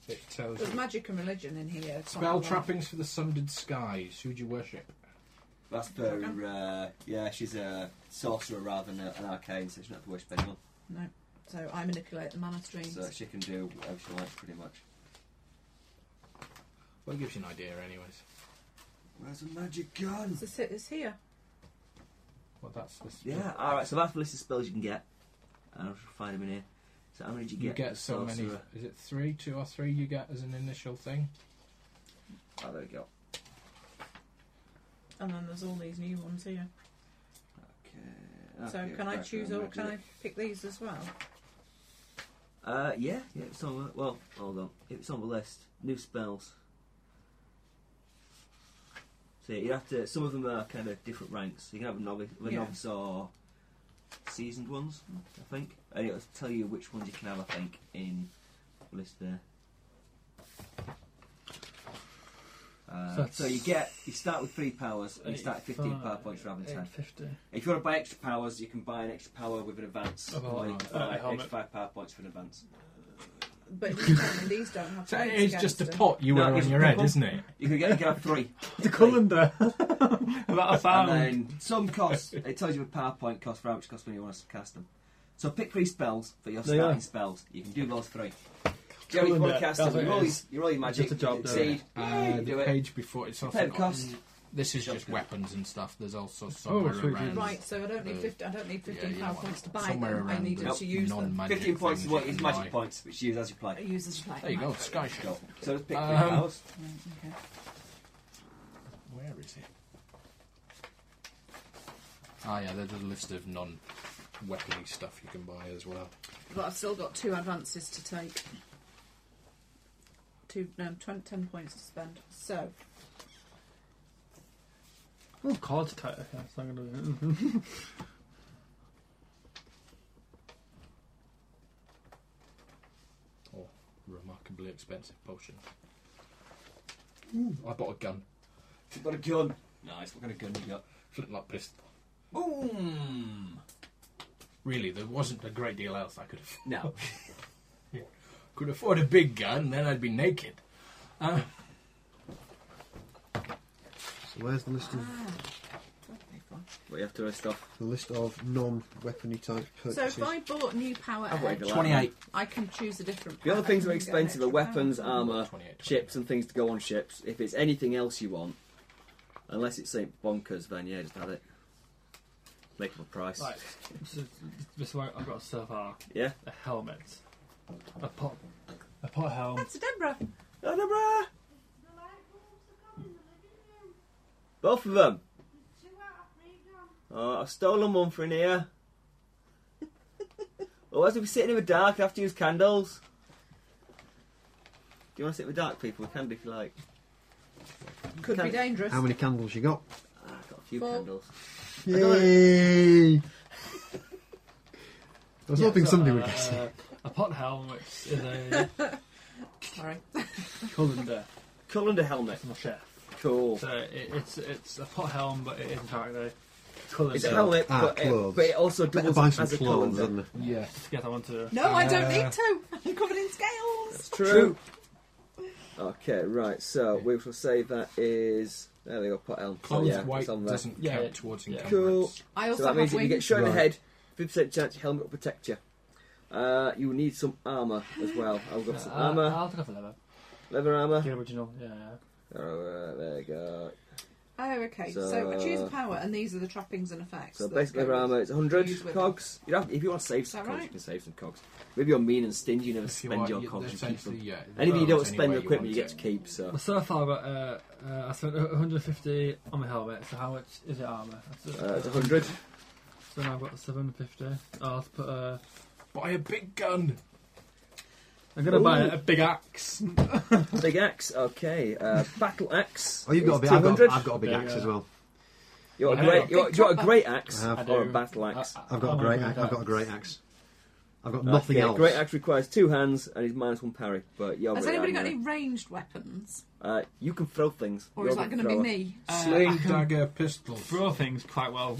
Speaker 2: It tells
Speaker 5: there's
Speaker 2: you.
Speaker 5: magic and religion in here. It's
Speaker 2: Spell
Speaker 5: not-
Speaker 2: trappings for the sundered skies. Who do you worship?
Speaker 1: That's for uh, yeah. She's a sorcerer rather than a, an arcane, so she doesn't have to worship anyone.
Speaker 5: No. So I manipulate the mana streams.
Speaker 1: So she can do whatever she likes, pretty much.
Speaker 2: Well, it gives you an idea, anyways.
Speaker 1: Where's the magic gun?
Speaker 5: So sit is here.
Speaker 2: Well, that's the spell.
Speaker 1: Yeah. All right. So that's the list of spells you can get. I'll just find them in here. So how many did you
Speaker 2: You
Speaker 1: get? uh,
Speaker 2: get so many.
Speaker 1: Sorcerer.
Speaker 2: Is it three, two, or three you get as an initial thing?
Speaker 1: Oh, there we go.
Speaker 5: And then there's all these new ones here.
Speaker 2: Ah,
Speaker 1: Okay.
Speaker 5: so
Speaker 1: okay,
Speaker 5: can I
Speaker 1: right,
Speaker 5: choose
Speaker 1: then
Speaker 5: or
Speaker 1: we'll do
Speaker 5: can I
Speaker 1: it.
Speaker 5: pick these as well?
Speaker 1: Uh, yeah, yeah. It's on. the- Well, hold on. It's on the list. New spells. So yeah, you have to. Some of them are kind of different ranks. You can have a novice, the
Speaker 5: Yeah.
Speaker 1: novice or seasoned ones, I think. And it'll tell you which ones you can have. I think in the list there. Uh,
Speaker 4: That's-
Speaker 1: so you get you start with three powers and you start at fifteen power
Speaker 4: 85,
Speaker 1: points rather than ten.
Speaker 4: 850.
Speaker 1: If you want to buy extra powers, you can buy an extra power with an advance,
Speaker 2: Oh,
Speaker 1: or you
Speaker 2: right.
Speaker 1: can buy
Speaker 4: Oh, helmet.
Speaker 1: extra five power points for an advance.
Speaker 5: But these don't, these don't have
Speaker 2: So
Speaker 5: points
Speaker 2: it's
Speaker 5: against
Speaker 2: just a
Speaker 5: them.
Speaker 2: pot you
Speaker 1: No,
Speaker 2: wear
Speaker 1: it's
Speaker 2: on your head,
Speaker 1: purple.
Speaker 2: isn't it?
Speaker 1: You can get, you can have three.
Speaker 4: The colander. About a
Speaker 1: And
Speaker 4: thousand.
Speaker 1: then some costs. It tells you a PowerPoint cost for how much cost when you want to cast them. So pick three spells for your
Speaker 4: There
Speaker 1: starting
Speaker 4: you are.
Speaker 1: spells. You can do those three. Jerry, if you want to
Speaker 4: that-
Speaker 1: cast them,
Speaker 4: that's what
Speaker 1: you
Speaker 4: it
Speaker 1: roll, your,
Speaker 4: is.
Speaker 1: you roll your
Speaker 4: It's
Speaker 1: magic,
Speaker 4: just a job,
Speaker 1: you
Speaker 4: though, isn't
Speaker 1: succeed,
Speaker 2: Uh,
Speaker 1: you do
Speaker 2: the
Speaker 1: it.
Speaker 2: page before it's also
Speaker 1: Pay the
Speaker 2: got-
Speaker 1: cost.
Speaker 2: This is just
Speaker 1: Shotgun.
Speaker 2: weapons and stuff. There's also
Speaker 4: Oh,
Speaker 2: somewhere
Speaker 4: it's really
Speaker 2: around.
Speaker 5: Right, so I don't need
Speaker 2: Uh,
Speaker 5: 50, I don't need
Speaker 2: yeah,
Speaker 5: 15
Speaker 2: you
Speaker 5: power
Speaker 2: know,
Speaker 5: points to buy
Speaker 2: somewhere
Speaker 5: them. I
Speaker 2: around
Speaker 5: need it
Speaker 1: the
Speaker 5: to use them.
Speaker 2: non-magic
Speaker 1: 15 points is
Speaker 2: things
Speaker 1: what
Speaker 2: you
Speaker 1: is
Speaker 2: can
Speaker 1: magic
Speaker 2: buy.
Speaker 1: points, which you use as you
Speaker 5: I
Speaker 1: play.
Speaker 5: use as a play.
Speaker 2: There you go, sky
Speaker 1: Go.
Speaker 2: shot.
Speaker 1: So just pick three
Speaker 2: Um,
Speaker 1: powers.
Speaker 5: Okay.
Speaker 2: Where is it? Ah, yeah, there's a list of non-weapony stuff you can buy as well.
Speaker 5: But I've still got two advances to take. Two, no, 20, 10 points to spend. So,
Speaker 4: Oh, cards tight. That's not gonna. Be...
Speaker 2: Or remarkably expensive potions. I bought a gun,
Speaker 1: You've got a gun. Nice. What kind of gun you got?
Speaker 2: flintlock pistol.
Speaker 1: Boom!
Speaker 2: Really, there wasn't a great deal else I could afford.
Speaker 1: No.
Speaker 2: Could afford a big gun, then I'd be naked. Uh,
Speaker 3: So where's the list of
Speaker 5: ah, that'd be fun.
Speaker 1: But you have to rest off.
Speaker 3: the list of non-weapony type
Speaker 5: so
Speaker 3: purchases?
Speaker 5: if I bought new power
Speaker 1: I've waited
Speaker 5: edge,
Speaker 1: a lot.
Speaker 2: 28.
Speaker 5: I can choose a different.
Speaker 1: The other
Speaker 5: power
Speaker 1: things that are
Speaker 5: edge and get an
Speaker 1: expensive are
Speaker 5: extra power.
Speaker 1: weapons, armour,
Speaker 2: 28,
Speaker 1: Uh, chips and things to go on ships. If it's anything else you want, unless it's St. Bonkers, then yeah, just add it. Make up a price.
Speaker 4: Right. This is, this is why I've got a surfer,
Speaker 1: Yeah.
Speaker 4: a helmet, a pot, a pot helm.
Speaker 5: That's a Deborah.
Speaker 1: Annabra! Both of them. Oh, I've stolen one from here. Otherwise, we'll be sitting in the dark. I have to use candles. Do you want to sit with dark people? We can do if you like.
Speaker 5: Could
Speaker 1: Can-
Speaker 5: be dangerous.
Speaker 3: How many candles you got?
Speaker 1: Ah, I've got a few
Speaker 5: Four.
Speaker 1: candles.
Speaker 3: Yay! I was
Speaker 4: Yeah,
Speaker 3: hoping
Speaker 4: so,
Speaker 3: somebody
Speaker 4: uh,
Speaker 3: would guess it.
Speaker 4: A pot helm, which is a
Speaker 5: Sorry.
Speaker 4: colander
Speaker 1: Cullender helmet.
Speaker 4: from a chef.
Speaker 1: Cool.
Speaker 4: So it, it's it's a pot helm, but it is in fact a colander.
Speaker 1: It's a helmet,
Speaker 3: Ah,
Speaker 1: but, uh, it,
Speaker 3: clothes.
Speaker 1: but it also
Speaker 3: Better
Speaker 1: doubles
Speaker 3: buy some
Speaker 1: as a
Speaker 3: clothes,
Speaker 1: colander.
Speaker 3: isn't it?
Speaker 2: Yeah.
Speaker 4: Yes, I want to.
Speaker 5: No, I don't
Speaker 2: Uh,
Speaker 5: need to. I'm covered in scales.
Speaker 1: True. Okay, right. So we shall say that is there. They go pot elm. So,
Speaker 2: Clothes
Speaker 1: yeah,
Speaker 2: white
Speaker 1: it's on there.
Speaker 2: doesn't
Speaker 4: Yeah,
Speaker 2: count
Speaker 4: yeah.
Speaker 2: towards
Speaker 4: Yeah.
Speaker 2: encumbrance.
Speaker 1: Cool.
Speaker 5: I also
Speaker 1: So that
Speaker 5: have
Speaker 1: means if
Speaker 5: wings.
Speaker 1: you get shot in the
Speaker 3: Right.
Speaker 1: head, fifty percent chance your helmet will protect you. Uh, you will need some armor as well. I've got some
Speaker 4: Uh,
Speaker 1: armor,
Speaker 4: I'll take off the leather.
Speaker 1: leather armor.
Speaker 4: The original, yeah. yeah.
Speaker 1: Oh, uh, there you go.
Speaker 5: Oh, okay. So,
Speaker 1: So,
Speaker 5: I choose a
Speaker 1: uh,
Speaker 5: power, and these are the trappings and effects.
Speaker 1: So
Speaker 5: that
Speaker 1: basic
Speaker 5: go
Speaker 1: leather
Speaker 5: with-
Speaker 1: armor, it's 100
Speaker 5: Use with-
Speaker 1: cogs. You have, if you want to save
Speaker 5: Is
Speaker 1: some
Speaker 5: that
Speaker 1: cogs, you
Speaker 5: right?
Speaker 1: can save some cogs. Maybe you're mean and stingy, you never
Speaker 2: If you
Speaker 1: spend
Speaker 2: are,
Speaker 1: your
Speaker 2: you-
Speaker 1: cogs, you keep
Speaker 2: essentially,
Speaker 1: them.
Speaker 2: yeah,
Speaker 1: Anything you
Speaker 2: throw
Speaker 1: don't
Speaker 2: it
Speaker 1: spend
Speaker 2: anywhere
Speaker 1: on equipment, you get
Speaker 2: want
Speaker 1: to
Speaker 2: it.
Speaker 1: keep. So
Speaker 4: Well, so far, but, uh, uh, I spent 150 on my helmet. So how much is it armor? That's
Speaker 1: uh, it's 100.
Speaker 4: So now I've got 750. I'll have to put. Uh,
Speaker 2: Buy a big gun.
Speaker 4: I'm gonna buy
Speaker 1: Ooh.
Speaker 4: a big axe.
Speaker 1: Big axe, okay. Uh, battle axe.
Speaker 3: Oh, you've got a
Speaker 1: is
Speaker 3: big. I've got,
Speaker 1: 200.
Speaker 3: I've got a big
Speaker 4: Big,
Speaker 3: axe as
Speaker 4: uh,
Speaker 3: well.
Speaker 1: You want a
Speaker 4: I
Speaker 1: great,
Speaker 4: don't
Speaker 1: you want, you want a great axe
Speaker 3: I have.
Speaker 1: or a battle
Speaker 4: Uh,
Speaker 1: axe?
Speaker 3: I've
Speaker 4: Oh,
Speaker 3: got a great. Axe. I've got a great axe. I've got Uh, nothing
Speaker 1: Okay,
Speaker 3: else.
Speaker 1: Great axe requires two hands and is minus one parry. But you're
Speaker 5: Has
Speaker 1: really
Speaker 5: anybody got
Speaker 1: angry.
Speaker 5: any ranged weapons,
Speaker 1: Uh, you can throw things.
Speaker 5: or
Speaker 1: You're
Speaker 5: is
Speaker 1: the
Speaker 5: that going to be
Speaker 1: thrower.
Speaker 5: me? Uh,
Speaker 2: Sling, dagger, pistol.
Speaker 4: Throw things quite well.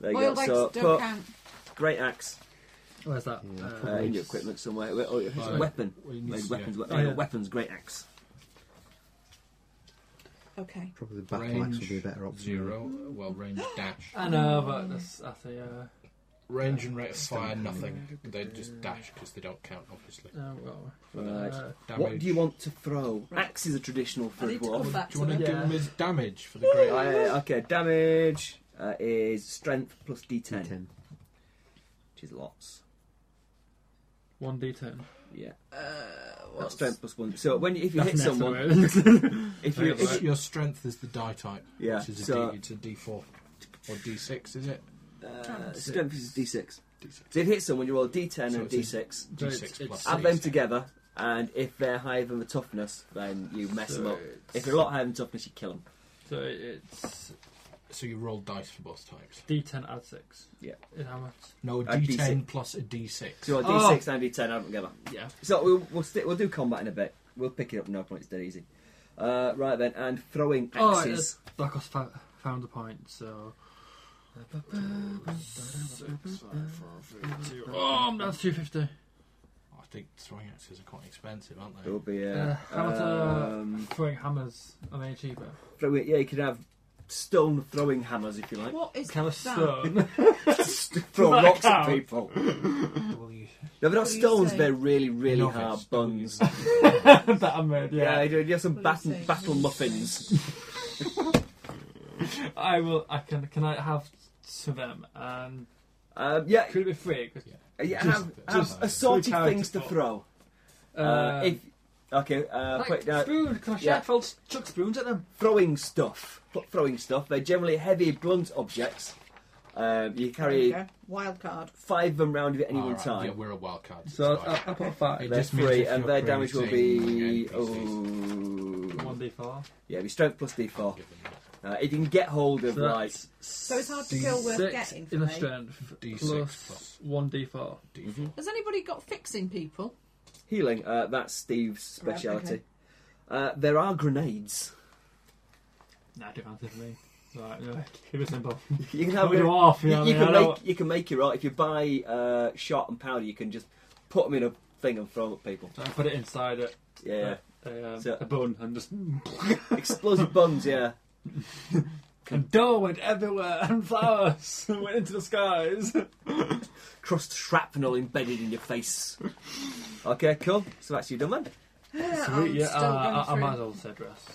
Speaker 1: There you
Speaker 5: Oil
Speaker 1: go.
Speaker 5: legs
Speaker 1: So
Speaker 5: don't
Speaker 1: put
Speaker 5: count.
Speaker 1: great axe
Speaker 4: Where's that? Uh,
Speaker 1: uh, in your equipment somewhere. Well, oh, it's a
Speaker 2: Right.
Speaker 1: weapon.
Speaker 2: Well, you need
Speaker 1: Made
Speaker 2: to-
Speaker 1: weapons.
Speaker 2: yeah.
Speaker 1: we- there you go,
Speaker 4: yeah.
Speaker 1: Weapons. Great axe.
Speaker 5: Okay.
Speaker 3: Probably the battle axe would be a better option.
Speaker 2: Zero. Well, range dash.
Speaker 4: I know, but that's, I think, uh,
Speaker 2: Range and rate of fire, nothing. They just dash because they don't count, obviously.
Speaker 4: no, well,
Speaker 1: Right.
Speaker 4: uh,
Speaker 1: What do you want to throw?
Speaker 5: Right.
Speaker 1: Axe is a traditional for
Speaker 5: I
Speaker 1: a
Speaker 5: need to come
Speaker 1: dwarf.
Speaker 5: back
Speaker 2: Do
Speaker 5: to
Speaker 2: you want to
Speaker 5: that.
Speaker 2: give
Speaker 4: Yeah.
Speaker 2: him his damage for the great? axe?
Speaker 1: Uh, okay, damage uh, is strength plus D10,
Speaker 3: Ten.
Speaker 1: which is lots.
Speaker 4: one d10.
Speaker 1: Yeah,
Speaker 5: Uh,
Speaker 1: That's
Speaker 5: what's-
Speaker 1: strength plus one. So when if you hit
Speaker 4: That's next
Speaker 1: someone,
Speaker 4: one.
Speaker 1: if you,
Speaker 4: Right.
Speaker 1: if you
Speaker 2: Your strength is the die type,
Speaker 1: Yeah,
Speaker 2: which is a
Speaker 1: so-
Speaker 2: D- it's a D4 or D6, is it?
Speaker 1: uh,
Speaker 5: That's
Speaker 2: it.
Speaker 1: strength is D6.
Speaker 2: D6.
Speaker 1: So if you hit someone, you roll D10
Speaker 2: So
Speaker 1: and
Speaker 2: it's a-
Speaker 1: D6.
Speaker 2: D6
Speaker 4: It's- it's-
Speaker 2: plus
Speaker 1: Add
Speaker 2: six.
Speaker 1: them together, and if they're higher than the toughness, then you mess them up.
Speaker 4: it's-
Speaker 1: If they're a lot higher than toughness, you kill them.
Speaker 4: so it- it's
Speaker 2: So you roll dice for both types.
Speaker 4: d10 add six.
Speaker 1: Yeah.
Speaker 4: Is how much?
Speaker 2: No, a
Speaker 1: A
Speaker 2: D10
Speaker 1: D6.
Speaker 2: plus a D6.
Speaker 1: So a
Speaker 4: Oh.
Speaker 1: D6 and a D10 add them together.
Speaker 4: Yeah.
Speaker 1: So we'll we'll, sti we'll do combat in a bit. We'll pick it up. No point. It's dead easy. Uh, right then, and throwing
Speaker 4: Oh, it
Speaker 1: axes.
Speaker 4: is. that cost five, found a point. So.
Speaker 6: Six, five, four, three.
Speaker 4: Oh, that's 250.
Speaker 2: I think throwing axes are quite expensive, aren't they?
Speaker 1: It'll be
Speaker 4: Uh,
Speaker 1: uh,
Speaker 4: how about, uh,
Speaker 1: um,
Speaker 4: Throwing hammers are they cheaper?
Speaker 1: throw it- Yeah, you could have stone throwing hammers if you like.
Speaker 5: What is
Speaker 4: Can I
Speaker 5: that?
Speaker 4: stone?
Speaker 1: Throw
Speaker 4: Does that
Speaker 1: rocks at
Speaker 4: count?
Speaker 1: people.
Speaker 2: Will you-
Speaker 1: No, they're
Speaker 5: What
Speaker 1: not
Speaker 5: do you
Speaker 1: stones.
Speaker 5: say?
Speaker 1: They're really, really
Speaker 2: Novice
Speaker 1: hard buns.
Speaker 2: don't use-
Speaker 4: that I made,
Speaker 1: Yeah,
Speaker 4: yeah.
Speaker 1: you have some
Speaker 5: What do
Speaker 1: battle,
Speaker 5: you say?
Speaker 1: battle
Speaker 5: What do you
Speaker 1: muffins.
Speaker 4: I will. I can. Can I have two of them? And
Speaker 1: Um, yeah,
Speaker 4: could it be free? 'Cause,
Speaker 1: you
Speaker 2: Just-
Speaker 1: have,
Speaker 2: just-
Speaker 1: have assorted
Speaker 4: Character
Speaker 1: things to
Speaker 4: fault.
Speaker 1: throw.
Speaker 4: Uh,
Speaker 1: Uh, if okay, uh,
Speaker 4: like
Speaker 1: quick, uh,
Speaker 4: spoon. Can I
Speaker 1: yeah.
Speaker 4: yeah. I'll chuck spoons at them?
Speaker 1: throwing stuff. Pl- Throwing stuff. They're generally heavy, blunt objects. Um, you
Speaker 5: There you
Speaker 1: carry
Speaker 5: go. Wild card.
Speaker 1: five of them round you at any
Speaker 2: All
Speaker 1: one
Speaker 2: right,
Speaker 1: time. uh,
Speaker 2: Yeah, we're a wild card.
Speaker 4: So
Speaker 2: it's
Speaker 4: I, I,
Speaker 2: fine.
Speaker 4: I put five.
Speaker 2: It
Speaker 1: They're
Speaker 2: just means
Speaker 1: free,
Speaker 2: if
Speaker 1: and
Speaker 2: you're
Speaker 1: their damage will be
Speaker 2: creating
Speaker 1: oh,
Speaker 4: One d four.
Speaker 1: yeah, it'll be strength plus
Speaker 2: I'll
Speaker 1: d4.
Speaker 2: give them that.
Speaker 1: Uh, if you can get hold of like
Speaker 4: so
Speaker 5: it's hard to kill worth getting for
Speaker 4: in a
Speaker 5: me.
Speaker 4: strength
Speaker 2: D6
Speaker 4: plus,
Speaker 2: plus.
Speaker 4: one d four.
Speaker 2: D4.
Speaker 5: Has anybody got fixing people?
Speaker 1: healing, uh, that's Steve's
Speaker 5: Right, okay.
Speaker 1: speciality. Uh, there are grenades.
Speaker 4: Nah, do fancy for me. Right, yeah, keep it simple.
Speaker 1: You can
Speaker 4: Have
Speaker 1: have
Speaker 4: a
Speaker 1: grenades.
Speaker 4: dwarf, Oh, you
Speaker 1: You,
Speaker 4: know
Speaker 1: you
Speaker 4: what I
Speaker 1: can
Speaker 4: mean? I
Speaker 1: make you can make your own. If you buy uh, shot and powder, you can just put them in a thing and throw 'em at people.
Speaker 4: don't- I put it inside it,
Speaker 1: Yeah,
Speaker 4: a, um,
Speaker 1: So-
Speaker 4: a bun and just
Speaker 1: explosive buns. Yeah,
Speaker 4: and dough went everywhere and flowers and went into the skies.
Speaker 1: crust shrapnel embedded in your face. Okay, cool. So that's you done then.
Speaker 5: Yeah,
Speaker 4: Sweet,
Speaker 5: I'm
Speaker 4: yeah,
Speaker 5: still going
Speaker 4: uh, I, I
Speaker 5: through.
Speaker 4: might as well say dress.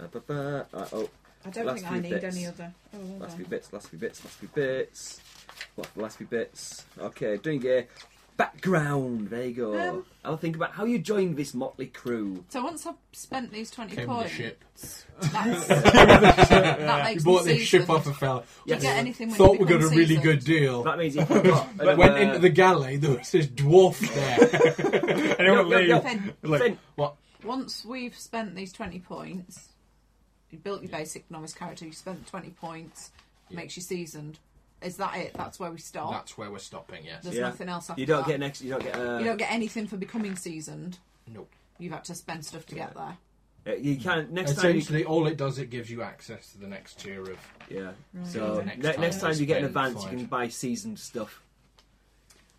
Speaker 1: Uh, ba- ba. Right, oh,
Speaker 5: I don't
Speaker 1: last
Speaker 5: think I
Speaker 1: few
Speaker 5: need
Speaker 1: bits.
Speaker 5: any other. Oh, well
Speaker 1: Last
Speaker 5: done.
Speaker 1: few bits, last few bits, last few bits. What last few bits? Okay, doing a background. There you go.
Speaker 5: Um,
Speaker 1: I'll think about how you joined this motley crew.
Speaker 5: So once I've spent these 20
Speaker 2: Came with the
Speaker 5: points,
Speaker 2: ship.
Speaker 5: that's, that
Speaker 2: You
Speaker 5: makes me
Speaker 2: bought this ship
Speaker 5: seasoned.
Speaker 2: off a fella.
Speaker 5: Do you get anything when
Speaker 2: Thought
Speaker 5: you
Speaker 2: we got a
Speaker 5: become
Speaker 2: really
Speaker 5: seasoned?
Speaker 2: good deal.
Speaker 1: That means if you got
Speaker 2: But uh, went into the galley, there was this dwarf there. and he
Speaker 1: No,
Speaker 2: wouldn't
Speaker 1: no,
Speaker 2: leave.
Speaker 1: no.
Speaker 5: Finn,
Speaker 2: Like,
Speaker 1: Finn.
Speaker 2: what?
Speaker 5: once we've spent these 20 points, you built your basic novice character, you spent 20 points,
Speaker 2: Yeah.
Speaker 5: makes you seasoned. Is that it? That's where we stop?
Speaker 2: That's where we're stopping, yes.
Speaker 5: There's
Speaker 1: Yeah.
Speaker 5: nothing else after
Speaker 1: you don't
Speaker 5: that.
Speaker 1: get an extra. You don't get. Uh,
Speaker 5: you don't get anything for becoming seasoned.
Speaker 2: No.
Speaker 5: You've had to spend stuff to get there.
Speaker 1: uh, you can next time. You,
Speaker 2: Essentially, all it does, it gives you access to the next tier of.
Speaker 1: yeah.
Speaker 5: Right.
Speaker 1: So
Speaker 5: Okay.
Speaker 1: next,
Speaker 2: Next
Speaker 1: ne-
Speaker 2: time
Speaker 1: next time you get an
Speaker 2: spend
Speaker 1: advance, you
Speaker 2: five.
Speaker 1: can buy seasoned stuff.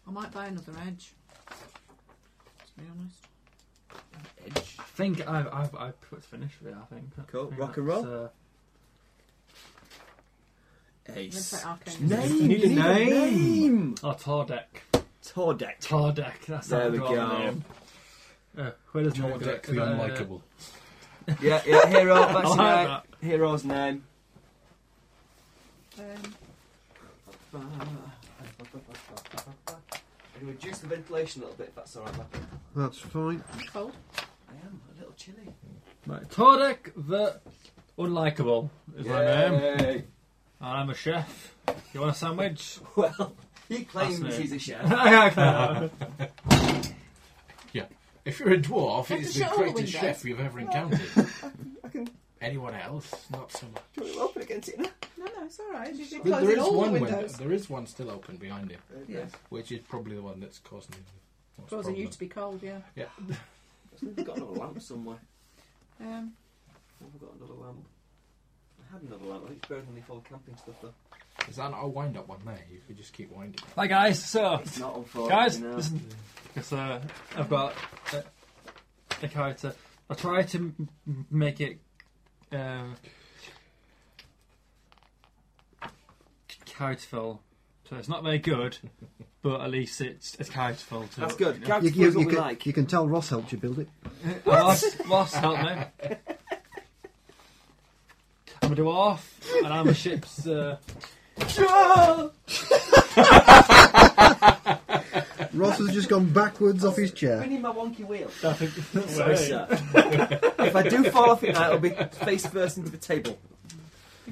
Speaker 5: I might buy another edge. To be honest.
Speaker 4: I think I've, I've, I've put finished with it, I think.
Speaker 1: Cool,
Speaker 4: I think
Speaker 1: rock and
Speaker 4: that's,
Speaker 1: roll.
Speaker 4: Uh,
Speaker 5: I'm going to
Speaker 1: Ace.
Speaker 5: play Arcane.
Speaker 1: Name.
Speaker 4: You need
Speaker 1: you
Speaker 4: a
Speaker 1: need name.
Speaker 4: oh, Tardek.
Speaker 1: Tordek.
Speaker 4: Tardek, that's
Speaker 1: There
Speaker 4: how
Speaker 1: we
Speaker 4: we
Speaker 1: go.
Speaker 4: name. Uh, where does
Speaker 2: Your
Speaker 4: Tardek
Speaker 2: deck, the unlikable.
Speaker 1: Yeah, yeah. Hero. That's
Speaker 4: I
Speaker 1: your
Speaker 4: like
Speaker 1: name.
Speaker 4: that.
Speaker 1: hero's name.
Speaker 5: Um,
Speaker 1: I'm going to reduce the ventilation a little bit if that's alright, Matt.
Speaker 3: That's fine.
Speaker 5: cold.
Speaker 1: I am a little chilly.
Speaker 4: Right, Todek the Unlikable is my name. And
Speaker 1: Yay.
Speaker 4: I'm a chef. You want a sandwich?
Speaker 1: Well, he claims
Speaker 4: That's me.
Speaker 1: he's a chef.
Speaker 4: I
Speaker 2: If you're a dwarf,
Speaker 5: Have
Speaker 2: it's
Speaker 5: to
Speaker 2: the
Speaker 5: shut all the
Speaker 2: greatest
Speaker 5: windows.
Speaker 2: chef you've ever encountered.
Speaker 1: can-
Speaker 2: Anyone else? Not so much.
Speaker 1: Do you want to open against it now?
Speaker 5: No, no, it's all right. Did you
Speaker 2: But
Speaker 5: close
Speaker 2: there
Speaker 5: in
Speaker 2: is
Speaker 5: all the
Speaker 2: one window.
Speaker 5: windows?
Speaker 2: There is one still open behind him,
Speaker 5: Yeah.
Speaker 2: which is probably the one that's causing him. what's
Speaker 5: Causing you
Speaker 2: problem.
Speaker 5: to be cold, yeah.
Speaker 1: I've got another lamp somewhere.
Speaker 5: Um,
Speaker 1: I've got another lamp. I had another lamp. I think it's buried underneath all the camping stuff though.
Speaker 2: Is that not a wind up one there? You could just keep winding.
Speaker 4: Hi guys, so
Speaker 1: It's not on fire.
Speaker 4: guys,
Speaker 1: you know.
Speaker 4: listen. It's, uh, I've got a, a character. I try to m- m- make it um, characterful, so it's not very good, but at least it's it's characterful. To
Speaker 1: that's good. Character
Speaker 3: You,
Speaker 1: you,
Speaker 3: you-
Speaker 1: what
Speaker 3: you
Speaker 1: we
Speaker 3: can,
Speaker 1: like.
Speaker 3: you can tell Ross helped you build it.
Speaker 4: Ross, Ross, help me. I'm a dwarf, and I'm a ship's. Uh,
Speaker 3: Ross has just gone backwards off his
Speaker 1: I
Speaker 3: chair.
Speaker 1: need my wonky wheel.
Speaker 4: Sorry,
Speaker 1: Sorry, sir. if I do fall off it, now, it'll be face first into the table.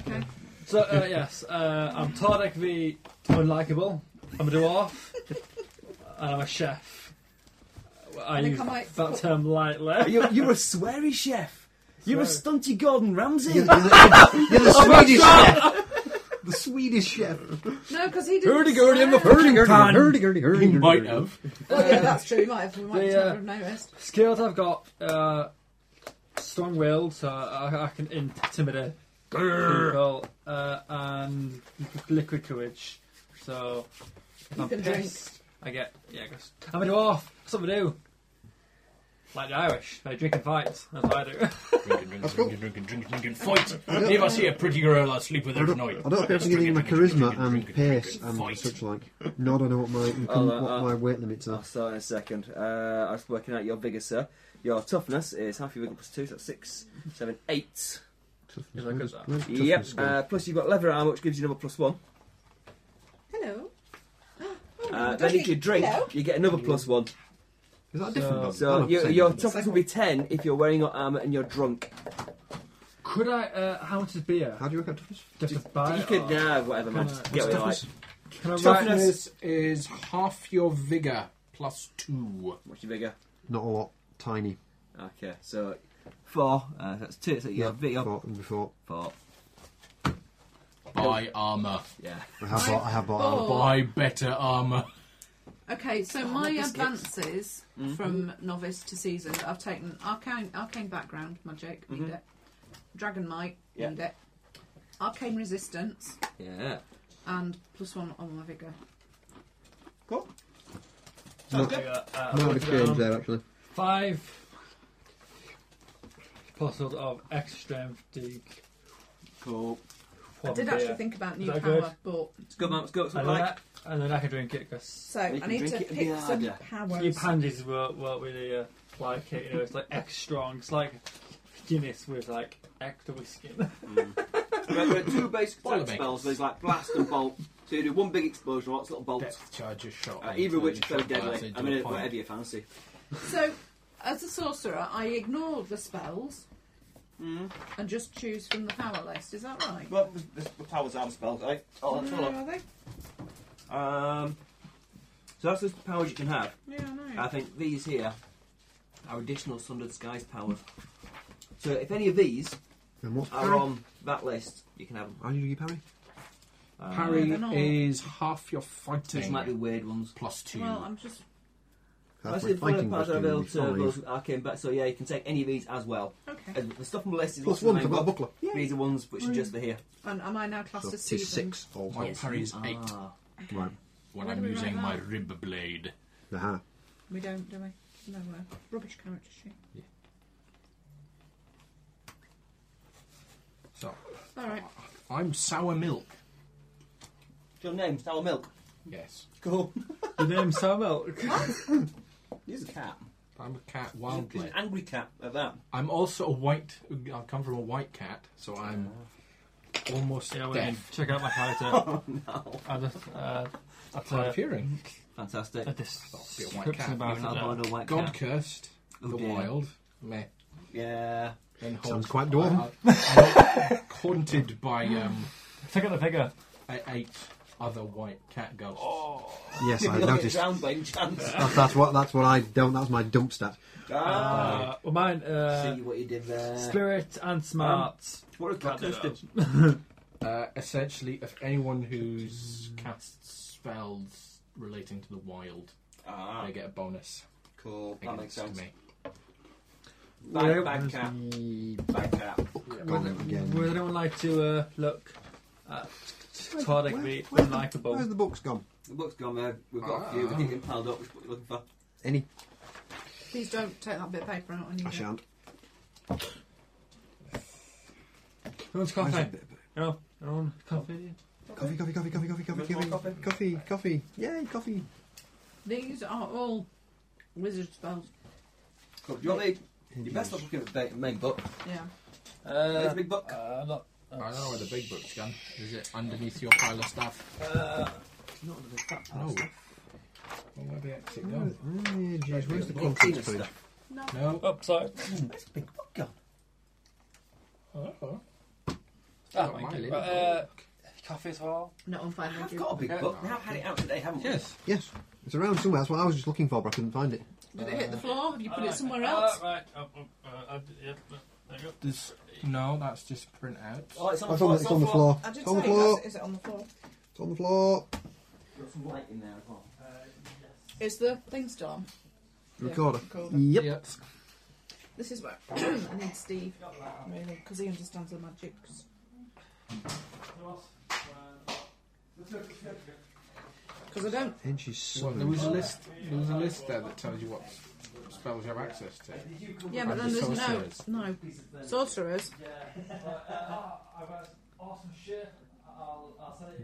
Speaker 5: okay.
Speaker 4: So uh, yes, uh, I'm Tardek the unlikable. I'm a dwarf, and I'm a chef. Uh, I,
Speaker 5: I think
Speaker 4: use
Speaker 5: I might-
Speaker 4: that term lightly.
Speaker 1: You're, you're a sweary chef. You're a stunty Gordon Ramsay.
Speaker 3: You're, the- you're the, you're the Swedish chef. The Swedish chef.
Speaker 5: No, because he didn't. swear.
Speaker 4: pan.
Speaker 2: He might have.
Speaker 5: Well, yeah, that's true. We might have, we might
Speaker 4: The,
Speaker 5: have
Speaker 4: uh,
Speaker 5: never noticed.
Speaker 4: Skills I've got uh, strong willed, so I, I can intimidate people, uh, and liquid courage. So if
Speaker 5: You
Speaker 4: I'm
Speaker 5: can drink.
Speaker 4: pissed, I get yeah. I guess. I'm a dwarf. Something do. Like the Irish, they drink and fight. That's what I do.
Speaker 2: Drinking, drinking, drinking, drinking, drinking, drinking, fight. Leave us here, pretty girl. I'll sleep with
Speaker 3: I
Speaker 2: her
Speaker 3: don't,
Speaker 2: tonight.
Speaker 3: I don't appear
Speaker 2: Let's
Speaker 3: to give
Speaker 2: drink
Speaker 3: you my
Speaker 2: it, drink it,
Speaker 3: charisma
Speaker 2: drink it,
Speaker 3: and
Speaker 2: drink it, drink
Speaker 3: pace
Speaker 2: it,
Speaker 3: and
Speaker 2: fight.
Speaker 3: such like. No, I don't know what my
Speaker 1: Oh,
Speaker 3: income,
Speaker 1: uh,
Speaker 3: what my weight limits
Speaker 1: I'll
Speaker 3: are.
Speaker 1: start in a second. Uh, I was working out your vigor, sir. Your toughness is half your vigor plus two, so that's six, seven, eight.
Speaker 4: Is that good, sir?
Speaker 1: Yep. Uh, plus you've got leather arm, which gives you another plus one.
Speaker 5: Hello.
Speaker 1: Uh,
Speaker 5: Oh,
Speaker 1: then if you drink,
Speaker 5: Hello.
Speaker 1: you get another plus one.
Speaker 3: Is that different?
Speaker 4: So-
Speaker 3: one?
Speaker 1: So
Speaker 3: Oh,
Speaker 1: your,
Speaker 3: same
Speaker 1: your
Speaker 3: one.
Speaker 1: toughness will be ten if you're wearing your armor and you're drunk.
Speaker 4: Could I? Uh, how much is beer?
Speaker 3: How do you work out toughness?
Speaker 4: Just a buy.
Speaker 1: you could
Speaker 4: or-
Speaker 1: nah, whatever, man.
Speaker 4: Can I-
Speaker 1: Just get what you like.
Speaker 3: Toughness?
Speaker 4: Can I write this?
Speaker 2: Toughness is half your vigor plus two.
Speaker 1: What's your vigor?
Speaker 3: Not a lot. Tiny.
Speaker 1: Okay, so four. Uh, that's two. So your vigor
Speaker 3: Bought them before.
Speaker 1: four.
Speaker 2: Buy armor.
Speaker 1: Yeah.
Speaker 3: I have bought. I have bought.
Speaker 5: Oh.
Speaker 3: armor.
Speaker 2: Buy better armor.
Speaker 5: Okay, so my
Speaker 1: biscuits.
Speaker 5: advances
Speaker 1: Mm-hmm.
Speaker 5: from novice to seasoned, I've taken arcane, arcane background magic, need it. Dragon might,
Speaker 1: Mm-hmm. Yeah.
Speaker 5: need it. Arcane resistance,
Speaker 1: Yeah.
Speaker 5: and plus one on my vigor.
Speaker 4: Uh,
Speaker 3: Might
Speaker 4: uh,
Speaker 3: have changed there actually.
Speaker 4: Five bottles of extra strength dig.
Speaker 1: Cool.
Speaker 5: I did actually think about new
Speaker 4: that
Speaker 5: power, but
Speaker 1: It's good, man. It's good. It's
Speaker 4: and,
Speaker 1: good.
Speaker 4: then
Speaker 1: Like.
Speaker 4: I, and then I can drink it because
Speaker 5: so
Speaker 1: You
Speaker 5: I
Speaker 1: can
Speaker 5: need
Speaker 1: drink
Speaker 5: to
Speaker 1: it and
Speaker 5: pick
Speaker 1: be
Speaker 5: some
Speaker 1: harder.
Speaker 4: your
Speaker 5: powers.
Speaker 4: pandies were weren't really uh, like it. You know, it's like extra strong. It's like Guinness with like extra whiskey.
Speaker 1: Right, there are two basic
Speaker 2: Boiler
Speaker 1: attack
Speaker 2: makers.
Speaker 1: spells. There's like blast and bolt. So you do one big explosion, lots of little bolts.
Speaker 2: Death charger shot.
Speaker 1: Uh, either of which is very deadly. I mean, whatever you fancy.
Speaker 5: so, as a sorcerer, I ignore the spells
Speaker 1: Mm.
Speaker 5: and just choose from the power list. Is that right?
Speaker 1: Well, the, the powers aren't spells, eh? Oh, that's
Speaker 5: No,
Speaker 1: all
Speaker 5: are they?
Speaker 1: right. Um, so that's just the powers you can have.
Speaker 5: Yeah, I know.
Speaker 1: I think these here are additional Sundered Skies powers. So if any of these
Speaker 3: And what's
Speaker 1: are
Speaker 3: parry?
Speaker 1: on that list, you can have them.
Speaker 3: How do you do parry?
Speaker 1: Uh,
Speaker 5: I
Speaker 2: Parry
Speaker 5: don't know.
Speaker 2: is half your
Speaker 1: These
Speaker 2: fighting
Speaker 1: might be weird ones.
Speaker 2: plus two.
Speaker 5: well, I'm just
Speaker 1: That's
Speaker 3: Halfway
Speaker 1: the fun
Speaker 3: fighting
Speaker 1: of parts
Speaker 3: was
Speaker 1: are
Speaker 3: doing
Speaker 1: available to uh, those
Speaker 3: five.
Speaker 1: with arcane back. So yeah, you can take any of these as well.
Speaker 5: okay.
Speaker 1: And the stuff on the list is what's
Speaker 3: Plus one
Speaker 1: the
Speaker 3: for
Speaker 1: main
Speaker 3: that
Speaker 1: one.
Speaker 3: buckler.
Speaker 1: These are ones which are just for here.
Speaker 5: And am I now classed
Speaker 3: So
Speaker 5: as
Speaker 3: it's
Speaker 5: seasoned?
Speaker 3: six. All
Speaker 2: My parry is eight
Speaker 1: Ah.
Speaker 3: Right.
Speaker 2: when
Speaker 5: Where
Speaker 2: I'm
Speaker 5: do we
Speaker 2: using
Speaker 5: write
Speaker 2: my
Speaker 5: that?
Speaker 2: rib blade.
Speaker 3: Aha.
Speaker 5: We don't, do we? No, we're rubbish character sheet.
Speaker 2: So
Speaker 5: All right.
Speaker 2: I'm sour milk.
Speaker 1: Your name, Sour Milk.
Speaker 2: Yes.
Speaker 1: Cool.
Speaker 4: Your name's Sour Milk.
Speaker 1: Use a cat.
Speaker 2: I'm a cat
Speaker 1: He's
Speaker 2: wildly.
Speaker 1: an angry cat at that.
Speaker 2: I'm also a white. I've come from a white cat, so I'm almost
Speaker 4: Yeah, when you
Speaker 2: deaf.
Speaker 4: check out my
Speaker 2: Oh,
Speaker 4: character. I just, uh, that's
Speaker 2: I'm
Speaker 4: a,
Speaker 2: appearing.
Speaker 1: Fantastic.
Speaker 4: a
Speaker 2: be a white cat.
Speaker 4: description about it.
Speaker 2: Even
Speaker 1: I'll
Speaker 4: no.
Speaker 1: borrow a white
Speaker 2: God
Speaker 1: cat.
Speaker 2: cursed
Speaker 1: Oh,
Speaker 2: the
Speaker 1: dear.
Speaker 2: wild. Meh.
Speaker 1: Yeah.
Speaker 2: Then
Speaker 3: Sounds
Speaker 2: haunted-
Speaker 3: quite dwarven.
Speaker 2: I- I- I'm haunted by um,
Speaker 4: Check out the figure. Oh.
Speaker 2: e- eight other white cat ghosts.
Speaker 3: Yes, I
Speaker 1: You're not
Speaker 3: noticed.
Speaker 1: drowned by any chance.
Speaker 3: That's, that's what that's what I don't. That's my dump stat.
Speaker 1: Ah,
Speaker 4: Uh, well, mine, uh,
Speaker 1: see what you did there.
Speaker 4: spirit and smart.
Speaker 1: What a
Speaker 4: Can't do
Speaker 1: contestant.
Speaker 2: Uh, essentially, if anyone who's casts spells relating to the wild,
Speaker 1: Ah,
Speaker 2: they get a bonus
Speaker 3: Cool.
Speaker 1: That
Speaker 2: against
Speaker 1: makes sense.
Speaker 2: me.
Speaker 1: bad, bad cat. Bad cat.
Speaker 3: Gone again.
Speaker 4: Would anyone like to uh, look at Tardic the
Speaker 3: Where's the-
Speaker 4: Unlikable?
Speaker 3: Where's the books gone?
Speaker 1: The book's gone there. We've got a few. We keep getting piled up. Which book are you looking for?
Speaker 3: Any?
Speaker 5: Please don't take that bit of paper out on you.
Speaker 3: I shan't.
Speaker 4: Everyone's
Speaker 3: Where's
Speaker 4: coffee.
Speaker 3: that bit of it?
Speaker 4: Everyone, everyone coffee.
Speaker 3: Coffee, coffee, coffee, coffee, coffee, coffee, coffee, coffee, coffee, coffee. Yay, coffee.
Speaker 5: These are all wizard spells.
Speaker 1: Cool. Do you want me? You best not looking at the big- main book.
Speaker 5: Yeah.
Speaker 1: There's
Speaker 4: Uh,
Speaker 1: the big book.
Speaker 4: uh, not,
Speaker 2: I don't know where the big book's gone. Is it underneath your pile of stuff?
Speaker 4: uh,
Speaker 1: Not the big fat
Speaker 2: No.
Speaker 1: pasta.
Speaker 2: Well, where the heck's it
Speaker 3: Oh,
Speaker 2: gone?
Speaker 3: yeah, geez, where's the
Speaker 1: Eighteen
Speaker 3: contents
Speaker 1: and
Speaker 3: page?
Speaker 1: stuff.
Speaker 5: No.
Speaker 2: No.
Speaker 4: oh, sorry.
Speaker 1: Where's the big book gone?
Speaker 2: Oh.
Speaker 4: Ah,
Speaker 2: Not
Speaker 4: thank
Speaker 2: my
Speaker 4: you.
Speaker 2: little
Speaker 4: Uh,
Speaker 2: book.
Speaker 4: coffee as well.
Speaker 5: Not on fire.
Speaker 1: I've got a big book. We have had it out today, haven't we?
Speaker 2: Yes.
Speaker 3: Yes, it's around somewhere. That's what I was just looking for, but I couldn't find it.
Speaker 5: Did it hit the floor? Have you put it somewhere
Speaker 4: Uh,
Speaker 5: else?
Speaker 4: right. Uh, uh, uh, yep, there you go.
Speaker 2: There's, no, Oh, that's just print out.
Speaker 1: Oh, it's on the
Speaker 3: It's
Speaker 1: floor.
Speaker 3: on, it's on the floor.
Speaker 5: Uh, I did
Speaker 3: It's
Speaker 5: say,
Speaker 3: on the floor.
Speaker 5: that. is it on the floor?
Speaker 3: It's on the floor.
Speaker 1: Got some light in there as well.
Speaker 5: Is the thing still on?
Speaker 3: Recorder. Mm.
Speaker 5: Recorder.
Speaker 3: Yep.
Speaker 5: This is where I need Steve, really, because he understands the magic. Because I don't.
Speaker 3: And she's so.
Speaker 2: Well, there was a list. There was a list there that tells you what spells you have access to.
Speaker 5: Yeah, but then
Speaker 2: the
Speaker 5: there's no.
Speaker 2: sorcerers.
Speaker 5: No. Sorcerers.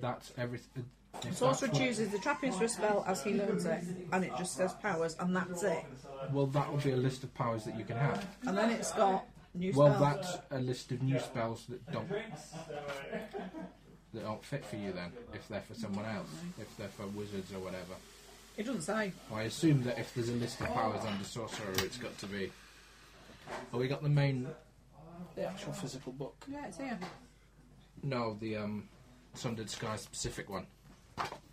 Speaker 2: That's uh, everything.
Speaker 5: Sorcerer chooses the trappings for a spell as he learns it, and it just says powers, and that's it.
Speaker 2: Well, that would be a list of powers that you can have.
Speaker 5: And then it's got new
Speaker 2: Well,
Speaker 5: spells.
Speaker 2: that's a list of new spells that don't that don't fit for you. Then, if they're for someone else, if they're for wizards or whatever.
Speaker 5: It doesn't say.
Speaker 2: I assume that if there's a list of powers under sorcerer, it's got to be. Oh, we got the main, the actual physical book.
Speaker 5: Yeah, it's here.
Speaker 2: No, the um, Sundered Sky specific one.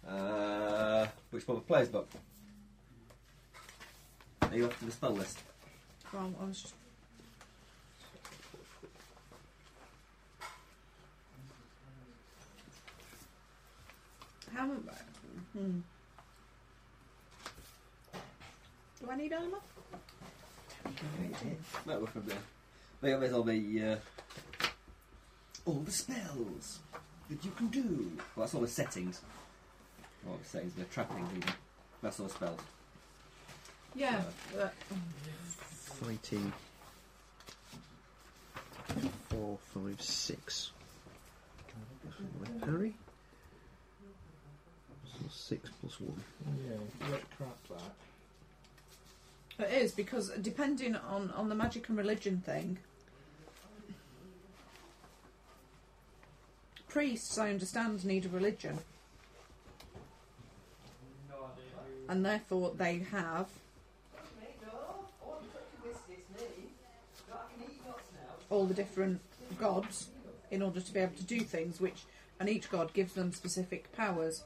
Speaker 1: Uh, which one? The player's book. Are you after the spell list?
Speaker 5: Well, I was just. Haven't. Hmm. Do I need armour?
Speaker 1: Might work from there. Maybe there's all the uh, all the spells that you can do. Well, that's all the settings. All the settings, the trappings even. That's all the spells.
Speaker 5: Yeah. but-
Speaker 3: Fighting. Four, five, six. Can I parry? So six plus one.
Speaker 2: Yeah, crap that.
Speaker 5: It is because depending on on the magic and religion thing, priests I understand need a religion, and therefore they have. All the different gods in order to be able to do things, which and each god gives them specific powers.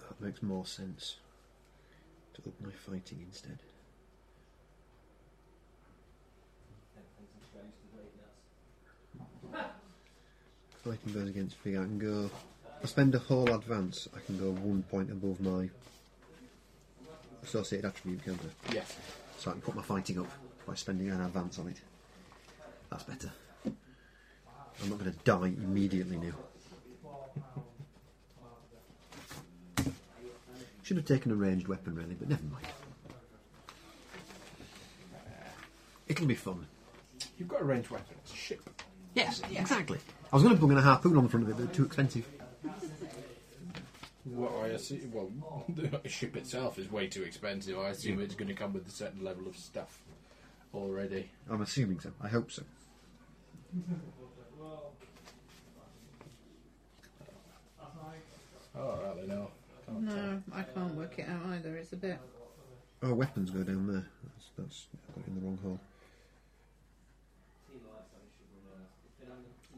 Speaker 3: That makes more sense. To up my fighting instead. Fighting goes against free. I can go. I spend a whole advance. I can go one point above my associated attribute, can't I?
Speaker 2: Yeah.
Speaker 3: So I can put my fighting up by spending an advance on it. That's better. I'm not going to die immediately now. Should have taken a ranged weapon, really, but never mind. It'll be fun.
Speaker 2: You've got a ranged weapon. It's a ship.
Speaker 3: Yes, exactly. I was going to put a harpoon on the front of it, but they're too expensive.
Speaker 2: Well, I assume, well, the ship itself is way too expensive. I assume it's going to come with a certain level of stuff already.
Speaker 3: I'm assuming so. I hope so.
Speaker 2: Oh, I don't know. Can't tell.
Speaker 5: No, I can't work it out either. It's a bit.
Speaker 3: Oh, weapons go down there. That's, that's I've got it in the wrong hole.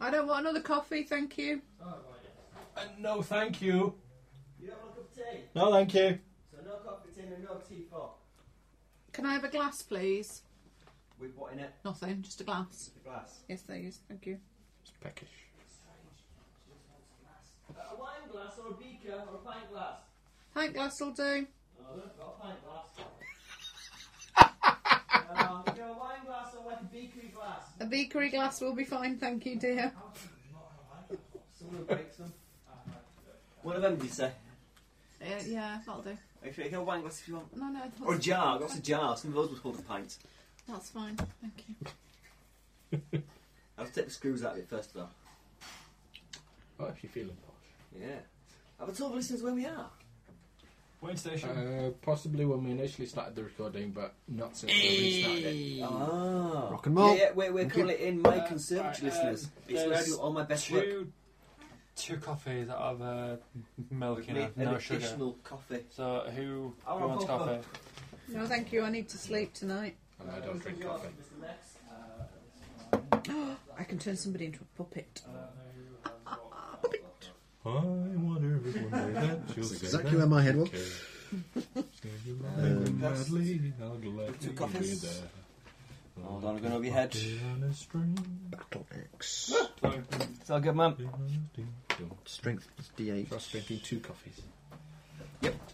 Speaker 5: I don't want another coffee, thank you.
Speaker 2: Uh, no, thank you. No, thank you.
Speaker 1: No coffee tin and no teapot.
Speaker 5: Can I have a glass, please?
Speaker 1: With what in it?
Speaker 5: Nothing, just a glass.
Speaker 1: The glass.
Speaker 5: Yes, there is. Thank you.
Speaker 2: It's peckish.
Speaker 1: A wine glass or a beaker or a pint glass?
Speaker 5: Pint glass will do.
Speaker 1: No, I've got a pint glass. um, you know, a wine glass or like a beakery glass?
Speaker 5: A beakery glass will be fine, thank you, dear.
Speaker 1: Someone breaks them. One of them, did you say?
Speaker 5: Uh, yeah, that'll do.
Speaker 1: Actually, you can have a wine glass if you want.
Speaker 5: No, no, that's,
Speaker 1: Or a jar. What's a jar? Some of those would hold a pint.
Speaker 5: that's fine. Thank you.
Speaker 1: I'll take the screws out of it first, though.
Speaker 2: Oh, if you're feeling posh.
Speaker 1: Yeah. Have I told the listeners where we are?
Speaker 4: Wayne Station.
Speaker 2: Uh, possibly when we initially started the recording, but not since we started.
Speaker 1: Ah.
Speaker 3: Rock and roll.
Speaker 1: Yeah, yeah we're, we're
Speaker 3: Thank
Speaker 1: calling it in my
Speaker 4: Uh,
Speaker 1: conservatory
Speaker 4: right, um,
Speaker 1: listeners. it's where I
Speaker 4: there's
Speaker 1: do all my best work.
Speaker 4: two, two coffees out of uh, milk,
Speaker 1: With
Speaker 4: you
Speaker 1: me,
Speaker 4: know,
Speaker 1: an
Speaker 4: no sugar.
Speaker 1: additional coffee.
Speaker 4: So who,
Speaker 1: I
Speaker 4: who
Speaker 1: want
Speaker 4: wants
Speaker 1: coffee.
Speaker 4: coffee?
Speaker 5: No, thank you. I need to sleep tonight.
Speaker 2: And I don't drink coffee.
Speaker 5: I can turn somebody into a puppet.
Speaker 2: I wonder if one day that you'll
Speaker 3: That's exactly where my head was. Um,
Speaker 1: Two coffees. Hold on, I'm going over your head.
Speaker 3: Battle axe.
Speaker 2: Ah.
Speaker 1: It's all good, man.
Speaker 3: Strength plus
Speaker 2: Trust
Speaker 3: D8.
Speaker 2: drinking two coffees.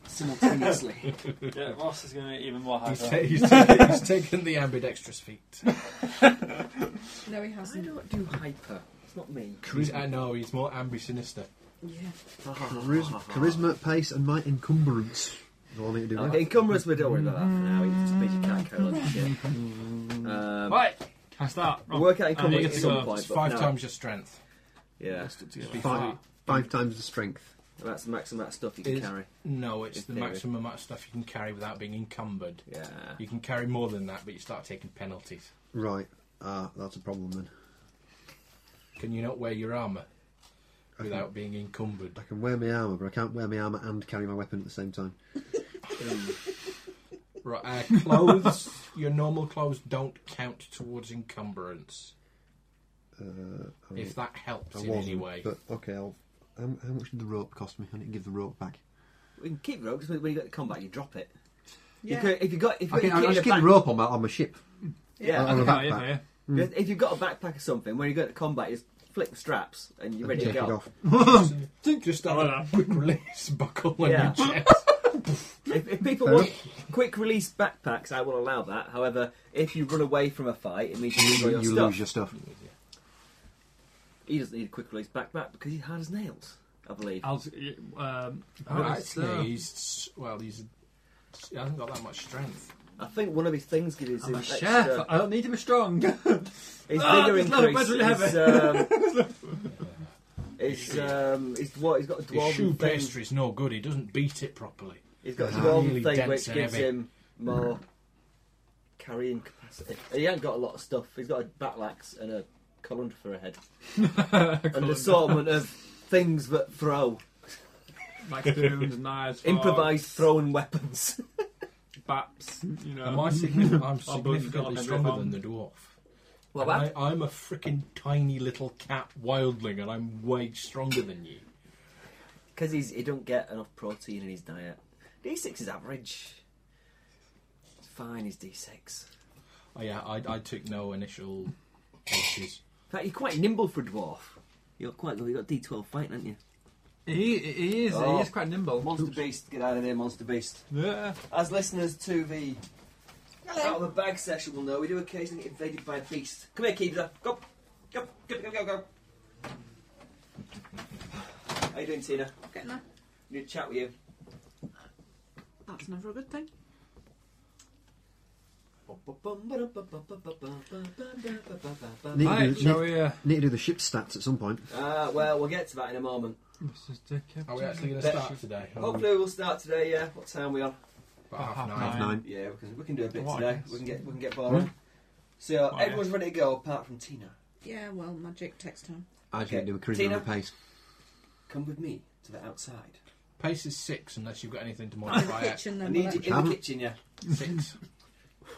Speaker 1: Simultaneously.
Speaker 4: Yeah, Ross is going to be even more
Speaker 2: He's,
Speaker 4: hyper.
Speaker 2: taken the ambidextrous feet.
Speaker 5: No, he
Speaker 1: I
Speaker 5: hasn't.
Speaker 1: don't do hyper. It's not me.
Speaker 2: I know, he's more ambisinister.
Speaker 5: Yeah.
Speaker 3: Charisma, charisma, pace, and my encumbrance. That's all I need to do.
Speaker 1: Okay, encumbrance, but don't worry about that for now. It's just basically can't carry loads of shit. Um,
Speaker 4: Right, I start.
Speaker 1: we'll work out
Speaker 4: I
Speaker 1: encumbrance
Speaker 4: think
Speaker 1: at
Speaker 4: it's,
Speaker 1: some
Speaker 4: uh,
Speaker 1: point.
Speaker 2: It's
Speaker 1: but
Speaker 2: five
Speaker 1: no.
Speaker 2: times your strength.
Speaker 1: Yeah,
Speaker 3: Five, five times the strength.
Speaker 1: that's the maximum amount of stuff you can
Speaker 2: Is-
Speaker 1: carry.
Speaker 2: No, it's
Speaker 1: In
Speaker 2: the
Speaker 1: theory.
Speaker 2: maximum amount of stuff you can carry without being encumbered.
Speaker 1: Yeah.
Speaker 2: You can carry more than that, but you start taking penalties.
Speaker 3: Right. Ah, that's a problem then.
Speaker 2: Can you not wear your armour
Speaker 3: I
Speaker 2: without being encumbered?
Speaker 3: I can wear my armour, but I can't wear my armour and carry my weapon at the same time.
Speaker 2: Right, uh, clothes, your normal clothes don't count towards encumbrance,
Speaker 3: Uh, I,
Speaker 2: if that helps
Speaker 3: I
Speaker 2: in
Speaker 3: wasn't,
Speaker 2: any way.
Speaker 3: But okay, I'll, how, how much did the rope cost me? I need to give the rope back.
Speaker 1: We can keep the rope, 'cause when you get to combat, you drop it.
Speaker 5: Yeah.
Speaker 1: You could, if you got, if you
Speaker 3: I can,
Speaker 1: got
Speaker 3: I'll
Speaker 1: your kit in
Speaker 3: just
Speaker 1: a
Speaker 3: keep the
Speaker 1: back-
Speaker 3: rope on my, on my ship.
Speaker 1: Yeah,
Speaker 3: on my
Speaker 4: Oh, yeah,
Speaker 3: backpack.
Speaker 4: yeah.
Speaker 1: Because If you've got a backpack or something, when you go to combat, you just flick the straps and you're ready
Speaker 3: Take
Speaker 1: to
Speaker 3: it
Speaker 1: go.
Speaker 3: off.
Speaker 2: Just have a quick release buckle on
Speaker 1: Yeah.
Speaker 2: your chest.
Speaker 1: If, if people
Speaker 3: Fair
Speaker 1: want quick release backpacks, I will allow that. However, if you run away from a fight, it means you lose all
Speaker 3: You,
Speaker 1: your
Speaker 3: you
Speaker 1: stuff.
Speaker 3: lose your stuff.
Speaker 1: He doesn't need a quick release backpack because he's hard as nails, I believe.
Speaker 4: I'll, um,
Speaker 2: Oh,
Speaker 4: right,
Speaker 2: actually,
Speaker 4: so-
Speaker 2: he's well. He's he hasn't got that much strength.
Speaker 1: I think one of his things gives him
Speaker 4: I'm a
Speaker 1: extra.
Speaker 4: chef. I don't need to be strong.
Speaker 1: His
Speaker 2: Oh,
Speaker 4: Ah,
Speaker 1: vigor
Speaker 4: this leather
Speaker 1: increase.
Speaker 4: bed's really heavy.
Speaker 1: His, um, his, um, his dwar- he's got a
Speaker 2: His shoe
Speaker 1: dwarven thing.
Speaker 2: pastry's no good. He doesn't beat it properly.
Speaker 1: He's got a
Speaker 2: Ah,
Speaker 1: dwarven
Speaker 2: really
Speaker 1: thing
Speaker 2: dense
Speaker 1: which
Speaker 2: and
Speaker 1: gives
Speaker 2: heavy.
Speaker 1: him more carrying capacity. He ain't got a lot of stuff. He's got a batlax and a colander for a head. an assortment of things that
Speaker 2: Oh.
Speaker 1: throw.
Speaker 4: Like spoons, knives,
Speaker 1: Improvised throwing weapons.
Speaker 4: forks, baps, you know.
Speaker 2: Am I significant- I'm
Speaker 4: I'll believe
Speaker 2: significantly
Speaker 4: God,
Speaker 2: stronger
Speaker 4: everyone.
Speaker 2: than the dwarf.
Speaker 1: Well,
Speaker 2: And
Speaker 1: that-
Speaker 2: I, I'm a freaking tiny little cat wildling, and I'm way stronger than you.
Speaker 1: Because he don't get enough protein in his diet. D6 is average. It's fine, his D6.
Speaker 2: Oh, yeah, I, I took no initial punches.
Speaker 1: In fact, you're quite nimble for a dwarf. You're quite good. You've got D12 fighting, haven't you?
Speaker 4: He, he is.
Speaker 1: Oh.
Speaker 4: He is quite nimble.
Speaker 1: Monster Beast, get out of there, Monster Beast.
Speaker 4: Yeah.
Speaker 1: As listeners to the
Speaker 5: Hello.
Speaker 1: Out of the Bag section will know, we do occasionally get invaded by a beast. Come here, Keebler. Go. Go, go, go, go, go. How you doing, Tina?
Speaker 5: Getting there.
Speaker 1: Need to chat with you.
Speaker 5: That's never a good thing.
Speaker 3: Need
Speaker 4: Right,
Speaker 3: to, do,
Speaker 4: shall
Speaker 3: need,
Speaker 4: we? Uh,
Speaker 3: need to do the ship stats at some point.
Speaker 1: Uh, well, we'll get to that in a moment.
Speaker 4: this is the captain.
Speaker 2: Are we actually going to
Speaker 1: Bet-
Speaker 2: start today?
Speaker 1: Hopefully, we'll start today. Yeah, what time are we on?
Speaker 2: About half
Speaker 4: Half
Speaker 2: nine.
Speaker 3: Half nine.
Speaker 1: Yeah, we can, we can do a bit
Speaker 4: Oh, I
Speaker 1: today.
Speaker 4: guess.
Speaker 1: We can get we can get boring. So
Speaker 4: Oh,
Speaker 1: everyone's ready to go apart from Tina.
Speaker 5: Yeah, well, magic takes time.
Speaker 3: I
Speaker 1: Okay.
Speaker 3: should do a cruising
Speaker 1: Tina?
Speaker 3: on the pace.
Speaker 1: Come with me to the outside.
Speaker 2: Pace is six, unless you've got anything to
Speaker 5: In the
Speaker 2: modify it.
Speaker 5: kitchen,
Speaker 1: I
Speaker 5: then.
Speaker 1: need you
Speaker 5: we'll
Speaker 1: in the
Speaker 3: Haven't-
Speaker 1: kitchen, yeah,
Speaker 2: Six.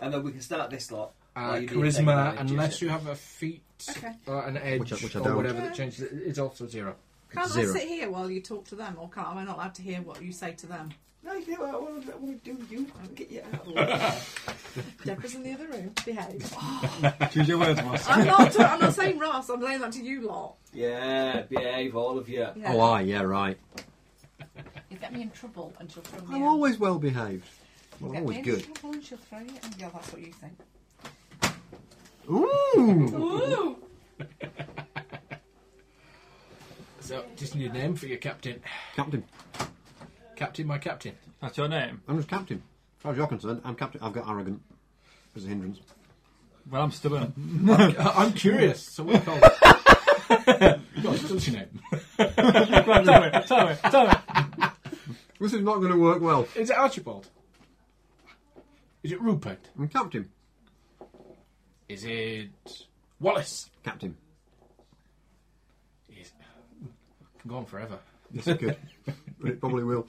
Speaker 1: and then we can start this lot.
Speaker 2: Uh,
Speaker 1: Well, you need to take
Speaker 2: charisma,
Speaker 1: advantage,
Speaker 2: unless
Speaker 1: isn't
Speaker 2: you have a feat
Speaker 5: Okay.
Speaker 2: or an edge
Speaker 3: Which I- which I
Speaker 2: or
Speaker 3: don't.
Speaker 2: whatever
Speaker 5: Yeah.
Speaker 2: that changes it, it's also zero.
Speaker 5: Can't
Speaker 3: Zero.
Speaker 5: I sit here while you talk to them, or can't, am I not allowed to hear what you say to them?
Speaker 1: No, you do. I want to, I want to do you. Get you out of the way.
Speaker 5: Deborah's in the other room. Behave.
Speaker 4: Choose your words, Ross.
Speaker 5: I'm not. I'm not saying Ross. I'm saying that to you lot.
Speaker 1: yeah, behave, all of you.
Speaker 5: Yeah.
Speaker 3: Oh, I, yeah, right.
Speaker 5: You get me in trouble, and she'll throw me.
Speaker 3: I'm
Speaker 5: out.
Speaker 3: always well behaved. Well,
Speaker 5: Get
Speaker 3: always
Speaker 5: me in
Speaker 3: good.
Speaker 5: trouble, and she'll throw you. And yeah, that's what you think.
Speaker 3: Ooh!
Speaker 5: Ooh.
Speaker 2: So, just need a name for your captain.
Speaker 3: Captain.
Speaker 2: Captain, my captain.
Speaker 4: That's your name.
Speaker 3: I'm just captain. As far as you're concerned, I'm captain. I've got arrogant as a hindrance.
Speaker 4: Well, I'm stubborn.
Speaker 2: I'm, I'm curious. So, what do you call it? God, what's your name?
Speaker 4: tell me, tell me, tell me.
Speaker 3: This is not going to work well.
Speaker 2: Is it Archibald? Is it Rupert?
Speaker 3: I'm captain.
Speaker 2: Is it Wallace?
Speaker 3: Captain.
Speaker 2: Is can go on forever.
Speaker 3: This is good. but it probably will.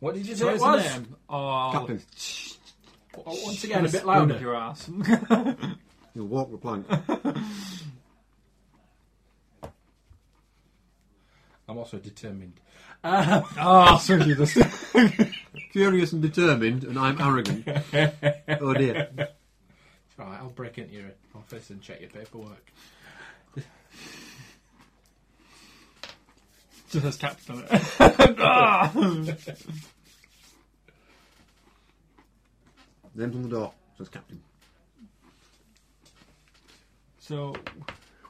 Speaker 2: What did you
Speaker 4: So
Speaker 2: say it
Speaker 4: his
Speaker 2: was?
Speaker 4: name? Oh,
Speaker 3: Captain.
Speaker 2: Oh, once again, a
Speaker 4: spoon
Speaker 2: bit
Speaker 4: up
Speaker 2: louder.
Speaker 4: Your ass.
Speaker 3: You'll walk the plank.
Speaker 2: I'm also determined.
Speaker 4: oh, so you just.
Speaker 3: Curious and determined, and I'm arrogant. oh dear.
Speaker 2: Right, I'll break into your office and check your paperwork.
Speaker 4: Just as captain Ah. on it.
Speaker 3: Name's on the door. Says captain.
Speaker 4: So,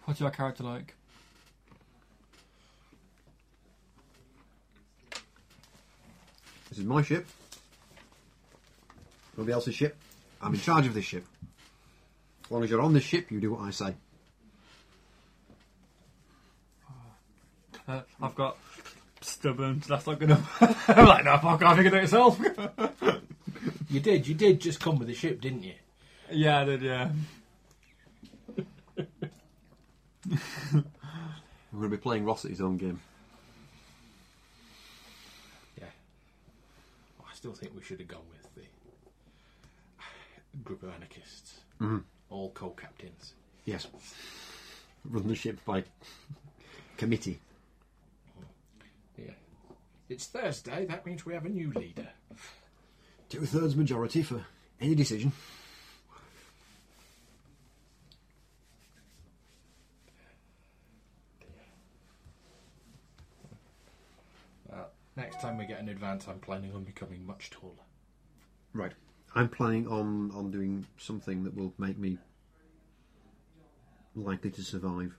Speaker 4: what's your character like?
Speaker 3: This is my ship. Nobody else's ship. I'm in charge of this ship. As long as you're on this ship, you do what I say.
Speaker 4: Uh, I've got stubborn. so That's not gonna. I'm like, no, fuck off. You can do it yourself.
Speaker 2: You did. You did just come with the ship, didn't you?
Speaker 4: yeah, I did. Yeah.
Speaker 3: I'm going to be playing Ross at his own game.
Speaker 2: Yeah. Well, I still think we should have gone with the group of anarchists, all co-captains.
Speaker 3: Yes. Run the ship by committee.
Speaker 2: Yeah. It's Thursday. That means we have a new leader.
Speaker 3: Two thirds majority for any decision.
Speaker 2: Next time we get an advance, I'm planning on becoming much taller.
Speaker 3: Right. I'm planning on, on doing something that will make me likely to survive.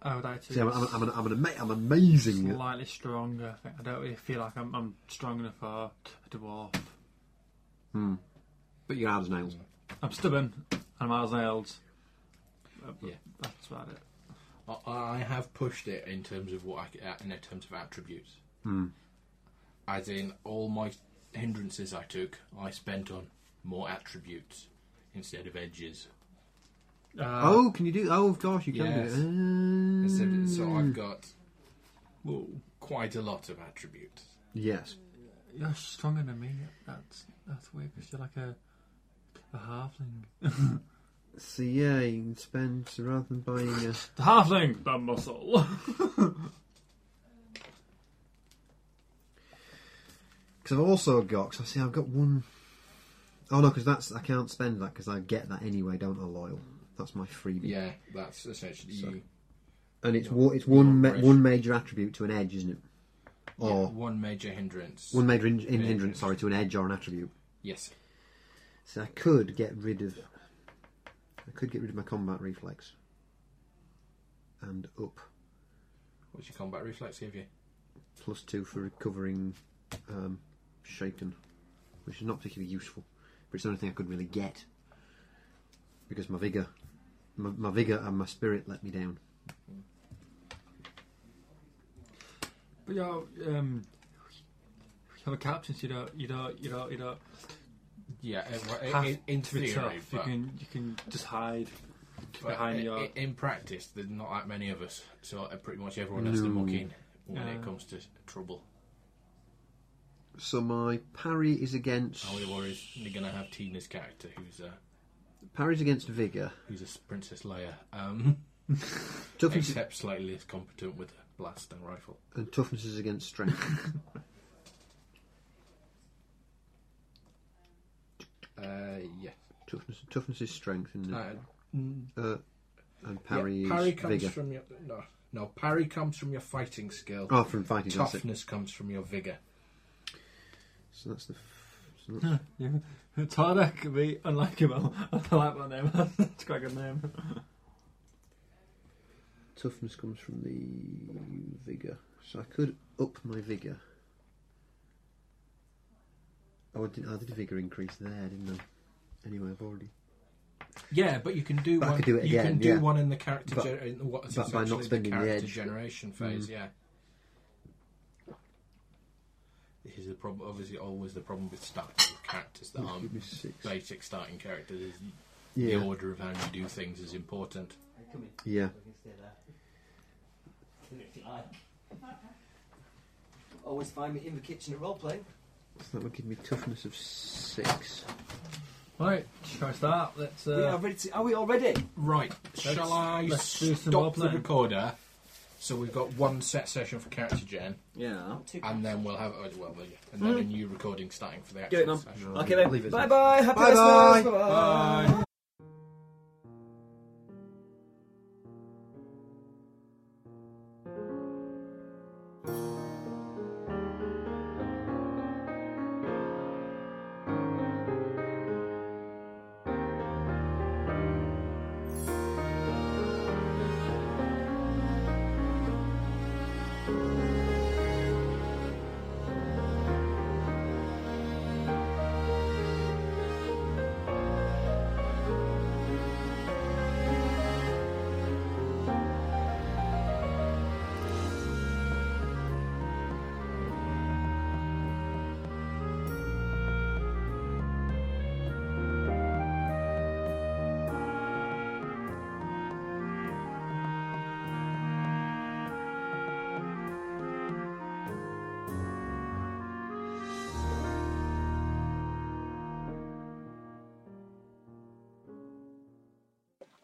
Speaker 4: I would actually.
Speaker 3: See, I'm, I'm, I'm, an, I'm, an, ama- I'm amazing at
Speaker 4: slightly stronger. I think I don't really feel like I'm, I'm strong enough for a dwarf.
Speaker 3: But you're hard as nails.
Speaker 4: I'm stubborn and I'm miles nailed.
Speaker 2: Yeah.
Speaker 4: That's about it.
Speaker 2: I, I have pushed it in terms of what I c- uh, in terms of attributes. As in, all my hindrances I took, I spent on more attributes instead of edges.
Speaker 4: Uh,
Speaker 3: Oh, can you do? Oh, of course you can
Speaker 2: Yes.
Speaker 3: do it.
Speaker 2: Instead
Speaker 3: Uh,
Speaker 2: of- so I've got quite a lot of attributes.
Speaker 3: yes.
Speaker 4: You're stronger than me. That's that's weird because you're like a a halfling.
Speaker 3: So yeah, you can spend so rather than buying a.
Speaker 4: The halfling, the muscle.
Speaker 3: Because I've also got. Cause I see, I've got one. Oh no, because that's I can't spend that because I get that anyway, don't I? Loyal. That's my freebie.
Speaker 2: Yeah, that's essentially
Speaker 3: So-
Speaker 2: you-
Speaker 3: And it's
Speaker 2: Yeah.
Speaker 3: one, it's one ma-
Speaker 2: Operation.
Speaker 3: one major attribute to an edge, isn't it? Or
Speaker 2: one major hindrance.
Speaker 3: oh. one major in- in-
Speaker 2: Major.
Speaker 3: hindrance, sorry, to an edge or an attribute.
Speaker 2: Yes.
Speaker 3: So I could get rid of. I could get rid of my combat reflex. And up.
Speaker 2: What's your combat reflex give you?
Speaker 3: plus two for recovering um, shaken, which is not particularly useful, but it's the only thing I could really get because my vigor, my, my vigor and my spirit let me down.
Speaker 4: But you know, um, you have a captain, so you don't, you don't, you don't, you don't
Speaker 2: Yeah, it, well, it-
Speaker 4: have
Speaker 2: it- in
Speaker 4: to be
Speaker 2: theory,
Speaker 4: tough. You
Speaker 2: but,
Speaker 4: can, you can just hide
Speaker 2: but
Speaker 4: behind
Speaker 2: i-
Speaker 4: your.
Speaker 2: i- in practice, there's not that many of us, so uh, pretty much everyone has to muck in when it
Speaker 4: Uh.
Speaker 2: comes to trouble.
Speaker 3: So my parry is against
Speaker 2: All we worry is they're going to have Tina's character, who's a
Speaker 3: parry's against vigor.
Speaker 2: who's a s- Princess Leia, um,
Speaker 3: Toughness
Speaker 2: except slightly less competent with a blast and rifle.
Speaker 3: and toughness is against strength.
Speaker 2: Uh, yeah.
Speaker 3: toughness, toughness is strength, and, uh, and parry
Speaker 2: Yeah,
Speaker 3: is
Speaker 2: parry comes
Speaker 3: vigor.
Speaker 2: from your no, no. Parry comes from your fighting skill.
Speaker 3: Oh, from fighting. that's it.
Speaker 2: Toughness comes from your vigor.
Speaker 3: So that's the. F- so that's-
Speaker 4: Yeah. Tarda could be unlikable. I like my name. it's quite a good name.
Speaker 3: toughness comes from the vigor. So I could up my vigor. Oh, I did, I did a vigor increase there, didn't I? Anyway, I've already.
Speaker 2: Yeah, but you can do
Speaker 3: But I
Speaker 2: one.
Speaker 3: could do it
Speaker 2: you
Speaker 3: again,
Speaker 2: can do
Speaker 3: yeah.
Speaker 2: one in the character.
Speaker 3: But-
Speaker 2: gener- in what is
Speaker 3: but by not
Speaker 2: essentially
Speaker 3: spending the
Speaker 2: character
Speaker 3: edge. Mm.
Speaker 2: generation phase. Yeah. This is the problem. Obviously, always the problem with starting with characters that
Speaker 3: Give me
Speaker 2: aren't
Speaker 3: six.
Speaker 2: basic starting characters. Is
Speaker 3: Mm. Yeah.
Speaker 2: The order of how you do things is important.
Speaker 3: Yeah.
Speaker 1: Always find me in the kitchen at role playing.
Speaker 3: So that would give me toughness of six.
Speaker 4: Right, shall I start? Let's.
Speaker 1: we are,
Speaker 4: Uh,
Speaker 1: ready to, are we all ready?
Speaker 2: Right. Shall I
Speaker 4: let's do some role
Speaker 2: stop the
Speaker 4: playing.
Speaker 2: recorder? So we've got one set session for character gen.
Speaker 1: Yeah.
Speaker 2: And then we'll have oh, well, yeah, and
Speaker 3: Mm.
Speaker 2: then a new recording starting for the actual
Speaker 1: it, Mum.
Speaker 2: session.
Speaker 1: Okay
Speaker 3: Leave
Speaker 1: then.
Speaker 3: it.
Speaker 1: Bye bye. Happy
Speaker 3: Bye-bye.
Speaker 1: listeners. Bye-bye.
Speaker 2: Bye.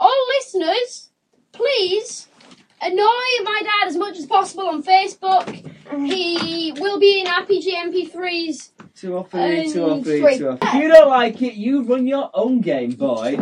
Speaker 7: all listeners, please annoy my dad as much as possible on Facebook. He will be in RPG MP3s
Speaker 1: Two off
Speaker 7: three, two off three, two
Speaker 1: If you don't like it, you run your own game, boy.